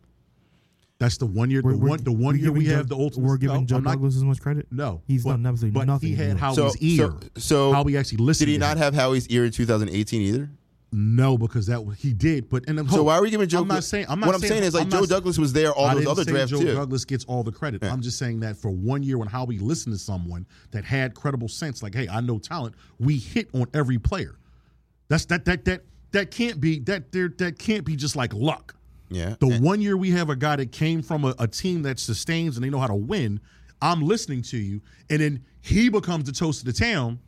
[SPEAKER 2] That's the one year. The
[SPEAKER 1] We're- we're-
[SPEAKER 2] one, the one
[SPEAKER 1] we're
[SPEAKER 2] year we
[SPEAKER 1] giving
[SPEAKER 2] have
[SPEAKER 1] Joe-
[SPEAKER 2] the ultimate.
[SPEAKER 1] We're giving
[SPEAKER 2] no,
[SPEAKER 1] Joe
[SPEAKER 2] I'm not-
[SPEAKER 1] Douglas as much credit.
[SPEAKER 2] No,
[SPEAKER 1] he's
[SPEAKER 2] but,
[SPEAKER 1] done absolutely
[SPEAKER 2] but
[SPEAKER 1] nothing.
[SPEAKER 2] He
[SPEAKER 1] in Europe.
[SPEAKER 2] had Howie's ear.
[SPEAKER 4] so, so
[SPEAKER 2] Howie actually listened.
[SPEAKER 4] did he
[SPEAKER 2] to
[SPEAKER 4] not
[SPEAKER 2] him.
[SPEAKER 4] have Howie's ear in 2018 either?
[SPEAKER 2] No, because that was- he did. But and I'm-
[SPEAKER 4] So why are we giving Joe?
[SPEAKER 2] I'm not saying. I'm not
[SPEAKER 4] what I'm saying is like
[SPEAKER 2] I'm
[SPEAKER 4] Joe
[SPEAKER 2] not-
[SPEAKER 4] Douglas was there all
[SPEAKER 2] I
[SPEAKER 4] those
[SPEAKER 2] didn't
[SPEAKER 4] other
[SPEAKER 2] say
[SPEAKER 4] drafts
[SPEAKER 2] Joe
[SPEAKER 4] too.
[SPEAKER 2] Douglas gets all the credit. I'm just saying that for one year when Howie listened to someone that had credible sense, like, hey, I know talent, we hit on every player. That's that that that that can't be that there that can't be just like luck.
[SPEAKER 4] Yeah.
[SPEAKER 2] The
[SPEAKER 4] And-
[SPEAKER 2] one year we have a guy that came from a, a team that sustains and they know how to win, I'm listening to you, and then he becomes the toast of the town.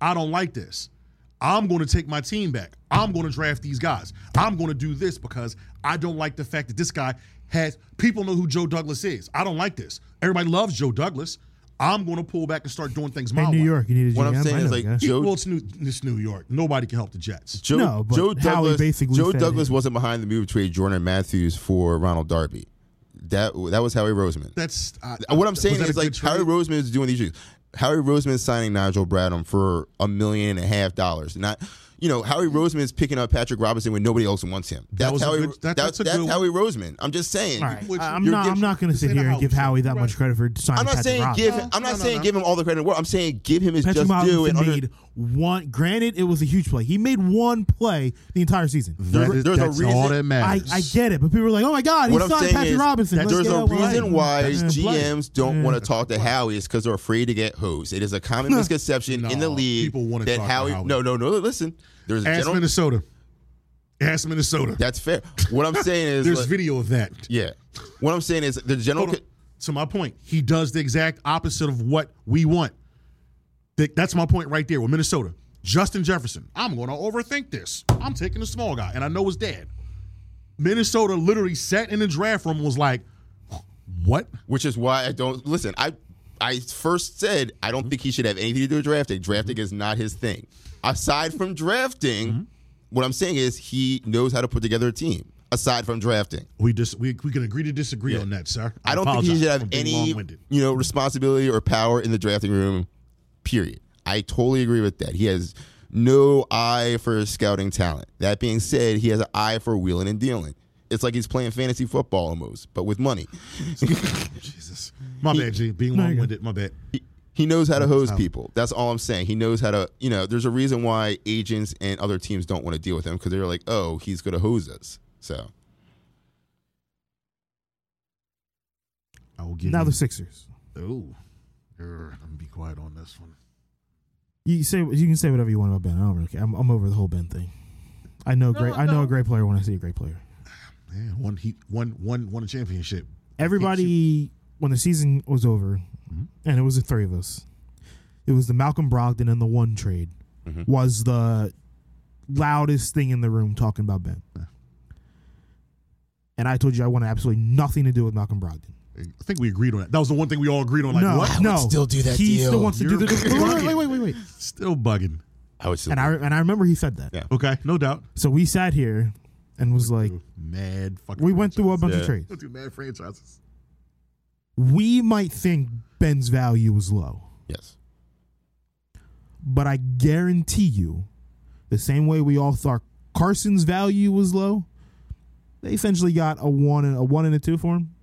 [SPEAKER 2] I don't like this. I'm going to take my team back. I'm going to draft these guys. I'm going to do this because I don't like the fact that this guy has people know who Joe Douglas is. I don't like this. Everybody loves Joe Douglas. I'm going to pull back and start doing things my
[SPEAKER 1] in New
[SPEAKER 2] way.
[SPEAKER 1] York. You needed
[SPEAKER 4] What I'm
[SPEAKER 1] GM.
[SPEAKER 4] saying
[SPEAKER 1] I
[SPEAKER 4] is,
[SPEAKER 1] know,
[SPEAKER 4] like,
[SPEAKER 1] yeah.
[SPEAKER 2] He-
[SPEAKER 4] Joe-
[SPEAKER 2] well, it's new, it's New York. Nobody can help the Jets.
[SPEAKER 4] Joe,
[SPEAKER 1] No, but
[SPEAKER 4] Joe
[SPEAKER 1] Howie
[SPEAKER 4] Douglas,
[SPEAKER 1] basically
[SPEAKER 4] Joe
[SPEAKER 1] said it.
[SPEAKER 4] Douglas wasn't behind the move to trade Jordan Matthews for Ronald Darby. That that was Howie Roseman. Uh,
[SPEAKER 2] That's I-
[SPEAKER 4] what I'm
[SPEAKER 2] was
[SPEAKER 4] saying
[SPEAKER 2] that a
[SPEAKER 4] is
[SPEAKER 2] good
[SPEAKER 4] like
[SPEAKER 2] trade?
[SPEAKER 4] Howie Roseman is doing these things. Howie Roseman is signing Nigel Bradham for a million and a half dollars. Not you know Howie Roseman is picking up Patrick Robinson when nobody else wants him. That's
[SPEAKER 2] was a
[SPEAKER 4] Howie.
[SPEAKER 2] good- that-
[SPEAKER 4] that's,
[SPEAKER 2] that's a
[SPEAKER 4] that's
[SPEAKER 2] good-
[SPEAKER 4] Howie Roseman. I'm just saying.
[SPEAKER 1] All right.
[SPEAKER 2] Which-
[SPEAKER 1] I'm
[SPEAKER 4] you're
[SPEAKER 1] not.
[SPEAKER 4] giving-
[SPEAKER 1] I'm not going to
[SPEAKER 2] this
[SPEAKER 1] sit
[SPEAKER 2] ain't a
[SPEAKER 1] here and give
[SPEAKER 2] house.
[SPEAKER 1] Howie that much
[SPEAKER 2] Right.
[SPEAKER 1] credit for signing
[SPEAKER 4] I'm not
[SPEAKER 1] Patrick
[SPEAKER 4] saying
[SPEAKER 1] Robinson.
[SPEAKER 4] give.
[SPEAKER 2] No,
[SPEAKER 4] I'm not
[SPEAKER 2] no, no,
[SPEAKER 4] saying
[SPEAKER 2] no.
[SPEAKER 4] give him all the credit in the world. I'm saying give him his
[SPEAKER 1] Patrick
[SPEAKER 4] just due.
[SPEAKER 1] Robinson
[SPEAKER 4] And under,
[SPEAKER 1] made one. Granted, it was a huge play. He made one play the entire season.
[SPEAKER 2] That
[SPEAKER 4] There's-
[SPEAKER 2] is-
[SPEAKER 4] there's a
[SPEAKER 2] that's
[SPEAKER 4] reason-
[SPEAKER 2] all that
[SPEAKER 1] I,
[SPEAKER 2] matters.
[SPEAKER 1] I get it, but people were like, "Oh my God, he
[SPEAKER 4] what I'm
[SPEAKER 1] signed
[SPEAKER 4] saying
[SPEAKER 1] Patrick
[SPEAKER 4] is
[SPEAKER 1] Robinson." Let's
[SPEAKER 4] there's
[SPEAKER 1] get
[SPEAKER 4] a
[SPEAKER 1] out of the
[SPEAKER 4] reason
[SPEAKER 1] way.
[SPEAKER 4] why
[SPEAKER 1] That's the play.
[SPEAKER 4] GMs don't
[SPEAKER 1] Yeah.
[SPEAKER 4] want to talk to Howie is because they're afraid to get hosed. It is a common misconception in the
[SPEAKER 2] No,
[SPEAKER 4] league
[SPEAKER 2] people wanna
[SPEAKER 4] that
[SPEAKER 2] talk to
[SPEAKER 4] Howie,
[SPEAKER 2] Howie.
[SPEAKER 4] No, no, no. Listen, there's a
[SPEAKER 2] Ask
[SPEAKER 4] general.
[SPEAKER 2] Minnesota. Ask Minnesota.
[SPEAKER 4] That's fair. What I'm saying is,
[SPEAKER 2] There's
[SPEAKER 4] like-
[SPEAKER 2] video of that.
[SPEAKER 4] yeah. What I'm saying is the general.
[SPEAKER 2] Hold on. To my point, he does the exact opposite of what we want. Th- That's my point right there with Minnesota. Justin Jefferson. I'm going to overthink this. I'm taking the small guy, and I know his dad. Minnesota literally sat in the draft room and was like, what?
[SPEAKER 4] which is why I don't listen. I I first said I don't think he should have anything to do with drafting. Drafting is not his thing. Aside from drafting,
[SPEAKER 1] Mm-hmm.
[SPEAKER 4] what I'm saying is he knows how to put together a team. Aside from drafting,
[SPEAKER 2] We dis- we, we can agree to disagree on that, sir.
[SPEAKER 4] I don't think he
[SPEAKER 2] apologize
[SPEAKER 4] should
[SPEAKER 2] for
[SPEAKER 4] have
[SPEAKER 2] being
[SPEAKER 4] any
[SPEAKER 2] long-winded.
[SPEAKER 4] you know responsibility or power in the drafting room. Period. I totally agree with that. He has no eye for scouting talent. That being said, he has an eye for wheeling and dealing. It's like he's playing fantasy football almost, but with money.
[SPEAKER 2] Jesus, my bad, G. Being long winded. My bad.
[SPEAKER 4] He- he knows how to hose people. That's all I'm saying. He knows how to, you know, there's a reason why agents and other teams don't want to deal with him because they're like, oh, he's going to hose us. So
[SPEAKER 2] I will give
[SPEAKER 1] Now
[SPEAKER 2] you.
[SPEAKER 1] the Sixers.
[SPEAKER 2] oh, Err, I'm gonna be quiet on this one.
[SPEAKER 1] You say you can say whatever you want about Ben. I don't really care. I'm, I'm over the whole Ben thing. I know great. I know a great player when I see a great player.
[SPEAKER 2] Man, one he one one won a championship.
[SPEAKER 1] Everybody, when the season was over, and it was the three of us, it was the Malcolm Brogdon and the one trade was the loudest thing in the room talking about Ben. And I told you I want absolutely nothing to do with Malcolm Brogdon.
[SPEAKER 2] I think we agreed on that. That was the one thing we all agreed on. Like,
[SPEAKER 1] no,
[SPEAKER 2] what?
[SPEAKER 1] no,
[SPEAKER 5] still do that
[SPEAKER 1] He still
[SPEAKER 5] deal.
[SPEAKER 1] wants to
[SPEAKER 2] You're
[SPEAKER 1] do the deal. Wait, wait, wait, wait, wait.
[SPEAKER 2] Still bugging.
[SPEAKER 4] I would still.
[SPEAKER 1] And I and I remember he said that.
[SPEAKER 4] Yeah.
[SPEAKER 2] Okay, no doubt.
[SPEAKER 1] So we sat here and was like,
[SPEAKER 2] Mad fucking.
[SPEAKER 1] we went through a bunch of
[SPEAKER 4] Yeah.
[SPEAKER 1] trades.
[SPEAKER 2] Go through mad franchises.
[SPEAKER 1] we might think Ben's value was low,
[SPEAKER 4] yes.
[SPEAKER 1] but I guarantee you, the same way we all thought Carson's value was low, they essentially got a one and a one and a two for him.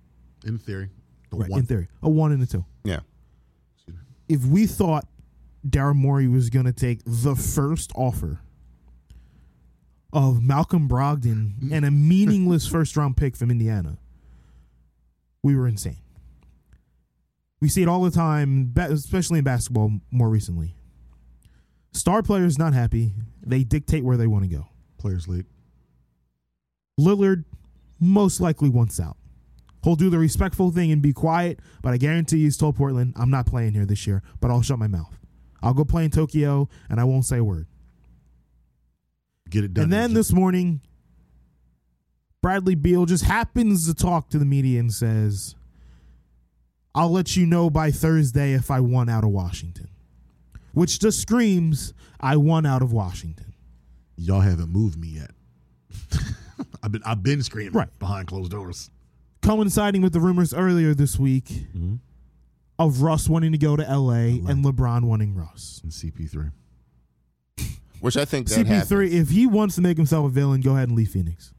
[SPEAKER 2] In theory, the
[SPEAKER 1] Right,
[SPEAKER 2] one.
[SPEAKER 1] in theory, a one and a two.
[SPEAKER 4] Yeah.
[SPEAKER 1] If we thought Daryl Morey was going to take the first offer of Malcolm Brogdon and a meaningless first round pick from Indiana, we were insane. We see it all the time, ba- especially in basketball more recently. Star players not happy. They dictate where they want to go.
[SPEAKER 2] Players League.
[SPEAKER 1] Lillard most likely wants out. He'll do the respectful thing and be quiet, but I guarantee he's told Portland, I'm not playing here this year, but I'll shut my mouth. I'll go play in Tokyo and I won't say a word.
[SPEAKER 2] Get it done.
[SPEAKER 1] and then
[SPEAKER 2] Agent.
[SPEAKER 1] this morning, Bradley Beal just happens to talk to the media and says, I'll let you know by Thursday if I won out of Washington. Which just screams, I won out of Washington.
[SPEAKER 2] y'all haven't moved me yet. I've been I've been screaming
[SPEAKER 1] Right.
[SPEAKER 2] behind closed doors.
[SPEAKER 1] coinciding with the rumors earlier this week
[SPEAKER 2] Mm-hmm.
[SPEAKER 1] of Russ wanting to go to LA, and LeBron wanting Russ.
[SPEAKER 2] And CP3.
[SPEAKER 4] Which I think that
[SPEAKER 1] CP3,
[SPEAKER 4] happened.
[SPEAKER 1] if he wants to make himself a villain, go ahead and leave Phoenix.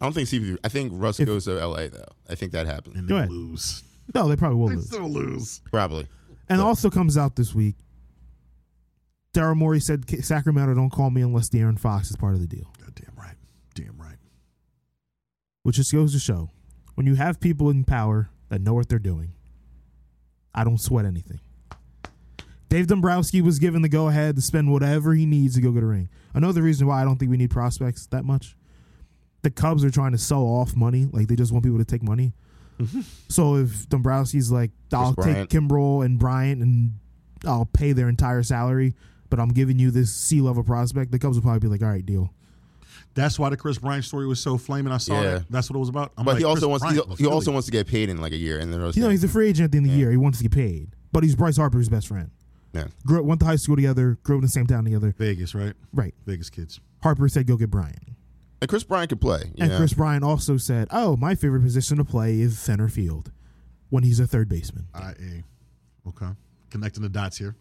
[SPEAKER 4] I don't think CP3. I think Russ
[SPEAKER 1] If-
[SPEAKER 4] goes to LA, though. I think that happened.
[SPEAKER 2] And
[SPEAKER 1] Go
[SPEAKER 2] they
[SPEAKER 1] ahead.
[SPEAKER 2] lose.
[SPEAKER 1] No, they probably will
[SPEAKER 2] They
[SPEAKER 1] lose.
[SPEAKER 2] still lose.
[SPEAKER 4] Probably.
[SPEAKER 1] And also comes out this week. Daryl Morey said "K- Sacramento don't call me unless De'Aaron Fox is part of the deal,
[SPEAKER 2] God damn right. Damn right.
[SPEAKER 1] which just goes to show when you have people in power that know what they're doing, I don't sweat anything. Dave Dombrowski was given the go ahead to spend whatever he needs to go get a ring. Another reason why I don't think we need prospects that much. The Cubs are trying to sell off money, like they just want people to take money. so if Dombrowski's like, I'll take
[SPEAKER 4] Bryant.
[SPEAKER 1] Kimbrel and Bryant and I'll pay their entire salary, but I'm giving you this C level prospect, the Cubs will probably be like, all right, deal.
[SPEAKER 2] That's why the Chris Bryant story was so flaming. I saw
[SPEAKER 4] Yeah.
[SPEAKER 2] that. That's what it was about. I'm
[SPEAKER 4] But
[SPEAKER 2] like,
[SPEAKER 4] he also
[SPEAKER 2] Chris
[SPEAKER 4] wants
[SPEAKER 2] Bryant,
[SPEAKER 4] he, he also wants to get paid in like a year. And then
[SPEAKER 1] You know, he's a free agent at the end of the year. He wants to get paid, but he's Bryce Harper's best friend.
[SPEAKER 4] yeah.
[SPEAKER 1] Grew up, went to high school together, grew up in the same town together.
[SPEAKER 2] Vegas, right?
[SPEAKER 1] Right.
[SPEAKER 2] Vegas kids.
[SPEAKER 1] Harper said, go get Bryant.
[SPEAKER 4] And Chris Bryant could play. You
[SPEAKER 1] And
[SPEAKER 4] know?
[SPEAKER 1] Chris Bryan also said, "Oh, my favorite position to play is center field when he's a third baseman."
[SPEAKER 2] IA. Okay. Connecting the dots here.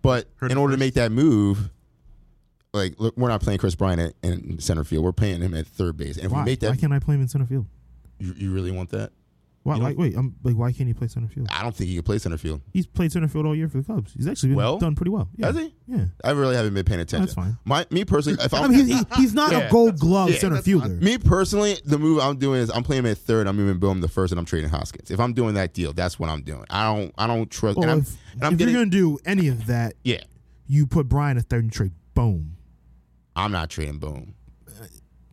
[SPEAKER 4] But
[SPEAKER 2] Heard
[SPEAKER 4] in
[SPEAKER 2] it
[SPEAKER 4] order to
[SPEAKER 2] first.
[SPEAKER 4] make that move, like look, we're not playing Chris Bryant at, in center field. We're playing him at third base. And if
[SPEAKER 1] Why?
[SPEAKER 4] we make
[SPEAKER 1] why
[SPEAKER 4] that,
[SPEAKER 1] can't I play him in center field?
[SPEAKER 4] you, you really want that?
[SPEAKER 1] Why?
[SPEAKER 4] You know-
[SPEAKER 1] like, wait, I'm, like, why can't he play center field?
[SPEAKER 4] I don't think he can play center field.
[SPEAKER 1] He's played center field all year for the Cubs. He's actually been
[SPEAKER 4] Well,
[SPEAKER 1] done pretty well. Yeah.
[SPEAKER 4] has he?
[SPEAKER 1] Yeah.
[SPEAKER 4] I really haven't been paying attention.
[SPEAKER 1] That's fine.
[SPEAKER 4] My me personally, if
[SPEAKER 1] I
[SPEAKER 4] I'm
[SPEAKER 1] mean, he, he, he's not
[SPEAKER 4] Yeah.
[SPEAKER 1] a Gold Glove center
[SPEAKER 2] that's fine.
[SPEAKER 1] fielder.
[SPEAKER 4] me personally, the move I'm doing is I'm playing him at third. I'm moving Boom to first, and I'm trading Hoskins. If I'm doing that deal, that's what I'm doing. I don't I don't trust.
[SPEAKER 1] Well,
[SPEAKER 4] and I'm,
[SPEAKER 1] if,
[SPEAKER 4] and I'm
[SPEAKER 1] if
[SPEAKER 4] getting
[SPEAKER 1] you're gonna do any of that,
[SPEAKER 4] yeah.
[SPEAKER 1] you put Bryan at third and trade. Boom.
[SPEAKER 4] I'm not trading Boom.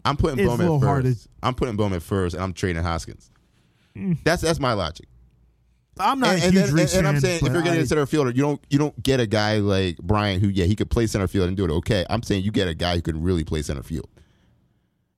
[SPEAKER 4] I'm putting
[SPEAKER 1] It's
[SPEAKER 4] Boom
[SPEAKER 1] a little
[SPEAKER 4] at
[SPEAKER 1] hard to-
[SPEAKER 4] first. I'm putting Boom at first, and I'm trading Hoskins.
[SPEAKER 1] Mm.
[SPEAKER 4] That's that's my logic.
[SPEAKER 1] I'm not
[SPEAKER 4] and,
[SPEAKER 1] a
[SPEAKER 4] and
[SPEAKER 1] huge
[SPEAKER 4] then-
[SPEAKER 1] Reese
[SPEAKER 4] and- and I'm
[SPEAKER 1] fan,
[SPEAKER 4] saying if
[SPEAKER 1] but
[SPEAKER 4] you're getting
[SPEAKER 1] I-
[SPEAKER 4] a center fielder, you don't you don't get a guy like Brian who yeah he could play center field and do it okay. I'm saying you get a guy who can really play center field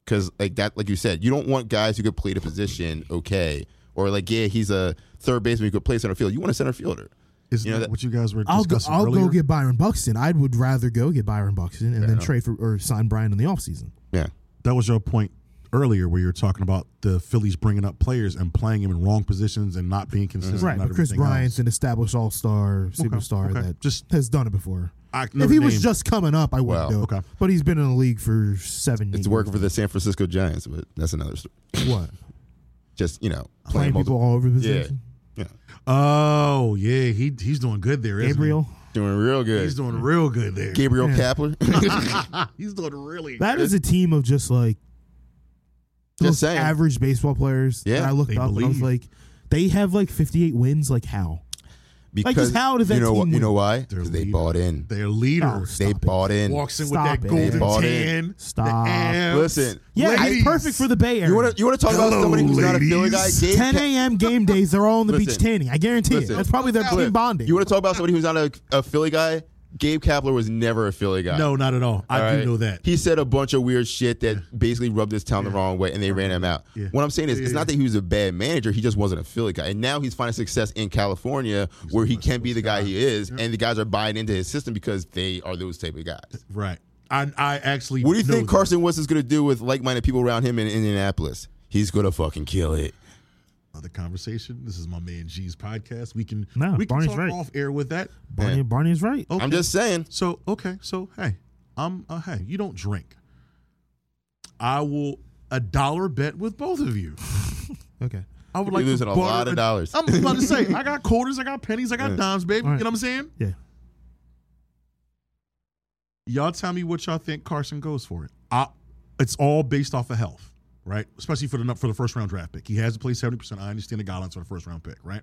[SPEAKER 4] because like that like you said you don't want guys who could play the position okay or like yeah he's a third baseman who could play center field. You want a center fielder.
[SPEAKER 2] Isn't
[SPEAKER 4] You know
[SPEAKER 2] that,
[SPEAKER 4] that-
[SPEAKER 2] what you guys were
[SPEAKER 1] I'll go,
[SPEAKER 2] discussing
[SPEAKER 1] I'll
[SPEAKER 2] earlier?
[SPEAKER 1] go get Byron Buxton. I'd would rather go get Byron Buxton and then trade for or sign Brian in the offseason.
[SPEAKER 4] Yeah.
[SPEAKER 2] that was your point earlier where you were talking about the Phillies bringing up players and playing him in wrong positions and not
[SPEAKER 4] Mm-hmm.
[SPEAKER 2] being consistent.
[SPEAKER 1] Right,
[SPEAKER 2] about
[SPEAKER 1] but Chris
[SPEAKER 2] everything
[SPEAKER 1] Bryant's
[SPEAKER 2] else.
[SPEAKER 1] an established all star, superstar
[SPEAKER 2] okay.
[SPEAKER 1] that
[SPEAKER 2] Just-
[SPEAKER 1] just has done it before.
[SPEAKER 2] I-
[SPEAKER 1] if
[SPEAKER 2] Notre
[SPEAKER 1] he was
[SPEAKER 2] Dame-
[SPEAKER 1] just coming up, I wouldn't
[SPEAKER 4] Wow,
[SPEAKER 1] do it.
[SPEAKER 2] okay.
[SPEAKER 1] But he's been in the league for seven
[SPEAKER 4] It's
[SPEAKER 1] years.
[SPEAKER 4] working for the San Francisco Giants, but that's another story.
[SPEAKER 1] What?
[SPEAKER 4] Just, you know,
[SPEAKER 1] Playing people
[SPEAKER 4] multiple-
[SPEAKER 1] all over the
[SPEAKER 4] Yeah.
[SPEAKER 1] position?
[SPEAKER 4] Yeah.
[SPEAKER 2] Oh yeah, he he's doing good there. Isn't
[SPEAKER 1] Gabriel?
[SPEAKER 4] Doing real
[SPEAKER 2] he?
[SPEAKER 4] good.
[SPEAKER 2] he's doing real good there.
[SPEAKER 4] Mm-hmm. Gabriel
[SPEAKER 1] Yeah.
[SPEAKER 4] Kapler.
[SPEAKER 2] he's doing really.
[SPEAKER 1] That is a team of just like those
[SPEAKER 4] saying.
[SPEAKER 1] average baseball players.
[SPEAKER 4] Yeah.
[SPEAKER 1] that I looked
[SPEAKER 2] They
[SPEAKER 1] up and I was
[SPEAKER 2] believe.
[SPEAKER 1] like, they have like 58 wins. Like how?
[SPEAKER 4] because
[SPEAKER 1] how did that
[SPEAKER 4] you know,
[SPEAKER 1] team
[SPEAKER 4] wh- You
[SPEAKER 1] win?
[SPEAKER 4] know why?
[SPEAKER 2] Their
[SPEAKER 4] 'Cause they
[SPEAKER 2] leader.
[SPEAKER 4] bought in.
[SPEAKER 2] their leader
[SPEAKER 1] No,
[SPEAKER 4] They
[SPEAKER 1] Stop it.
[SPEAKER 4] bought in.
[SPEAKER 2] walks in with
[SPEAKER 1] Stop
[SPEAKER 2] that
[SPEAKER 1] it.
[SPEAKER 2] golden
[SPEAKER 4] Bought in.
[SPEAKER 2] tan. the
[SPEAKER 1] Stop.
[SPEAKER 2] abs.
[SPEAKER 4] Listen.
[SPEAKER 1] Yeah,
[SPEAKER 2] Ladies.
[SPEAKER 1] it's perfect for the Bay Area.
[SPEAKER 4] You want to you wanna talk about
[SPEAKER 2] Hello,
[SPEAKER 4] somebody who's not a Philly guy?
[SPEAKER 2] ladies.
[SPEAKER 4] Gabe
[SPEAKER 1] 10
[SPEAKER 4] Ka-
[SPEAKER 1] a.m. game days, they're all on the beach
[SPEAKER 4] Listen.
[SPEAKER 1] tanning. I guarantee
[SPEAKER 4] Listen.
[SPEAKER 1] it. That's probably their team bonding.
[SPEAKER 4] You want to talk about somebody who's not a, a Philly guy? Gabe Kapler was never a Philly guy.
[SPEAKER 2] No, not at all. I
[SPEAKER 4] All
[SPEAKER 2] do
[SPEAKER 4] right?
[SPEAKER 2] know that.
[SPEAKER 4] He said a bunch of weird shit that basically rubbed this town the wrong way, and they ran him out.
[SPEAKER 2] Yeah.
[SPEAKER 4] What I'm saying is, it's not that he was a bad manager; he just wasn't a Philly guy. And now he's finding success in California, where he can be the guy he is, and the guys are buying into his system because they are those type of guys.
[SPEAKER 2] right. I I actually.
[SPEAKER 4] What do you
[SPEAKER 2] know
[SPEAKER 4] think
[SPEAKER 2] that.
[SPEAKER 4] Carson Wentz is going to do with like-minded people around him in Indianapolis? He's going to fucking kill it.
[SPEAKER 2] Another conversation. This is my man G's podcast. We can
[SPEAKER 1] No,
[SPEAKER 2] we can
[SPEAKER 1] Barney's
[SPEAKER 2] talk
[SPEAKER 1] right.
[SPEAKER 2] off air with that.
[SPEAKER 1] Barney,
[SPEAKER 4] Yeah.
[SPEAKER 1] Barney is right.
[SPEAKER 2] Okay.
[SPEAKER 4] I'm just saying.
[SPEAKER 2] So okay, so hey, I'm uh, hey, you don't drink. I will a dollar bet with both of you.
[SPEAKER 1] Okay.
[SPEAKER 2] I would
[SPEAKER 4] You're
[SPEAKER 2] like
[SPEAKER 4] losing
[SPEAKER 2] to
[SPEAKER 4] a
[SPEAKER 2] barter
[SPEAKER 4] lot of dollars.
[SPEAKER 2] I'm about to say I got quarters, I got pennies, I got dimes, baby.
[SPEAKER 1] All right.
[SPEAKER 2] You know what I'm saying?
[SPEAKER 1] Yeah.
[SPEAKER 2] Y'all tell me what y'all think Carson goes for it. I, it's all based off of health, right? Especially for the for the first round draft pick. He has to play seventy percent. I understand the guidelines for the first round pick, right?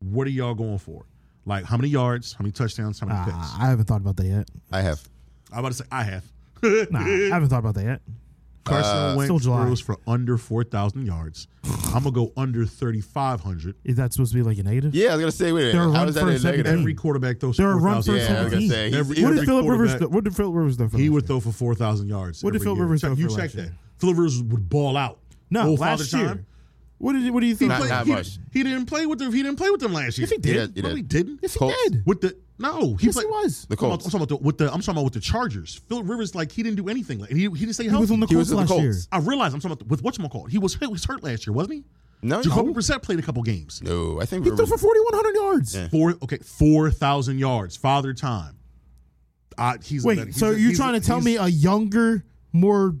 [SPEAKER 2] What are y'all going for? Like how many yards, how many touchdowns, how many
[SPEAKER 1] Uh,
[SPEAKER 2] picks?
[SPEAKER 1] I haven't thought about that yet.
[SPEAKER 4] I have
[SPEAKER 2] I'm about to say I have.
[SPEAKER 1] Nah, I haven't thought about that yet.
[SPEAKER 2] Carson
[SPEAKER 1] Uh, Still
[SPEAKER 2] Wentz
[SPEAKER 1] July.
[SPEAKER 2] throws for under 4,000 yards. I'm going to go under 3,500.
[SPEAKER 1] Is that supposed to be like a negative?
[SPEAKER 4] Yeah, I was gonna say, wait a
[SPEAKER 1] They're
[SPEAKER 4] minute. How
[SPEAKER 1] run
[SPEAKER 4] is that a
[SPEAKER 1] first, second,
[SPEAKER 4] negative?
[SPEAKER 1] and-
[SPEAKER 2] Every quarterback throws
[SPEAKER 1] They're a run
[SPEAKER 2] 4,000
[SPEAKER 1] first
[SPEAKER 2] yards.
[SPEAKER 4] Yeah, I was gonna say.
[SPEAKER 2] Every-
[SPEAKER 4] he's-
[SPEAKER 1] What did
[SPEAKER 2] every
[SPEAKER 1] Philip Rivers?
[SPEAKER 2] quarterback-
[SPEAKER 1] Do, what did Philip Rivers do? For
[SPEAKER 2] He
[SPEAKER 1] last
[SPEAKER 2] would
[SPEAKER 1] year?
[SPEAKER 2] throw for 4,000 yards.
[SPEAKER 1] What did
[SPEAKER 2] every
[SPEAKER 1] Phil
[SPEAKER 2] year.
[SPEAKER 1] Rivers
[SPEAKER 2] Check-
[SPEAKER 1] throw
[SPEAKER 2] You
[SPEAKER 1] for
[SPEAKER 2] check
[SPEAKER 1] last
[SPEAKER 2] that.
[SPEAKER 1] year?
[SPEAKER 2] Phil Rivers would ball out.
[SPEAKER 1] No,
[SPEAKER 2] Old Father
[SPEAKER 1] last year.
[SPEAKER 2] Time.
[SPEAKER 1] What did you- What do you think?
[SPEAKER 4] Not-
[SPEAKER 1] about-
[SPEAKER 4] not
[SPEAKER 2] he,
[SPEAKER 4] much.
[SPEAKER 2] he didn't play with them. He didn't play with them last year.
[SPEAKER 1] Yes, he
[SPEAKER 4] Yeah,
[SPEAKER 1] did.
[SPEAKER 4] he
[SPEAKER 2] No,
[SPEAKER 4] did.
[SPEAKER 2] he didn't.
[SPEAKER 1] Yes, he
[SPEAKER 4] Colts.
[SPEAKER 1] did.
[SPEAKER 2] With the no, he
[SPEAKER 1] Yes,
[SPEAKER 2] played-
[SPEAKER 1] he was.
[SPEAKER 4] The
[SPEAKER 2] I'm talking about-
[SPEAKER 4] Colts.
[SPEAKER 2] I'm talking about the with the. I'm talking about with the Chargers. Phil Rivers, like he didn't do anything. Like and he, he didn't stay
[SPEAKER 1] He
[SPEAKER 2] healthy.
[SPEAKER 1] was on the
[SPEAKER 4] He
[SPEAKER 1] Colts
[SPEAKER 4] was in the
[SPEAKER 1] last
[SPEAKER 4] Colts.
[SPEAKER 1] year.
[SPEAKER 2] I realize I'm talking about with whatchamacallit. He was, he was hurt last year, wasn't he?
[SPEAKER 4] No,
[SPEAKER 2] Jacoby Brissett played a couple games.
[SPEAKER 4] no, I think
[SPEAKER 1] He threw
[SPEAKER 4] Rivers-
[SPEAKER 1] for 4,100 yards.
[SPEAKER 4] Yeah.
[SPEAKER 2] Four okay, four thousand yards. Father time. I, he's a
[SPEAKER 1] Wait,
[SPEAKER 2] better- he's
[SPEAKER 1] so
[SPEAKER 2] a-
[SPEAKER 1] you're
[SPEAKER 2] he's
[SPEAKER 1] trying
[SPEAKER 2] a-
[SPEAKER 1] to tell me
[SPEAKER 2] he's-
[SPEAKER 1] a younger, more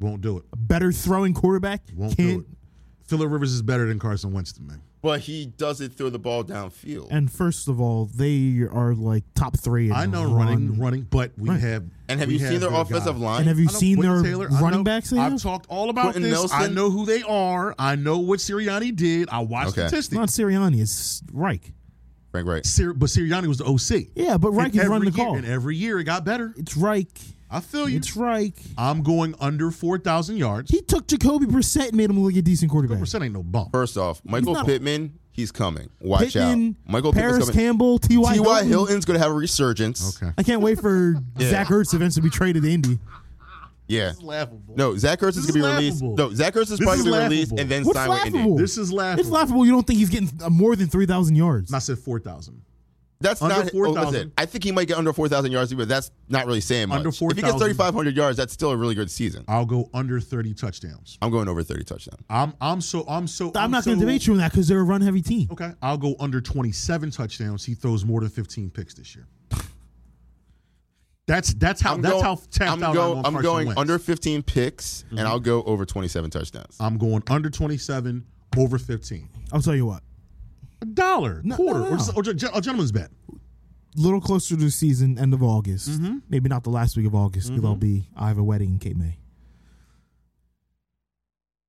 [SPEAKER 2] won't do it.
[SPEAKER 1] better throwing quarterback
[SPEAKER 2] Won't
[SPEAKER 1] can't?
[SPEAKER 2] do it. Phillip Rivers is better than Carson Wentz to me.
[SPEAKER 4] but he doesn't throw the ball downfield.
[SPEAKER 1] And first of all, they are like top three. In
[SPEAKER 2] I know
[SPEAKER 1] run.
[SPEAKER 2] running, running, but we
[SPEAKER 1] Right.
[SPEAKER 2] have.
[SPEAKER 4] And have
[SPEAKER 2] we
[SPEAKER 4] you seen their
[SPEAKER 2] their
[SPEAKER 4] offensive
[SPEAKER 2] guy.
[SPEAKER 4] line?
[SPEAKER 1] And have you
[SPEAKER 2] I know
[SPEAKER 1] seen
[SPEAKER 2] Quentin
[SPEAKER 1] their
[SPEAKER 2] Taylor, I
[SPEAKER 1] running
[SPEAKER 2] know-
[SPEAKER 1] backs? they
[SPEAKER 2] I've
[SPEAKER 1] have?
[SPEAKER 2] talked all about
[SPEAKER 4] Quentin
[SPEAKER 2] this. I
[SPEAKER 4] Nelson?
[SPEAKER 2] know who they are. I know what Sirianni did. I watched
[SPEAKER 4] Okay.
[SPEAKER 1] It's not
[SPEAKER 2] statistics.
[SPEAKER 1] Sirianni. It's Reich.
[SPEAKER 4] Frank Wright.
[SPEAKER 2] Sir, but Sirianni was the OC.
[SPEAKER 1] Yeah, but Reich
[SPEAKER 2] And
[SPEAKER 1] is running
[SPEAKER 2] every
[SPEAKER 1] the call.
[SPEAKER 2] Year, and every year it got better.
[SPEAKER 1] it's Reich.
[SPEAKER 2] I feel you.
[SPEAKER 1] It's Reich.
[SPEAKER 2] I'm going under four thousand yards.
[SPEAKER 1] He took Jacoby Brissett and made him look a decent quarterback.
[SPEAKER 2] Percent ain't no bump.
[SPEAKER 4] First off, Michael
[SPEAKER 1] not-
[SPEAKER 4] Pittman, he's coming. Watch
[SPEAKER 1] Pittman,
[SPEAKER 4] out. Michael
[SPEAKER 1] Paris
[SPEAKER 4] Pittman's coming.
[SPEAKER 1] Campbell, T.Y.
[SPEAKER 4] T.Y.
[SPEAKER 1] Hilton.
[SPEAKER 4] Hilton's going to have a resurgence.
[SPEAKER 2] Okay.
[SPEAKER 1] I can't wait for
[SPEAKER 4] Yeah.
[SPEAKER 1] Zach Ertz eventually be traded to Indy.
[SPEAKER 4] Yeah.
[SPEAKER 2] laughable.
[SPEAKER 4] No, Zach Ertz
[SPEAKER 2] This
[SPEAKER 4] is going to be
[SPEAKER 2] is
[SPEAKER 4] released.
[SPEAKER 2] laughable.
[SPEAKER 4] No, Zach Ertz is
[SPEAKER 2] This
[SPEAKER 4] probably
[SPEAKER 2] is
[SPEAKER 4] going to be released
[SPEAKER 2] laughable.
[SPEAKER 4] and then
[SPEAKER 1] What's
[SPEAKER 4] sign with Indy.
[SPEAKER 1] laughable?
[SPEAKER 2] This is laughable.
[SPEAKER 1] It's laughable. You don't think he's getting uh, more than 3,000 yards.
[SPEAKER 2] And I said four thousand.
[SPEAKER 4] That's
[SPEAKER 2] Under
[SPEAKER 4] not. oh,
[SPEAKER 2] 4,000.
[SPEAKER 4] listen, I think he might get under 4,000 yards, but that's not really saying much.
[SPEAKER 2] Under
[SPEAKER 4] If he gets
[SPEAKER 2] 4,000.
[SPEAKER 4] 3,500 yards, that's still a really good season.
[SPEAKER 2] I'll go under thirty touchdowns.
[SPEAKER 4] I'm going over 30 touchdown.
[SPEAKER 2] I'm I'm so I'm so
[SPEAKER 1] I'm not going
[SPEAKER 2] so-
[SPEAKER 1] to debate you on that because they're a run heavy team.
[SPEAKER 2] Okay, I'll go under twenty seven touchdowns. He throws more than fifteen picks this year. That's that's how
[SPEAKER 4] I'm
[SPEAKER 2] that's
[SPEAKER 4] going,
[SPEAKER 2] how tapped
[SPEAKER 4] I'm
[SPEAKER 2] out
[SPEAKER 4] go-
[SPEAKER 2] I'm, on
[SPEAKER 4] I'm
[SPEAKER 2] Carson
[SPEAKER 4] going
[SPEAKER 2] Wentz.
[SPEAKER 4] under 15 picks, and
[SPEAKER 1] Mm-hmm.
[SPEAKER 4] I'll go over 27
[SPEAKER 1] Uh,
[SPEAKER 4] touchdowns.
[SPEAKER 2] I'm going under twenty seven, over fifteen.
[SPEAKER 1] I'll tell you what.
[SPEAKER 2] A dollar,
[SPEAKER 1] No,
[SPEAKER 2] quarter,
[SPEAKER 1] no,
[SPEAKER 2] or just-
[SPEAKER 1] no.
[SPEAKER 2] Or, ju- a gentleman's bet.
[SPEAKER 1] little closer to the season, end of August.
[SPEAKER 2] Mm-hmm.
[SPEAKER 1] Maybe not the last week of August because I'll be I have a wedding in Cape May.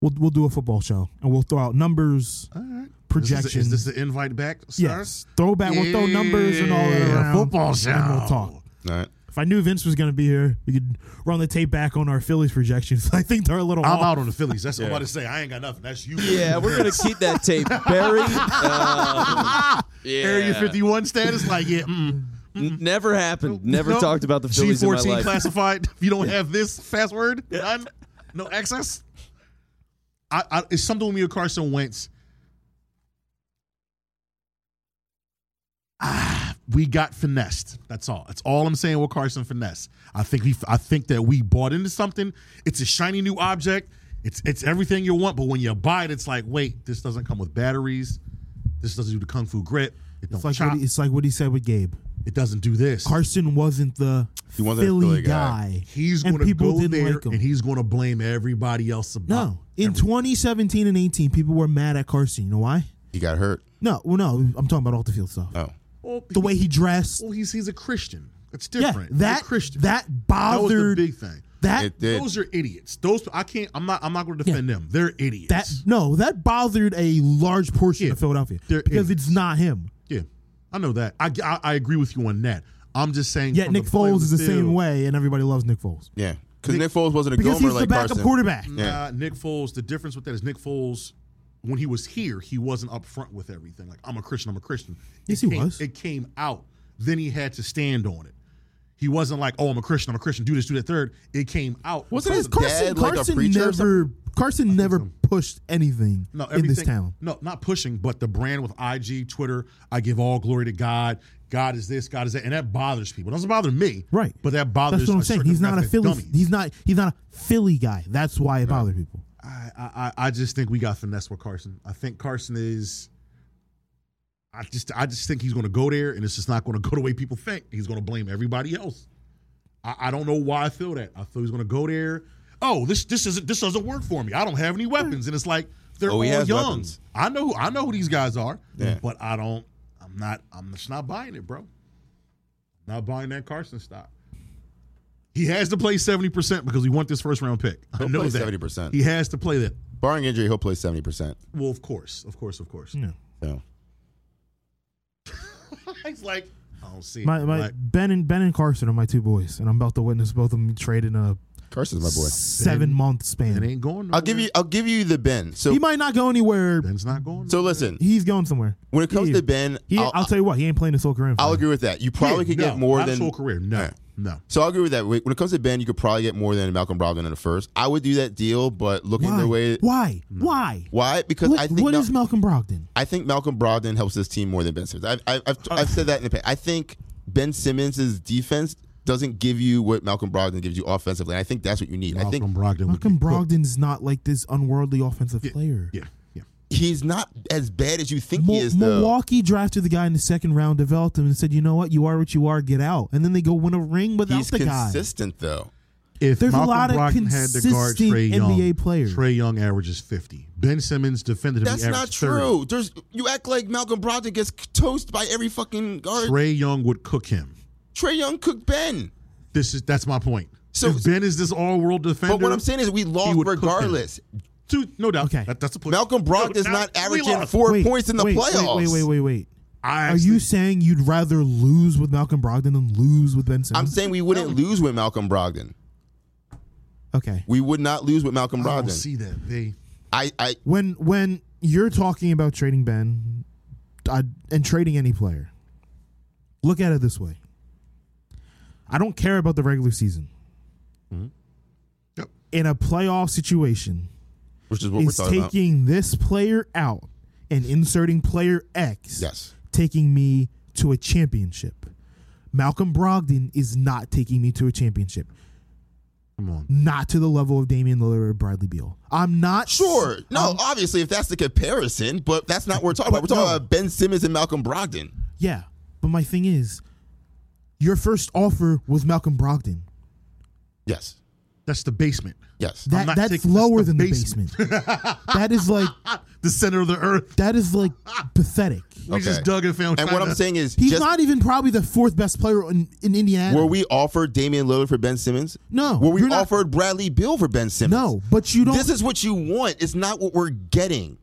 [SPEAKER 1] We'll we'll do a football show and we'll throw out numbers,
[SPEAKER 2] All right.
[SPEAKER 1] projections.
[SPEAKER 2] Is this, is this the invite back? Sir?
[SPEAKER 1] yes, throwback. We'll throw numbers and all that
[SPEAKER 2] Yeah,
[SPEAKER 1] around.
[SPEAKER 2] Football show.
[SPEAKER 1] and we'll talk.
[SPEAKER 4] All right.
[SPEAKER 1] If I knew Vince was going to be here, we could run the tape back on our Phillies projections. I think they're a little.
[SPEAKER 2] I'm
[SPEAKER 1] off.
[SPEAKER 2] out on the Phillies. That's what I'm about to say. I ain't got nothing. That's you.
[SPEAKER 3] Yeah, we're gonna keep that tape buried. Um, yeah.
[SPEAKER 2] Area 51 status, like, yeah, mm.
[SPEAKER 3] N- never happened. Never
[SPEAKER 2] Nope.
[SPEAKER 3] talked about the Phillies in my
[SPEAKER 2] G14
[SPEAKER 3] life.
[SPEAKER 2] classified. If you don't have this password, none, no access. I, I, it's something with me and Carson Wentz. Ah, we got finessed. That's all. That's all I'm saying with Carson finesse. I think he, I think that we bought into something. It's a shiny new object. It's it's everything you want, but when you buy it, it's like, wait, this doesn't come with batteries. This doesn't do the kung fu grip. It don't
[SPEAKER 1] It's like,
[SPEAKER 2] chop.
[SPEAKER 1] what he, it's like what he said with Gabe.
[SPEAKER 2] it doesn't do this.
[SPEAKER 1] Carson wasn't the
[SPEAKER 4] He wasn't a
[SPEAKER 1] Philly,
[SPEAKER 4] Philly guy.
[SPEAKER 1] guy.
[SPEAKER 2] he's
[SPEAKER 1] and
[SPEAKER 2] going to
[SPEAKER 1] people
[SPEAKER 2] go
[SPEAKER 1] didn't
[SPEAKER 2] there
[SPEAKER 1] like him.
[SPEAKER 2] and he's going to blame everybody else about.
[SPEAKER 1] no, in 2017 and 18, people were mad at Carson. You know why?
[SPEAKER 4] He got hurt.
[SPEAKER 1] No, well, no, I'm talking about off the field
[SPEAKER 2] Uh,
[SPEAKER 1] stuff.
[SPEAKER 4] Oh.
[SPEAKER 2] Well,
[SPEAKER 1] the way he dressed.
[SPEAKER 2] well, he's he's a Christian. It's
[SPEAKER 1] Yeah,
[SPEAKER 2] different. He's
[SPEAKER 1] that
[SPEAKER 2] a Christian.
[SPEAKER 1] that
[SPEAKER 2] that was the
[SPEAKER 1] bothered
[SPEAKER 2] big thing.
[SPEAKER 1] that
[SPEAKER 4] It did.
[SPEAKER 2] Those are idiots. Those I can't. I'm not. I'm not going to defend them. They're idiots.
[SPEAKER 1] that no that bothered a large portion
[SPEAKER 2] Yeah,
[SPEAKER 1] of Philadelphia
[SPEAKER 2] they're
[SPEAKER 1] because
[SPEAKER 2] idiots.
[SPEAKER 1] it's not him.
[SPEAKER 2] Yeah, I know that. I, I, I agree with you on that. I'm just saying.
[SPEAKER 1] Yet
[SPEAKER 2] from
[SPEAKER 1] Nick
[SPEAKER 2] the play on
[SPEAKER 1] Foles is the same
[SPEAKER 2] field,
[SPEAKER 1] way, and everybody loves Nick Foles
[SPEAKER 4] Yeah. Because Nick Foles wasn't a
[SPEAKER 1] because
[SPEAKER 4] gomer
[SPEAKER 1] he's the
[SPEAKER 4] like
[SPEAKER 1] backup
[SPEAKER 4] Carson.
[SPEAKER 1] quarterback.
[SPEAKER 2] Nah,
[SPEAKER 4] Yeah.
[SPEAKER 2] Nick Foles. The difference with that is Nick Foles, when he was here, he wasn't upfront with everything. Like I'm a Christian. I'm a Christian.
[SPEAKER 1] Yes,
[SPEAKER 2] it
[SPEAKER 1] he
[SPEAKER 2] came,
[SPEAKER 1] was.
[SPEAKER 2] It came out. Then he had to stand on it. He wasn't like, oh, I'm a Christian. I'm a Christian. Do this. Do that. Third. It came out.
[SPEAKER 4] Wasn't
[SPEAKER 1] Because
[SPEAKER 4] his
[SPEAKER 1] Carson,
[SPEAKER 4] dad like a
[SPEAKER 1] Carson
[SPEAKER 4] preacher or
[SPEAKER 1] never Carson never pushed anything
[SPEAKER 2] No,
[SPEAKER 1] in
[SPEAKER 2] everything.
[SPEAKER 1] this town.
[SPEAKER 2] No, not pushing, but the brand with IG, Twitter. I give all glory to God. God is this. God is that, and that bothers people. It doesn't bother me,
[SPEAKER 1] Right.
[SPEAKER 2] But that bothers.
[SPEAKER 1] That's what I'm
[SPEAKER 2] a
[SPEAKER 1] saying.
[SPEAKER 2] certain
[SPEAKER 1] He's not a
[SPEAKER 2] demographic of
[SPEAKER 1] Philly.
[SPEAKER 2] dummies.
[SPEAKER 1] He's not. He's not a Philly guy. That's why it bothered people.
[SPEAKER 2] I, I, I I just think we got finesse with Carson. I think Carson is. I just I just think he's going to go there, and it's just not going to go the way people think. He's going to blame everybody else. I, I don't know why I feel that. I feel he's going to go there. Oh, this this isn't this doesn't work for me. I don't have any weapons, and it's like they're
[SPEAKER 4] Oh,
[SPEAKER 2] all
[SPEAKER 4] he
[SPEAKER 2] young.
[SPEAKER 4] has weapons.
[SPEAKER 2] I know I know who these guys are,
[SPEAKER 4] Yeah.
[SPEAKER 2] but I don't. I'm not. I'm just not buying it, bro. Not buying that Carson stock. He has to play seventy percent because we want this first round pick. I
[SPEAKER 4] He'll
[SPEAKER 2] know
[SPEAKER 4] play
[SPEAKER 2] that
[SPEAKER 4] 70%.
[SPEAKER 2] He has to play that.
[SPEAKER 4] Barring injury, he'll play 70%.
[SPEAKER 2] Well, of course, of course, of course.
[SPEAKER 1] No.
[SPEAKER 4] So.
[SPEAKER 2] He's like, I don't see it.
[SPEAKER 1] My, my
[SPEAKER 2] Like,
[SPEAKER 1] Ben and Ben and Carson are my two boys, and I'm about to witness both of them trade in a
[SPEAKER 4] Carson's my boy.
[SPEAKER 1] seven month
[SPEAKER 2] it
[SPEAKER 1] span.
[SPEAKER 2] ain't going. Nowhere.
[SPEAKER 4] I'll give you I'll give you the Ben. So
[SPEAKER 1] He might not go anywhere.
[SPEAKER 2] Ben's not going.
[SPEAKER 4] so listen,
[SPEAKER 1] He's going somewhere.
[SPEAKER 4] when it comes
[SPEAKER 1] He-
[SPEAKER 4] to Ben,
[SPEAKER 1] he, I'll,
[SPEAKER 4] I'll, I'll,
[SPEAKER 1] tell you what, he ain't playing this whole career. in Philly.
[SPEAKER 4] agree with that. You probably could
[SPEAKER 2] no,
[SPEAKER 4] get more
[SPEAKER 2] not
[SPEAKER 4] than
[SPEAKER 2] his whole career. No,
[SPEAKER 4] Yeah.
[SPEAKER 2] no.
[SPEAKER 4] So I'll agree with that. When it comes to Ben, you could probably get more than Malcolm Brogdon in the first. I would do that deal, but looking
[SPEAKER 1] Why?
[SPEAKER 4] the way
[SPEAKER 1] Why? Why?
[SPEAKER 4] why because
[SPEAKER 1] What,
[SPEAKER 4] I think
[SPEAKER 1] what
[SPEAKER 4] Mal-
[SPEAKER 1] is Malcolm Brogdon?
[SPEAKER 4] I think Malcolm Brogdon helps this team more than Ben Simmons. I've, I've, I've, I've said that in the past. I think Ben Simmons' defense doesn't give you what Malcolm Brogdon gives you offensively. I think that's what you need. I think
[SPEAKER 2] Malcolm Brogdon. would
[SPEAKER 1] Malcolm
[SPEAKER 2] get cooked.
[SPEAKER 1] Brogdon's not like this unworldly offensive player.
[SPEAKER 2] Yeah, yeah.
[SPEAKER 4] he's not as bad as you think
[SPEAKER 1] Mo-
[SPEAKER 4] he is. Though.
[SPEAKER 1] Milwaukee drafted the guy in the second round, developed him, and said, "You know what? You are what you are. Get out." And then they go win a ring without
[SPEAKER 4] He's
[SPEAKER 1] the guy.
[SPEAKER 4] consistent though.
[SPEAKER 2] If
[SPEAKER 1] There's a
[SPEAKER 2] Malcolm
[SPEAKER 1] lot of
[SPEAKER 2] Brogdon had to guard
[SPEAKER 1] consistent
[SPEAKER 2] Trey Young,
[SPEAKER 1] NBA players.
[SPEAKER 2] Trey Young averages fifty. Ben Simmons defended him.
[SPEAKER 4] That's
[SPEAKER 2] he
[SPEAKER 4] not
[SPEAKER 2] averaged 30.
[SPEAKER 4] true. There's you act like Malcolm Brogdon gets toast by every fucking guard.
[SPEAKER 2] Trey Young would cook him.
[SPEAKER 4] Trey Young cooked Ben.
[SPEAKER 2] This is that's my point.
[SPEAKER 4] So-
[SPEAKER 2] if Ben is this all-world defender,
[SPEAKER 4] But what I'm saying is we lost
[SPEAKER 2] would cook him.
[SPEAKER 4] regardless.
[SPEAKER 2] Dude, no doubt.
[SPEAKER 1] Okay.
[SPEAKER 2] That- that's the point.
[SPEAKER 4] Malcolm Brogdon is
[SPEAKER 2] No,
[SPEAKER 4] not
[SPEAKER 2] we
[SPEAKER 4] averaging
[SPEAKER 2] lost.
[SPEAKER 4] four
[SPEAKER 1] Wait,
[SPEAKER 4] points in the
[SPEAKER 1] wait, wait,
[SPEAKER 4] playoffs.
[SPEAKER 1] Wait, wait, wait, wait.
[SPEAKER 2] I
[SPEAKER 1] Are
[SPEAKER 2] actually-
[SPEAKER 1] you saying you'd rather lose with Malcolm Brogdon than lose with Ben
[SPEAKER 4] I'm
[SPEAKER 1] Simmons?
[SPEAKER 4] saying we wouldn't lose with Malcolm Brogdon.
[SPEAKER 1] okay.
[SPEAKER 4] We would not lose with Malcolm
[SPEAKER 2] I don't
[SPEAKER 4] Brogdon.
[SPEAKER 2] see that. They
[SPEAKER 4] I, I
[SPEAKER 1] When when you're talking about trading Ben I, and trading any player, look at it this way. I don't care about the regular season.
[SPEAKER 4] Mm-hmm.
[SPEAKER 2] Yep.
[SPEAKER 1] In a playoff situation,
[SPEAKER 4] which is what
[SPEAKER 1] is
[SPEAKER 4] we're talking about.
[SPEAKER 1] taking this player out and inserting player X.
[SPEAKER 4] Yes.
[SPEAKER 1] taking me to a championship. Malcolm Brogdon is not taking me to a championship.
[SPEAKER 2] come on.
[SPEAKER 1] Not to the level of Damian Lillard or Bradley Beal. I'm not
[SPEAKER 4] Sure. No, obviously, if that's the comparison, but that's not what we're talking about. We're
[SPEAKER 1] um, But
[SPEAKER 4] talking
[SPEAKER 1] no.
[SPEAKER 4] about Ben Simmons and Malcolm Brogdon.
[SPEAKER 1] Yeah, but my thing is, your first offer was Malcolm Brogdon.
[SPEAKER 4] Yes.
[SPEAKER 2] That's the basement.
[SPEAKER 4] Yes.
[SPEAKER 1] That
[SPEAKER 2] not
[SPEAKER 1] that's
[SPEAKER 2] taking-
[SPEAKER 1] lower
[SPEAKER 2] that's the
[SPEAKER 1] than the
[SPEAKER 2] basement.
[SPEAKER 1] basement. that is like
[SPEAKER 2] The center of the earth.
[SPEAKER 1] that is like pathetic.
[SPEAKER 2] We just
[SPEAKER 4] Okay.
[SPEAKER 2] dug and found.
[SPEAKER 4] and what I'm
[SPEAKER 2] China.
[SPEAKER 4] saying is,
[SPEAKER 1] He's
[SPEAKER 4] just
[SPEAKER 1] not even probably the fourth best player in, in Indiana.
[SPEAKER 4] were we offered Damian Lillard for Ben Simmons?
[SPEAKER 1] No,
[SPEAKER 4] Were we
[SPEAKER 1] you're not-
[SPEAKER 4] offered Bradley Bill for Ben Simmons?
[SPEAKER 1] no, but you don't.
[SPEAKER 4] This is what you want. It's not what we're getting.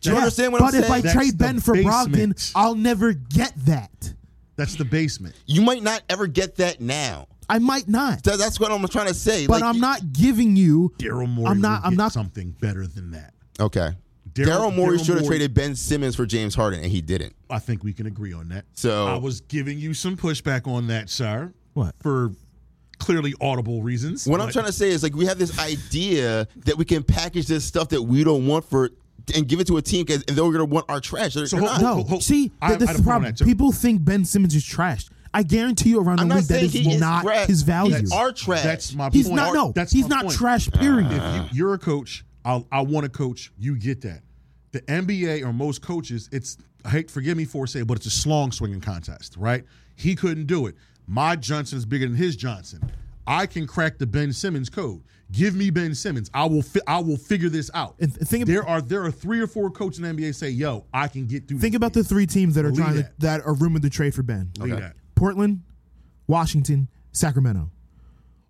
[SPEAKER 4] Do you
[SPEAKER 1] Yeah,
[SPEAKER 4] understand what
[SPEAKER 1] but
[SPEAKER 4] I'm
[SPEAKER 1] if I
[SPEAKER 4] saying?
[SPEAKER 2] That's the
[SPEAKER 1] trade Ben for
[SPEAKER 2] basement.
[SPEAKER 1] Brogdon, I'll never get that.
[SPEAKER 2] That's the basement.
[SPEAKER 4] you might not ever get that now.
[SPEAKER 1] I might not.
[SPEAKER 4] That- that's what I'm trying to say.
[SPEAKER 1] but
[SPEAKER 4] Like,
[SPEAKER 1] I'm
[SPEAKER 4] you-
[SPEAKER 1] not giving you.
[SPEAKER 2] Daryl Morey.
[SPEAKER 1] I'm not.
[SPEAKER 2] will
[SPEAKER 1] I'm
[SPEAKER 2] get
[SPEAKER 1] not.
[SPEAKER 2] something better than that.
[SPEAKER 4] Okay.
[SPEAKER 2] Daryl-
[SPEAKER 4] Daryl Morey
[SPEAKER 2] Daryl
[SPEAKER 4] should have
[SPEAKER 2] Morey-
[SPEAKER 4] traded Ben Simmons for James Harden, and he didn't.
[SPEAKER 2] I think we can agree on that.
[SPEAKER 4] So-
[SPEAKER 2] I was giving you some pushback on that, sir.
[SPEAKER 1] What?
[SPEAKER 2] for clearly audible reasons.
[SPEAKER 4] What I'm
[SPEAKER 2] but
[SPEAKER 4] trying to say is, like, we have this idea that we can package this stuff that we don't want for and give it to a team because they're going to want our trash. They're,
[SPEAKER 2] So
[SPEAKER 4] they're
[SPEAKER 2] hold-
[SPEAKER 4] not.
[SPEAKER 2] hold-
[SPEAKER 1] No, see,
[SPEAKER 2] I-
[SPEAKER 1] th-
[SPEAKER 2] I
[SPEAKER 1] that's
[SPEAKER 2] don't
[SPEAKER 1] the
[SPEAKER 2] want
[SPEAKER 1] problem.
[SPEAKER 2] that too.
[SPEAKER 1] People think Ben Simmons is trash. I guarantee you, around
[SPEAKER 4] I'm
[SPEAKER 1] the
[SPEAKER 4] not
[SPEAKER 1] league, that
[SPEAKER 4] saying
[SPEAKER 1] is,
[SPEAKER 4] he is
[SPEAKER 1] not
[SPEAKER 4] trash.
[SPEAKER 1] his value.
[SPEAKER 4] That's our trash.
[SPEAKER 2] That's my
[SPEAKER 1] he's
[SPEAKER 2] point.
[SPEAKER 1] not. No,
[SPEAKER 2] that's
[SPEAKER 1] he's
[SPEAKER 2] my
[SPEAKER 1] not
[SPEAKER 2] point.
[SPEAKER 1] trash. Period.
[SPEAKER 2] If you, are a coach, I'll, I want to coach. You get that. The NBA or most coaches, it's I hate forgive me for saying, but it's a slong swinging contest, right? He couldn't do it. My Johnson is bigger than his Johnson. I can crack the Ben Simmons code. Give me Ben Simmons. I will. Fi- I will figure this out.
[SPEAKER 1] And th- think ab-
[SPEAKER 2] there are there are three or four coaches in the NBA say, "Yo, I can get through."
[SPEAKER 1] Think
[SPEAKER 2] this
[SPEAKER 1] about
[SPEAKER 2] game."
[SPEAKER 1] the three teams that are
[SPEAKER 2] Believe
[SPEAKER 1] trying to,
[SPEAKER 2] that.
[SPEAKER 1] that are rumored to trade for Ben:
[SPEAKER 2] Believe that.
[SPEAKER 1] Portland, Washington, Sacramento.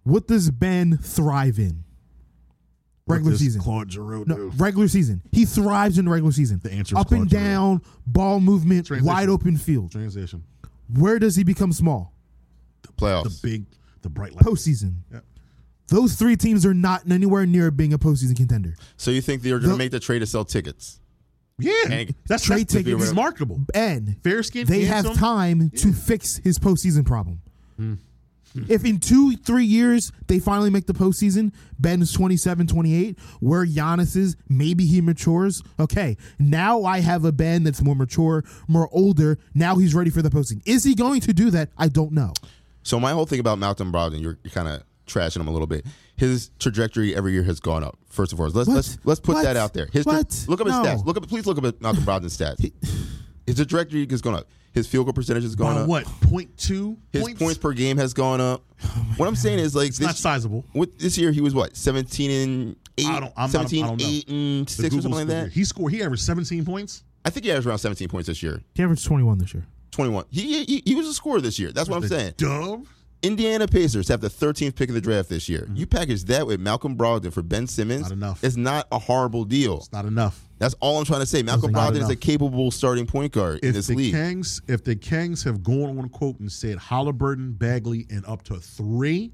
[SPEAKER 1] What does Ben thrive in? Regular
[SPEAKER 2] Does
[SPEAKER 1] season.
[SPEAKER 2] Claude Giroux.
[SPEAKER 1] No, regular season. He thrives in the regular season. The
[SPEAKER 2] answer is
[SPEAKER 1] up and
[SPEAKER 2] Claude Giroux.
[SPEAKER 1] down, ball movement,
[SPEAKER 2] Transition.
[SPEAKER 1] wide open field.
[SPEAKER 2] Transition.
[SPEAKER 1] Where does he become small?
[SPEAKER 2] The
[SPEAKER 4] playoffs.
[SPEAKER 2] big, the bright light.
[SPEAKER 1] Postseason.
[SPEAKER 2] Yeah.
[SPEAKER 1] Those three teams are not anywhere near being a postseason contender.
[SPEAKER 4] so you think they're going to make the trade to sell tickets?
[SPEAKER 2] Yeah,
[SPEAKER 4] Hank,
[SPEAKER 2] that's
[SPEAKER 1] trade
[SPEAKER 2] trade that's,
[SPEAKER 1] tickets.
[SPEAKER 2] He's marketable.
[SPEAKER 1] And
[SPEAKER 2] Fair skin.
[SPEAKER 1] they have time to fix his postseason problem. Hmm. if in two, three years they finally make the postseason, Ben's 27, 28, where Giannis is, maybe he matures. Okay, now I have a Ben that's more mature, more older. Now he's ready for the postseason. Is he going to do that? I don't know.
[SPEAKER 4] So my whole thing about Malcolm Brogdon, you're kind of trashing him a little bit. His trajectory every year has gone up. First and foremost, let's
[SPEAKER 1] What?
[SPEAKER 4] let's let's put
[SPEAKER 1] What?
[SPEAKER 4] that out there. His
[SPEAKER 1] What?
[SPEAKER 4] look up his
[SPEAKER 1] No.
[SPEAKER 4] stats. Look up, please look up at Malcolm Brogdon's stats. His trajectory has gone up. His field goal percentage has gone
[SPEAKER 2] By
[SPEAKER 4] up.
[SPEAKER 2] what? Point two
[SPEAKER 4] His points,
[SPEAKER 2] points.
[SPEAKER 4] per game has gone up.
[SPEAKER 1] Oh
[SPEAKER 4] what I'm saying is like
[SPEAKER 2] It's not sizable.
[SPEAKER 4] What this year he was what 17 and 8
[SPEAKER 2] I don't- I'm not- I
[SPEAKER 4] 17
[SPEAKER 2] don't know.
[SPEAKER 4] 8 and
[SPEAKER 2] The
[SPEAKER 4] 6 or something
[SPEAKER 2] Google's
[SPEAKER 4] like
[SPEAKER 2] figure.
[SPEAKER 4] that.
[SPEAKER 2] He scored. He averaged 17 potes.
[SPEAKER 4] I think he averaged around 17 points this year.
[SPEAKER 1] He averaged 21 this year.
[SPEAKER 4] 21. He he, he was a scorer this year. That's what I'm saying.
[SPEAKER 2] Dub.
[SPEAKER 4] Indiana Pacers have the 13th pick of the draft this year. You package that with Malcolm Brogdon for Ben Simmons.
[SPEAKER 2] Not enough.
[SPEAKER 4] It's not a horrible deal.
[SPEAKER 2] Not enough.
[SPEAKER 4] That's all I'm trying to say. Malcolm
[SPEAKER 2] not
[SPEAKER 4] Brogdon is a
[SPEAKER 2] enough.
[SPEAKER 4] capable starting point guard in
[SPEAKER 2] If
[SPEAKER 4] this
[SPEAKER 2] the
[SPEAKER 4] league.
[SPEAKER 2] Kings, if the Kings have gone on quote and said Halliburton, Bagley, and up to three,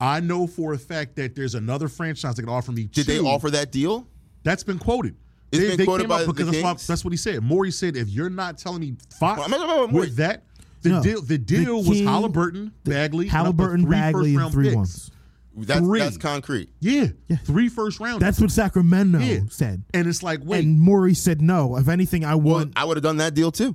[SPEAKER 2] I know for a fact that there's another franchise that can offer me.
[SPEAKER 4] Did they
[SPEAKER 2] two.
[SPEAKER 4] offer that deal?
[SPEAKER 2] That's been quoted.
[SPEAKER 4] It's been quoted
[SPEAKER 2] came
[SPEAKER 4] by
[SPEAKER 2] up
[SPEAKER 4] the
[SPEAKER 2] because that's, what,
[SPEAKER 4] Kings?
[SPEAKER 2] that's what he said. Morey said, "If you're not telling me Fox
[SPEAKER 4] Well, I'm not talking about Morey.
[SPEAKER 2] with that, the
[SPEAKER 1] No.
[SPEAKER 2] deal, the deal was
[SPEAKER 1] King-
[SPEAKER 2] Halliburton, Bagley, and up to
[SPEAKER 1] Halliburton,
[SPEAKER 2] three
[SPEAKER 1] Bagley, and
[SPEAKER 2] first-round
[SPEAKER 1] three
[SPEAKER 2] picks.
[SPEAKER 1] ones.
[SPEAKER 4] That's,
[SPEAKER 2] Three.
[SPEAKER 4] that's concrete.
[SPEAKER 2] Yeah, three first round.
[SPEAKER 1] That's what Sacramento
[SPEAKER 2] Yeah.
[SPEAKER 1] said.
[SPEAKER 2] and it's like wait,
[SPEAKER 1] And Maury said no. If anything, I
[SPEAKER 4] Well,
[SPEAKER 1] want.
[SPEAKER 4] I would have done that deal too.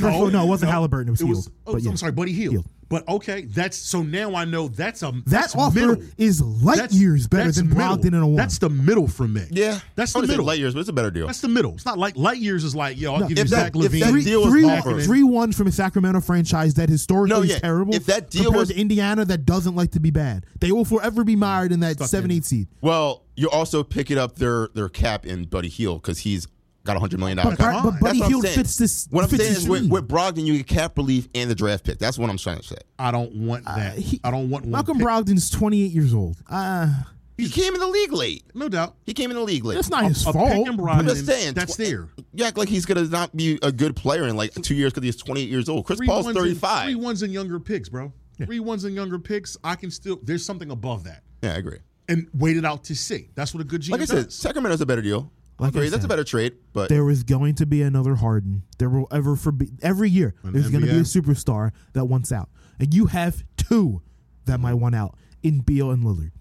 [SPEAKER 1] no, no, it wasn't Halliburton. It was
[SPEAKER 2] it
[SPEAKER 1] Heald.
[SPEAKER 2] was. Oh,
[SPEAKER 1] but yeah.
[SPEAKER 2] I'm sorry, Buddy Hield.
[SPEAKER 1] Hield.
[SPEAKER 2] But okay, that's so now I know that's a
[SPEAKER 1] That
[SPEAKER 2] that's
[SPEAKER 1] offer
[SPEAKER 2] middle.
[SPEAKER 1] is light
[SPEAKER 2] That's-
[SPEAKER 1] years better
[SPEAKER 2] that's
[SPEAKER 1] than
[SPEAKER 2] middle.
[SPEAKER 1] Brogdon and a one.
[SPEAKER 2] That's the middle for me.
[SPEAKER 4] Yeah,
[SPEAKER 2] that's the
[SPEAKER 4] I would've said
[SPEAKER 2] middle.
[SPEAKER 4] light years, but it's a better deal.
[SPEAKER 2] That's the middle. It's not like light years is like yo, I'll
[SPEAKER 1] No.
[SPEAKER 2] give
[SPEAKER 1] If
[SPEAKER 2] you
[SPEAKER 4] that-
[SPEAKER 2] Zach
[SPEAKER 4] if
[SPEAKER 2] Levine.
[SPEAKER 4] that
[SPEAKER 1] three,
[SPEAKER 4] deal was
[SPEAKER 1] three,
[SPEAKER 4] offered.
[SPEAKER 1] three ones from a Sacramento franchise that historically
[SPEAKER 4] No, yeah.
[SPEAKER 1] is terrible.
[SPEAKER 4] If that deal
[SPEAKER 1] compared
[SPEAKER 4] was-
[SPEAKER 1] to Indiana, that doesn't like to be bad. They will forever be mired in that seven
[SPEAKER 2] in.
[SPEAKER 1] eight seed.
[SPEAKER 4] Well, you're also picking up their their cap in Buddy Heel because he's got a hundred million dollars.
[SPEAKER 1] But,
[SPEAKER 2] come
[SPEAKER 1] but,
[SPEAKER 2] on.
[SPEAKER 1] but Buddy
[SPEAKER 4] what I'm
[SPEAKER 1] Hield
[SPEAKER 4] saying.
[SPEAKER 1] fits this.
[SPEAKER 4] What I'm
[SPEAKER 1] fits
[SPEAKER 4] saying
[SPEAKER 1] this
[SPEAKER 4] is with,
[SPEAKER 1] team.
[SPEAKER 4] with Brogdon, you get cap relief and the draft pick. That's what I'm trying to say.
[SPEAKER 2] I don't want
[SPEAKER 4] Uh,
[SPEAKER 2] that.
[SPEAKER 1] he-
[SPEAKER 2] I don't want one.
[SPEAKER 1] Malcolm
[SPEAKER 2] pick.
[SPEAKER 1] Brogdon's twenty eight years old. Uh,
[SPEAKER 4] He came in the league late.
[SPEAKER 2] no doubt.
[SPEAKER 4] He came in the league late.
[SPEAKER 1] that's not his
[SPEAKER 2] a
[SPEAKER 1] fault.
[SPEAKER 2] pick and
[SPEAKER 1] but
[SPEAKER 2] Brogdon.
[SPEAKER 4] I'm just saying.
[SPEAKER 2] That's
[SPEAKER 4] tw-
[SPEAKER 2] there.
[SPEAKER 4] You act like he's gonna not be a good player in like two years because he's 28 years old. Chris
[SPEAKER 2] Three
[SPEAKER 4] Paul's
[SPEAKER 2] ones and-
[SPEAKER 4] 35.
[SPEAKER 2] three ones and younger picks, bro. Three ones and younger picks. I can still. There's something above that,
[SPEAKER 4] yeah, I agree.
[SPEAKER 2] and wait it out to see. That's what a good GM
[SPEAKER 4] Like I
[SPEAKER 2] does.
[SPEAKER 4] said, Sacramento's a better deal.
[SPEAKER 1] Like I
[SPEAKER 4] Agree, that's a
[SPEAKER 1] said,
[SPEAKER 4] better trade, but
[SPEAKER 1] there was going to be another Harden. There will ever for be, every year there's going to be
[SPEAKER 2] NBA?
[SPEAKER 1] a superstar that wants out, and you have two that might want out in Beal and Lillard.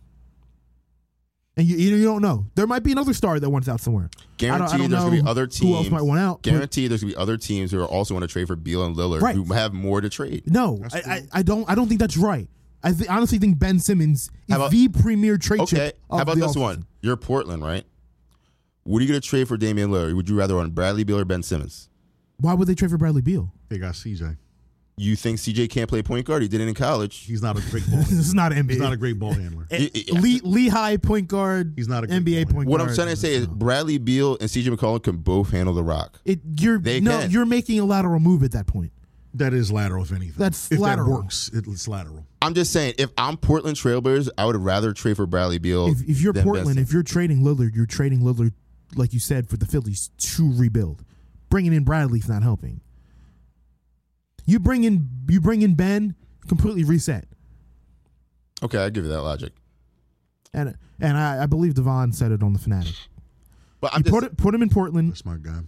[SPEAKER 1] And you, you don't know. There might be another star that wants out somewhere.
[SPEAKER 4] guarantee
[SPEAKER 1] I don't, I don't
[SPEAKER 4] there's
[SPEAKER 1] know
[SPEAKER 4] gonna be other teams.
[SPEAKER 1] Who else might want out? but-
[SPEAKER 4] Guarantee there's gonna be other teams who are also want to trade for Beal and Lillard
[SPEAKER 1] Right.
[SPEAKER 4] who have more to trade.
[SPEAKER 1] No, I, I, I don't. I don't think that's right. I th- honestly think Ben Simmons is
[SPEAKER 4] How about-
[SPEAKER 1] the premier trade
[SPEAKER 4] Okay.
[SPEAKER 1] chip.
[SPEAKER 4] How
[SPEAKER 1] of
[SPEAKER 4] about
[SPEAKER 1] the
[SPEAKER 4] this
[SPEAKER 1] offseason.
[SPEAKER 4] one? You're Portland, right? What are you going to trade for Damian Lillard? Would you rather on Bradley Beal or Ben Simmons?
[SPEAKER 1] Why would they trade for Bradley Beal?
[SPEAKER 2] they got CJ.
[SPEAKER 4] You think CJ can't play point guard? He did it in college.
[SPEAKER 2] He's not a great ball.
[SPEAKER 1] This is not NBA.
[SPEAKER 2] He's not a great ball handler.
[SPEAKER 1] Eh,
[SPEAKER 4] Yeah, yeah.
[SPEAKER 1] Lee, Lehigh point guard.
[SPEAKER 2] He's not a good
[SPEAKER 1] NBA
[SPEAKER 2] point.
[SPEAKER 1] point guard.
[SPEAKER 4] What I'm trying to say is
[SPEAKER 1] No.
[SPEAKER 4] Bradley Beal and CJ McCollum can both handle the rock.
[SPEAKER 1] it, you're
[SPEAKER 4] They
[SPEAKER 1] no,
[SPEAKER 4] can.
[SPEAKER 1] you're making a lateral move at that point.
[SPEAKER 2] That is lateral, if anything.
[SPEAKER 1] That's
[SPEAKER 2] if
[SPEAKER 1] lateral.
[SPEAKER 2] That works. it- it's lateral.
[SPEAKER 4] I'm just saying, if I'm Portland Trailblazers, I would rather trade for Bradley
[SPEAKER 2] Oh,
[SPEAKER 4] Beal.
[SPEAKER 1] If, if you're
[SPEAKER 4] than Ben
[SPEAKER 1] Portland,
[SPEAKER 4] Simmons.
[SPEAKER 1] if you're trading Lillard, you're trading Lillard, like you said, for the Phillies to rebuild. Bringing in Bradley's not helping. You bring in you bring in Ben, completely reset.
[SPEAKER 4] okay, I give you that logic.
[SPEAKER 1] And and I, I believe Devon said it on the Fanatic.
[SPEAKER 4] But I'm
[SPEAKER 1] You
[SPEAKER 4] just,
[SPEAKER 1] put it, put him in Portland.
[SPEAKER 2] That's my guy.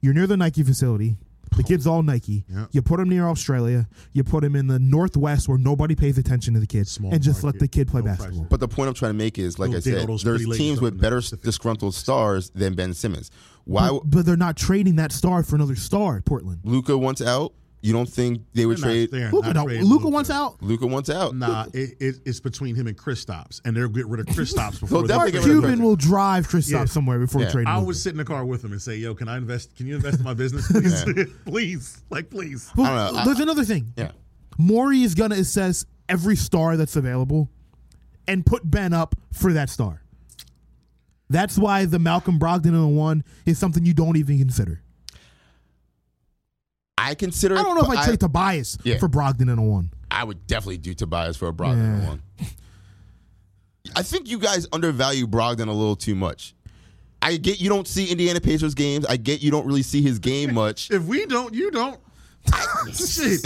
[SPEAKER 1] You're near the Nike facility. The kid's all Nike.
[SPEAKER 2] Yeah.
[SPEAKER 1] You put him near Australia. You put him in the Northwest where nobody pays attention to the kid,
[SPEAKER 2] Small
[SPEAKER 1] and just let
[SPEAKER 2] market,
[SPEAKER 1] the kid play
[SPEAKER 2] no pressure.
[SPEAKER 1] basketball.
[SPEAKER 4] But the point I'm trying to make is, like
[SPEAKER 1] Oh,
[SPEAKER 2] Little dig
[SPEAKER 4] I
[SPEAKER 2] all
[SPEAKER 4] said,
[SPEAKER 2] those
[SPEAKER 4] there's
[SPEAKER 2] pretty ladies
[SPEAKER 4] teams
[SPEAKER 2] up in
[SPEAKER 4] with
[SPEAKER 2] the
[SPEAKER 4] better
[SPEAKER 2] Pacific.
[SPEAKER 4] disgruntled stars than Ben Simmons. Why?
[SPEAKER 1] But, but they're not trading that star for another star. Portland.
[SPEAKER 4] Luca wants out. You don't think they would
[SPEAKER 2] They're not-
[SPEAKER 4] trade?
[SPEAKER 2] they are
[SPEAKER 1] Luca,
[SPEAKER 2] not
[SPEAKER 1] no,
[SPEAKER 2] trading
[SPEAKER 1] Luca
[SPEAKER 2] Luka.
[SPEAKER 1] wants out.
[SPEAKER 4] Luca wants out.
[SPEAKER 2] Nah, it, it, it's between him and Chris Stops, and they'll get rid of Chris Stops
[SPEAKER 4] They'll
[SPEAKER 2] before they-
[SPEAKER 4] definitely get rid of
[SPEAKER 1] Cuban
[SPEAKER 4] him.
[SPEAKER 1] will drive Chris
[SPEAKER 2] Yeah.
[SPEAKER 1] somewhere before
[SPEAKER 4] Yeah.
[SPEAKER 1] trading.
[SPEAKER 2] I
[SPEAKER 1] Luka.
[SPEAKER 2] would sit in the car with him and say, "Yo, can I invest? Can you invest in my business, please? please, like, please."
[SPEAKER 1] Well,
[SPEAKER 4] I don't know. I-
[SPEAKER 1] There's another thing.
[SPEAKER 4] Yeah.
[SPEAKER 1] Maury is gonna assess every star that's available and put Ben up for that star. That's why the Malcolm Brogdon in the one is something you don't even consider.
[SPEAKER 4] I consider.
[SPEAKER 1] I don't know if
[SPEAKER 4] but
[SPEAKER 1] I'd trade Tobias
[SPEAKER 4] Yeah.
[SPEAKER 1] for Brogdon in a one.
[SPEAKER 4] I would definitely do Tobias for a Brogdon
[SPEAKER 1] Yeah.
[SPEAKER 4] one. I think you guys undervalue Brogdon a little too much. I get you don't see Indiana Pacers games. I get you don't really see his game much.
[SPEAKER 2] If we don't, you don't. Shit.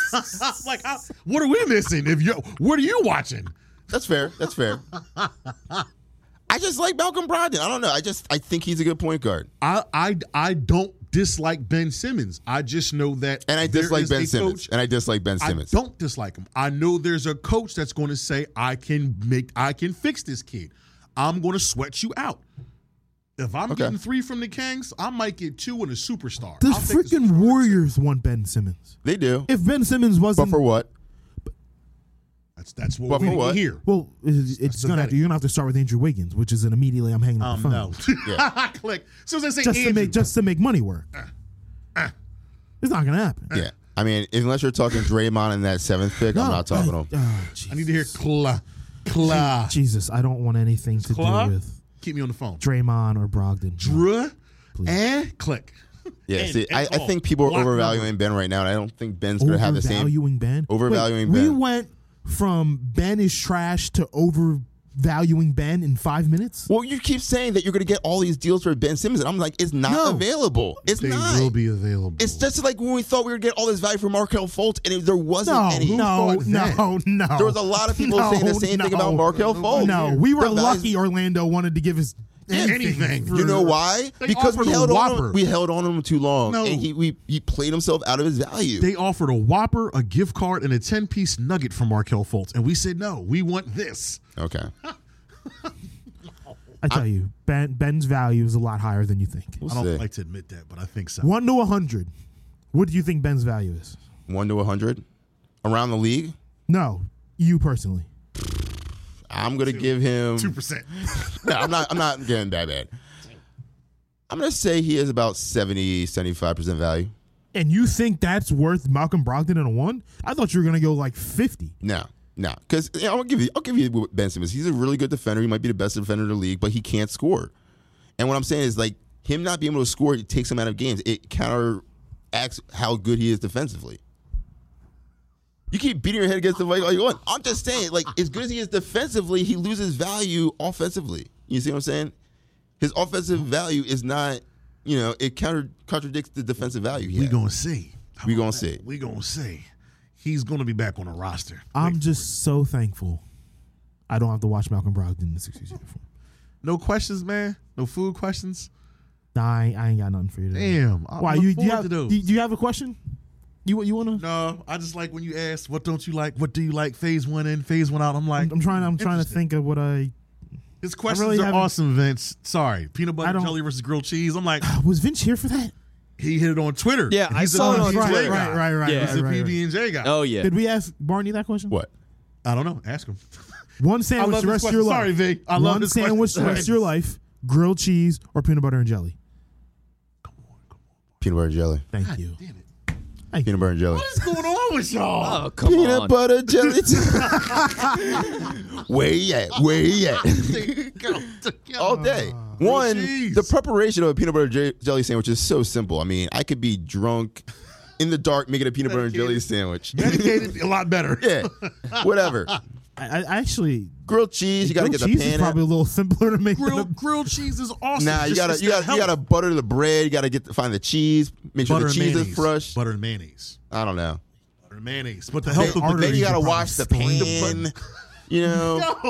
[SPEAKER 2] like, how, what are we missing? If you, what are you watching?
[SPEAKER 4] That's fair. That's fair. I just like Malcolm Brogdon. I don't know. I just I think he's a good point guard.
[SPEAKER 2] I, I, I don't dislike Ben Simmons. I just know that,
[SPEAKER 4] And I
[SPEAKER 2] there
[SPEAKER 4] dislike
[SPEAKER 2] is
[SPEAKER 4] Ben
[SPEAKER 2] a
[SPEAKER 4] Simmons.
[SPEAKER 2] coach-
[SPEAKER 4] and I dislike Ben
[SPEAKER 2] I
[SPEAKER 4] Simmons.
[SPEAKER 2] don't dislike him. I know there's a coach that's going to say I can make, I can fix this kid. I'm going to sweat you out. If I'm
[SPEAKER 4] Okay.
[SPEAKER 2] getting three from the Kings, I might get two and a superstar.
[SPEAKER 1] The
[SPEAKER 2] I'll take the
[SPEAKER 1] freaking Warriors want Ben Simmons.
[SPEAKER 4] They do.
[SPEAKER 1] If Ben Simmons
[SPEAKER 4] But
[SPEAKER 1] wasn't
[SPEAKER 4] for what?
[SPEAKER 2] That's that's
[SPEAKER 4] But
[SPEAKER 2] what
[SPEAKER 4] for
[SPEAKER 2] we're
[SPEAKER 4] what?
[SPEAKER 2] here.
[SPEAKER 1] well, it's, it's gonna have to, you're gonna have to start with Andrew Wiggins, which is an immediately I'm hanging up
[SPEAKER 2] Um,
[SPEAKER 1] the phone
[SPEAKER 2] no.
[SPEAKER 4] Yeah.
[SPEAKER 2] Click. As soon as I say
[SPEAKER 1] just to
[SPEAKER 2] Andrew, Uh,
[SPEAKER 1] make just to make money work. It's not gonna happen.
[SPEAKER 4] Yeah. I mean, unless you're talking Draymond in that seventh pick, I'm not talking to him.
[SPEAKER 1] Oh,
[SPEAKER 2] I need to hear Cla. Cla.
[SPEAKER 1] Jesus, I don't want anything to do
[SPEAKER 2] Cla.
[SPEAKER 1] with
[SPEAKER 2] Keep me on the phone.
[SPEAKER 1] Draymond or Brogdon.
[SPEAKER 2] Drew. And click.
[SPEAKER 4] Yeah,
[SPEAKER 2] And-
[SPEAKER 4] see,
[SPEAKER 2] and
[SPEAKER 4] I, I
[SPEAKER 2] call.
[SPEAKER 4] think people are
[SPEAKER 2] Block
[SPEAKER 4] overvaluing
[SPEAKER 2] number.
[SPEAKER 4] Ben right now, and I don't think Ben's going to have the same.
[SPEAKER 1] overvaluing Ben.
[SPEAKER 4] Overvaluing
[SPEAKER 1] Wait, We
[SPEAKER 4] Ben.
[SPEAKER 1] went from Ben is trash to overvaluing Ben in five minutes.
[SPEAKER 4] Well, you keep saying that you're going to get all these deals for Ben Simmons, and I'm like, it's not
[SPEAKER 1] No.
[SPEAKER 4] available. It's
[SPEAKER 2] They
[SPEAKER 4] not.
[SPEAKER 2] will be available.
[SPEAKER 4] It's just like when we thought we were going to get all this value for Markel Fultz, and it, there wasn't
[SPEAKER 1] No,
[SPEAKER 4] any.
[SPEAKER 1] no,
[SPEAKER 2] thought that?
[SPEAKER 1] no, no.
[SPEAKER 4] There was a lot of people
[SPEAKER 1] No,
[SPEAKER 4] saying the same thing
[SPEAKER 1] no.
[SPEAKER 4] about Markel Fultz.
[SPEAKER 1] No, we were
[SPEAKER 4] The values-
[SPEAKER 1] lucky Orlando wanted to give us anything.
[SPEAKER 2] Anything.
[SPEAKER 1] for-
[SPEAKER 4] You know why?
[SPEAKER 2] They
[SPEAKER 4] Because we
[SPEAKER 2] offered a
[SPEAKER 4] held on.
[SPEAKER 2] Whopper.
[SPEAKER 4] We held on to him too long,
[SPEAKER 2] No.
[SPEAKER 4] and he we, he played himself out of his value.
[SPEAKER 2] They offered a Whopper, a gift card, and a 10 piece nugget from Markel Fultz. And we said, no, we want this.
[SPEAKER 4] okay,
[SPEAKER 1] I tell you, Ben Ben's value is a lot higher than you think.
[SPEAKER 2] I don't
[SPEAKER 4] see.
[SPEAKER 2] like to admit that, but I think so.
[SPEAKER 1] One to a hundred. What do you think Ben's value is?
[SPEAKER 4] one to hundred around the league.
[SPEAKER 1] No, you personally.
[SPEAKER 4] I'm gonna give him
[SPEAKER 2] 2%.
[SPEAKER 4] No, I'm not. I'm not getting that bad. I'm gonna say he is about 70, 75 percent value.
[SPEAKER 1] And you think that's worth Malcolm Brogdon in a one? I thought you were gonna go like fifty.
[SPEAKER 4] No, no, because you know, I'll give you. I'll give you what Ben Simmons. He's a really good defender. He might be the best defender in the league, but he can't score. And what I'm saying is like him not being able to score it takes him out of games. It counteracts how good he is defensively. You keep beating your head against the mic all you want. I'm just saying, like as good as he is defensively, he loses value offensively. You see what I'm saying? His offensive value is not, you know, it counter contradicts the defensive value. He
[SPEAKER 2] we
[SPEAKER 4] had.
[SPEAKER 2] going to see. How
[SPEAKER 4] We
[SPEAKER 2] about
[SPEAKER 4] gonna
[SPEAKER 2] that?
[SPEAKER 4] see.
[SPEAKER 2] We going to see. He's going to be back on the roster.
[SPEAKER 1] I'm just so thankful I don't have to watch Malcolm Brogdon in the Sixers uniform.
[SPEAKER 2] No questions, man. No food questions.
[SPEAKER 1] Nah, I, ain't- I ain't got nothing for you. Today.
[SPEAKER 2] Damn. I
[SPEAKER 1] Why
[SPEAKER 2] look
[SPEAKER 1] you do you,
[SPEAKER 2] forward
[SPEAKER 1] have,
[SPEAKER 2] to
[SPEAKER 1] do,
[SPEAKER 2] those.
[SPEAKER 1] you- do you have a question? You you wanna?
[SPEAKER 2] No, I just like when you ask, "What don't you like? What do you like?" Phase one in, phase one out. I'm like,
[SPEAKER 1] I'm trying. I'm trying to think of what I
[SPEAKER 2] His questions
[SPEAKER 1] really
[SPEAKER 2] are
[SPEAKER 1] haven't-
[SPEAKER 2] awesome, Vince. Sorry, peanut
[SPEAKER 1] I
[SPEAKER 2] butter
[SPEAKER 1] don't-
[SPEAKER 2] jelly versus grilled cheese. I'm like,
[SPEAKER 1] oh, was Vince here for that.
[SPEAKER 2] he hit it on Twitter.
[SPEAKER 3] Yeah,
[SPEAKER 2] And
[SPEAKER 3] I
[SPEAKER 2] he's a
[SPEAKER 3] saw it on
[SPEAKER 2] PB&J
[SPEAKER 3] Twitter.
[SPEAKER 2] guy.
[SPEAKER 1] Right, right, right,
[SPEAKER 3] Yeah.
[SPEAKER 1] right,
[SPEAKER 2] He's a
[SPEAKER 1] right, right.
[SPEAKER 2] PB and J guy.
[SPEAKER 3] Oh yeah.
[SPEAKER 1] Did we ask Barney that question?
[SPEAKER 4] What?
[SPEAKER 2] I don't know. Ask him.
[SPEAKER 1] One
[SPEAKER 2] I
[SPEAKER 1] sandwich
[SPEAKER 2] love
[SPEAKER 1] the
[SPEAKER 2] this
[SPEAKER 1] rest of
[SPEAKER 2] question.
[SPEAKER 1] your life.
[SPEAKER 2] Sorry, Vic. I
[SPEAKER 1] One
[SPEAKER 2] love this question.
[SPEAKER 1] sandwich the rest of your life: grilled cheese or peanut butter and jelly.
[SPEAKER 4] Peanut butter and jelly.
[SPEAKER 1] Thank you.
[SPEAKER 2] Damn it.
[SPEAKER 4] Peanut butter and jelly.
[SPEAKER 2] What's going on with y'all?
[SPEAKER 3] Oh come
[SPEAKER 4] peanut
[SPEAKER 3] on.
[SPEAKER 4] butter jelly. where he at? Where he at? All day.
[SPEAKER 2] Oh.
[SPEAKER 4] One,
[SPEAKER 2] cheese.
[SPEAKER 4] the preparation of a peanut butter j- jelly sandwich is so simple. I mean, I could be drunk in the dark making a peanut butter and jelly sandwich.
[SPEAKER 2] Medicated a lot better.
[SPEAKER 4] yeah, whatever.
[SPEAKER 1] I, I actually
[SPEAKER 4] Grilled cheese. You gotta
[SPEAKER 1] grilled
[SPEAKER 4] get
[SPEAKER 1] cheese
[SPEAKER 4] the
[SPEAKER 1] is
[SPEAKER 4] pan.
[SPEAKER 1] probably
[SPEAKER 4] out.
[SPEAKER 1] a little simpler to make. than
[SPEAKER 2] Grilled,
[SPEAKER 1] a-
[SPEAKER 2] grilled cheese is awesome.
[SPEAKER 4] Nah, you
[SPEAKER 2] Just-
[SPEAKER 4] gotta
[SPEAKER 2] it's
[SPEAKER 4] you
[SPEAKER 2] the
[SPEAKER 4] gotta you
[SPEAKER 2] health.
[SPEAKER 4] gotta butter the bread. You gotta get the, find the cheese. Make sure
[SPEAKER 2] butter
[SPEAKER 4] the
[SPEAKER 2] and
[SPEAKER 4] cheese
[SPEAKER 2] mayonnaise.
[SPEAKER 4] is fresh.
[SPEAKER 2] Butter and mayonnaise.
[SPEAKER 4] I don't know.
[SPEAKER 2] Butter and mayonnaise. But the
[SPEAKER 4] Then,
[SPEAKER 2] health of the
[SPEAKER 4] then you
[SPEAKER 1] arteries
[SPEAKER 4] gotta
[SPEAKER 1] are
[SPEAKER 4] wash the
[SPEAKER 1] probably
[SPEAKER 4] pan. You know.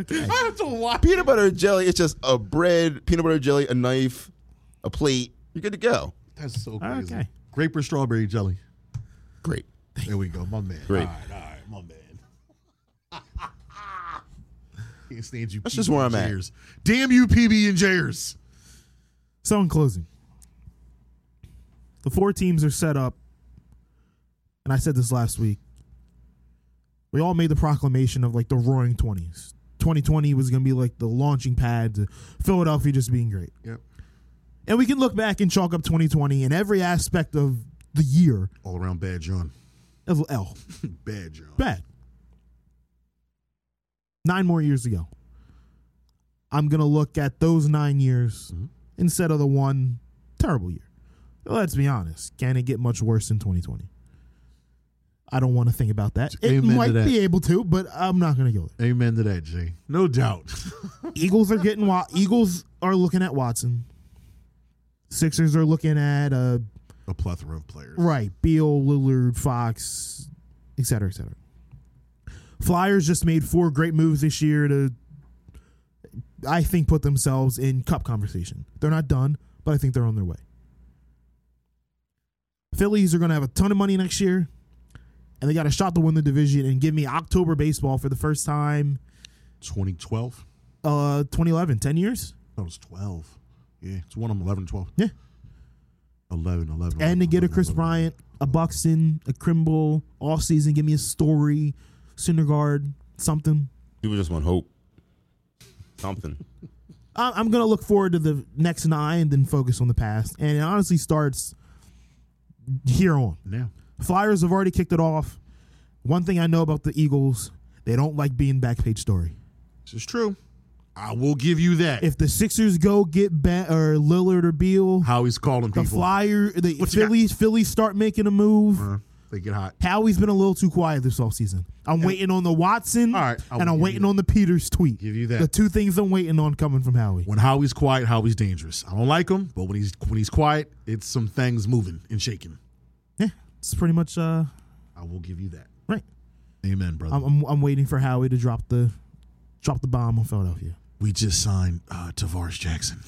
[SPEAKER 1] okay.
[SPEAKER 2] I have to watch.
[SPEAKER 4] peanut butter and jelly. It's just a bread, peanut butter and jelly, a knife, a plate, You're good to go.
[SPEAKER 2] That's so crazy.
[SPEAKER 1] Okay.
[SPEAKER 2] Grape or strawberry jelly?
[SPEAKER 4] Great.
[SPEAKER 2] There we go, my man.
[SPEAKER 4] Great.
[SPEAKER 2] All right, all right, my man. Can't stand you.
[SPEAKER 4] That's just where I'm at.
[SPEAKER 2] PB&Jers. Damn you, PB and Jers.
[SPEAKER 1] So in closing, the four teams are set up, and I said this last week. We all made the proclamation of like the Roaring Twenties. 2020 was going to be like the launching pad to Philadelphia just being great.
[SPEAKER 2] Yep.
[SPEAKER 1] And we can look back and chalk up 2020 in every aspect of the year
[SPEAKER 2] All around bad, John.
[SPEAKER 1] as an L.
[SPEAKER 2] Bad, John.
[SPEAKER 1] Bad. Nine more years ago. I'm going to look at those nine years
[SPEAKER 2] Mm-hmm.
[SPEAKER 1] instead of the one terrible year. Let's be honest. Can it get much worse in 2020? I don't want to think about that. It
[SPEAKER 2] Amen to
[SPEAKER 1] might
[SPEAKER 2] that.
[SPEAKER 1] be able to, but I'm not going to go there.
[SPEAKER 2] Amen to that, Jay. No doubt.
[SPEAKER 1] Eagles are getting wa- Eagles are looking at Watson. Sixers are looking at uh,
[SPEAKER 2] A plethora of players.
[SPEAKER 1] Right. Beal, Lillard, Fox, et cetera, et cetera. Flyers just made four great moves this year to, I think, put themselves in cup conversation. They're not done, but I think they're on their way. Phillies are going to have a ton of money next year, and they got a shot to win the division and give me October baseball for the first time,
[SPEAKER 2] 2012.
[SPEAKER 1] uh, 2011, 10 years.
[SPEAKER 2] No, it's 12. Yeah, it's one of them 11, 12.
[SPEAKER 1] Yeah.
[SPEAKER 2] 11, 11.
[SPEAKER 1] and to
[SPEAKER 2] 11,
[SPEAKER 1] get a Chris
[SPEAKER 2] 11.
[SPEAKER 1] Bryant, a Buxton, a Krimble, all season, give me a story, Syndergaard, something.
[SPEAKER 4] People just want hope. Something.
[SPEAKER 1] I- I'm gonna look forward to the next nine, then focus on the past, and it honestly starts here on.
[SPEAKER 2] Now.
[SPEAKER 1] Flyers have already kicked it off. One thing I know about the Eagles, they don't like being back page story.
[SPEAKER 2] This is true. I will give you that.
[SPEAKER 1] If the Sixers go get bet or Lillard or Beal,
[SPEAKER 2] How he's calling
[SPEAKER 1] the
[SPEAKER 2] people.
[SPEAKER 1] Flyer, the
[SPEAKER 2] What you got?
[SPEAKER 1] Phillies, Phillies start making a move.
[SPEAKER 2] Uh, they get hot.
[SPEAKER 1] Howie's been a little too quiet this offseason. I'm waiting on the Watson
[SPEAKER 2] All right, I
[SPEAKER 1] and
[SPEAKER 2] will
[SPEAKER 1] I'm
[SPEAKER 2] give
[SPEAKER 1] waiting
[SPEAKER 2] you
[SPEAKER 1] on the Peters tweet.
[SPEAKER 2] Give you that.
[SPEAKER 1] The two things I'm waiting on coming from Howie.
[SPEAKER 2] When Howie's quiet, Howie's dangerous. I don't like him, but when he's when he's quiet, it's some things moving and shaking.
[SPEAKER 1] Yeah, it's pretty much uh,
[SPEAKER 2] I will give you that.
[SPEAKER 1] right.
[SPEAKER 2] Amen, brother.
[SPEAKER 1] I'm, I'm, I'm waiting for Howie to drop the drop the bomb on Philadelphia.
[SPEAKER 2] we just signed uh, Tavares Jackson.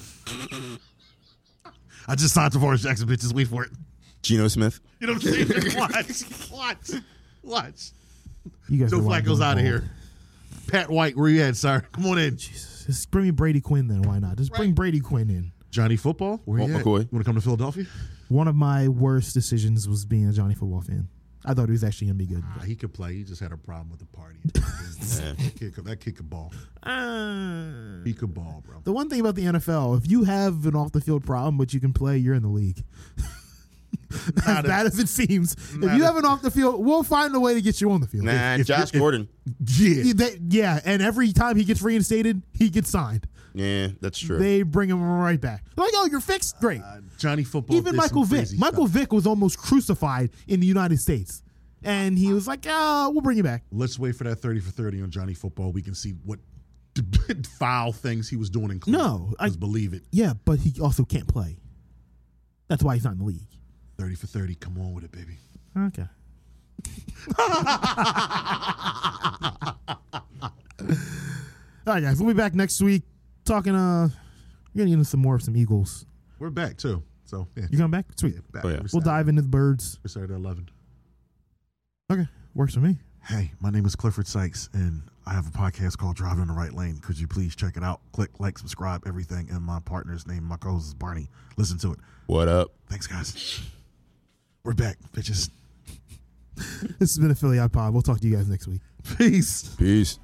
[SPEAKER 2] I just signed Tavares Jackson, bitches. Wait for it.
[SPEAKER 4] Geno Smith.
[SPEAKER 2] You know what I'm saying? Watch, watch, watch.
[SPEAKER 1] You guys
[SPEAKER 2] Joe
[SPEAKER 1] know why I'm
[SPEAKER 2] Flacco's
[SPEAKER 1] going
[SPEAKER 2] out of
[SPEAKER 1] bald.
[SPEAKER 2] here. Pat White, where you at, sir? Come on in.
[SPEAKER 1] Jesus, just bring me Brady Quinn then. Why not? Just bring Brady Quinn in.
[SPEAKER 2] Johnny Football, where you
[SPEAKER 4] Walt
[SPEAKER 2] at?
[SPEAKER 4] McCoy.
[SPEAKER 2] You want to come to Philadelphia?
[SPEAKER 1] One of my worst decisions was being a Johnny football fan. I thought he was actually gonna be good.
[SPEAKER 2] Nah, Uh, he could play. He just had a problem with the party. that, kid, could- that kid could ball.
[SPEAKER 1] Uh,
[SPEAKER 2] He could ball, bro.
[SPEAKER 1] the one thing about the NFL, if you have an off the field problem but you can play, you're in the league. as
[SPEAKER 2] Not a-
[SPEAKER 1] bad as it seems, if
[SPEAKER 2] not
[SPEAKER 1] you
[SPEAKER 2] a-
[SPEAKER 1] have an off the field, we'll find a way to get you on the field.
[SPEAKER 4] Nah,
[SPEAKER 2] if
[SPEAKER 4] Josh
[SPEAKER 2] you- if-
[SPEAKER 4] Gordon.
[SPEAKER 1] Yeah,
[SPEAKER 2] Yeah.
[SPEAKER 1] that- yeah, and every time he gets reinstated, he gets signed.
[SPEAKER 4] yeah, that's true.
[SPEAKER 1] They bring him right back. Like, oh, you're fixed, great.
[SPEAKER 2] Uh, Johnny Football.
[SPEAKER 1] Even
[SPEAKER 2] did some
[SPEAKER 1] Michael Vick.
[SPEAKER 2] crazy
[SPEAKER 1] Michael
[SPEAKER 2] stuff.
[SPEAKER 1] Vick was almost crucified in the United States, and he was like, "Ah, we'll bring you back."
[SPEAKER 2] Let's wait for that 30 for 30 on Johnny Football. We can see what foul things he was doing in Cleveland.
[SPEAKER 1] No, I-
[SPEAKER 2] Just believe it.
[SPEAKER 1] Yeah, but he also can't play. That's why he's not in the league.
[SPEAKER 2] 30 for 30. Come on with it, baby.
[SPEAKER 1] Okay. All right, guys, we'll be back next week talking. Uh, we're gonna get into some more of some Eagles.
[SPEAKER 2] We're back, too. So, yeah.
[SPEAKER 1] You coming back? Sweet.
[SPEAKER 2] yeah, back.
[SPEAKER 4] Oh, yeah.
[SPEAKER 2] We're
[SPEAKER 1] We'll
[SPEAKER 2] Saturday.
[SPEAKER 1] dive into the birds.
[SPEAKER 2] We're Saturday at 11.
[SPEAKER 1] Okay, works for me.
[SPEAKER 2] Hey, my name is Clifford Sykes, and I have a podcast called Driving in the Right Lane. Could you please check it out? Click, like, subscribe, everything. And my partner's name, my co host is Barney. Listen to it.
[SPEAKER 4] what up?
[SPEAKER 2] Thanks, guys. We're back, bitches.
[SPEAKER 1] This has been a Philly Pod. We'll talk to you guys next week.
[SPEAKER 2] Peace.
[SPEAKER 4] Peace.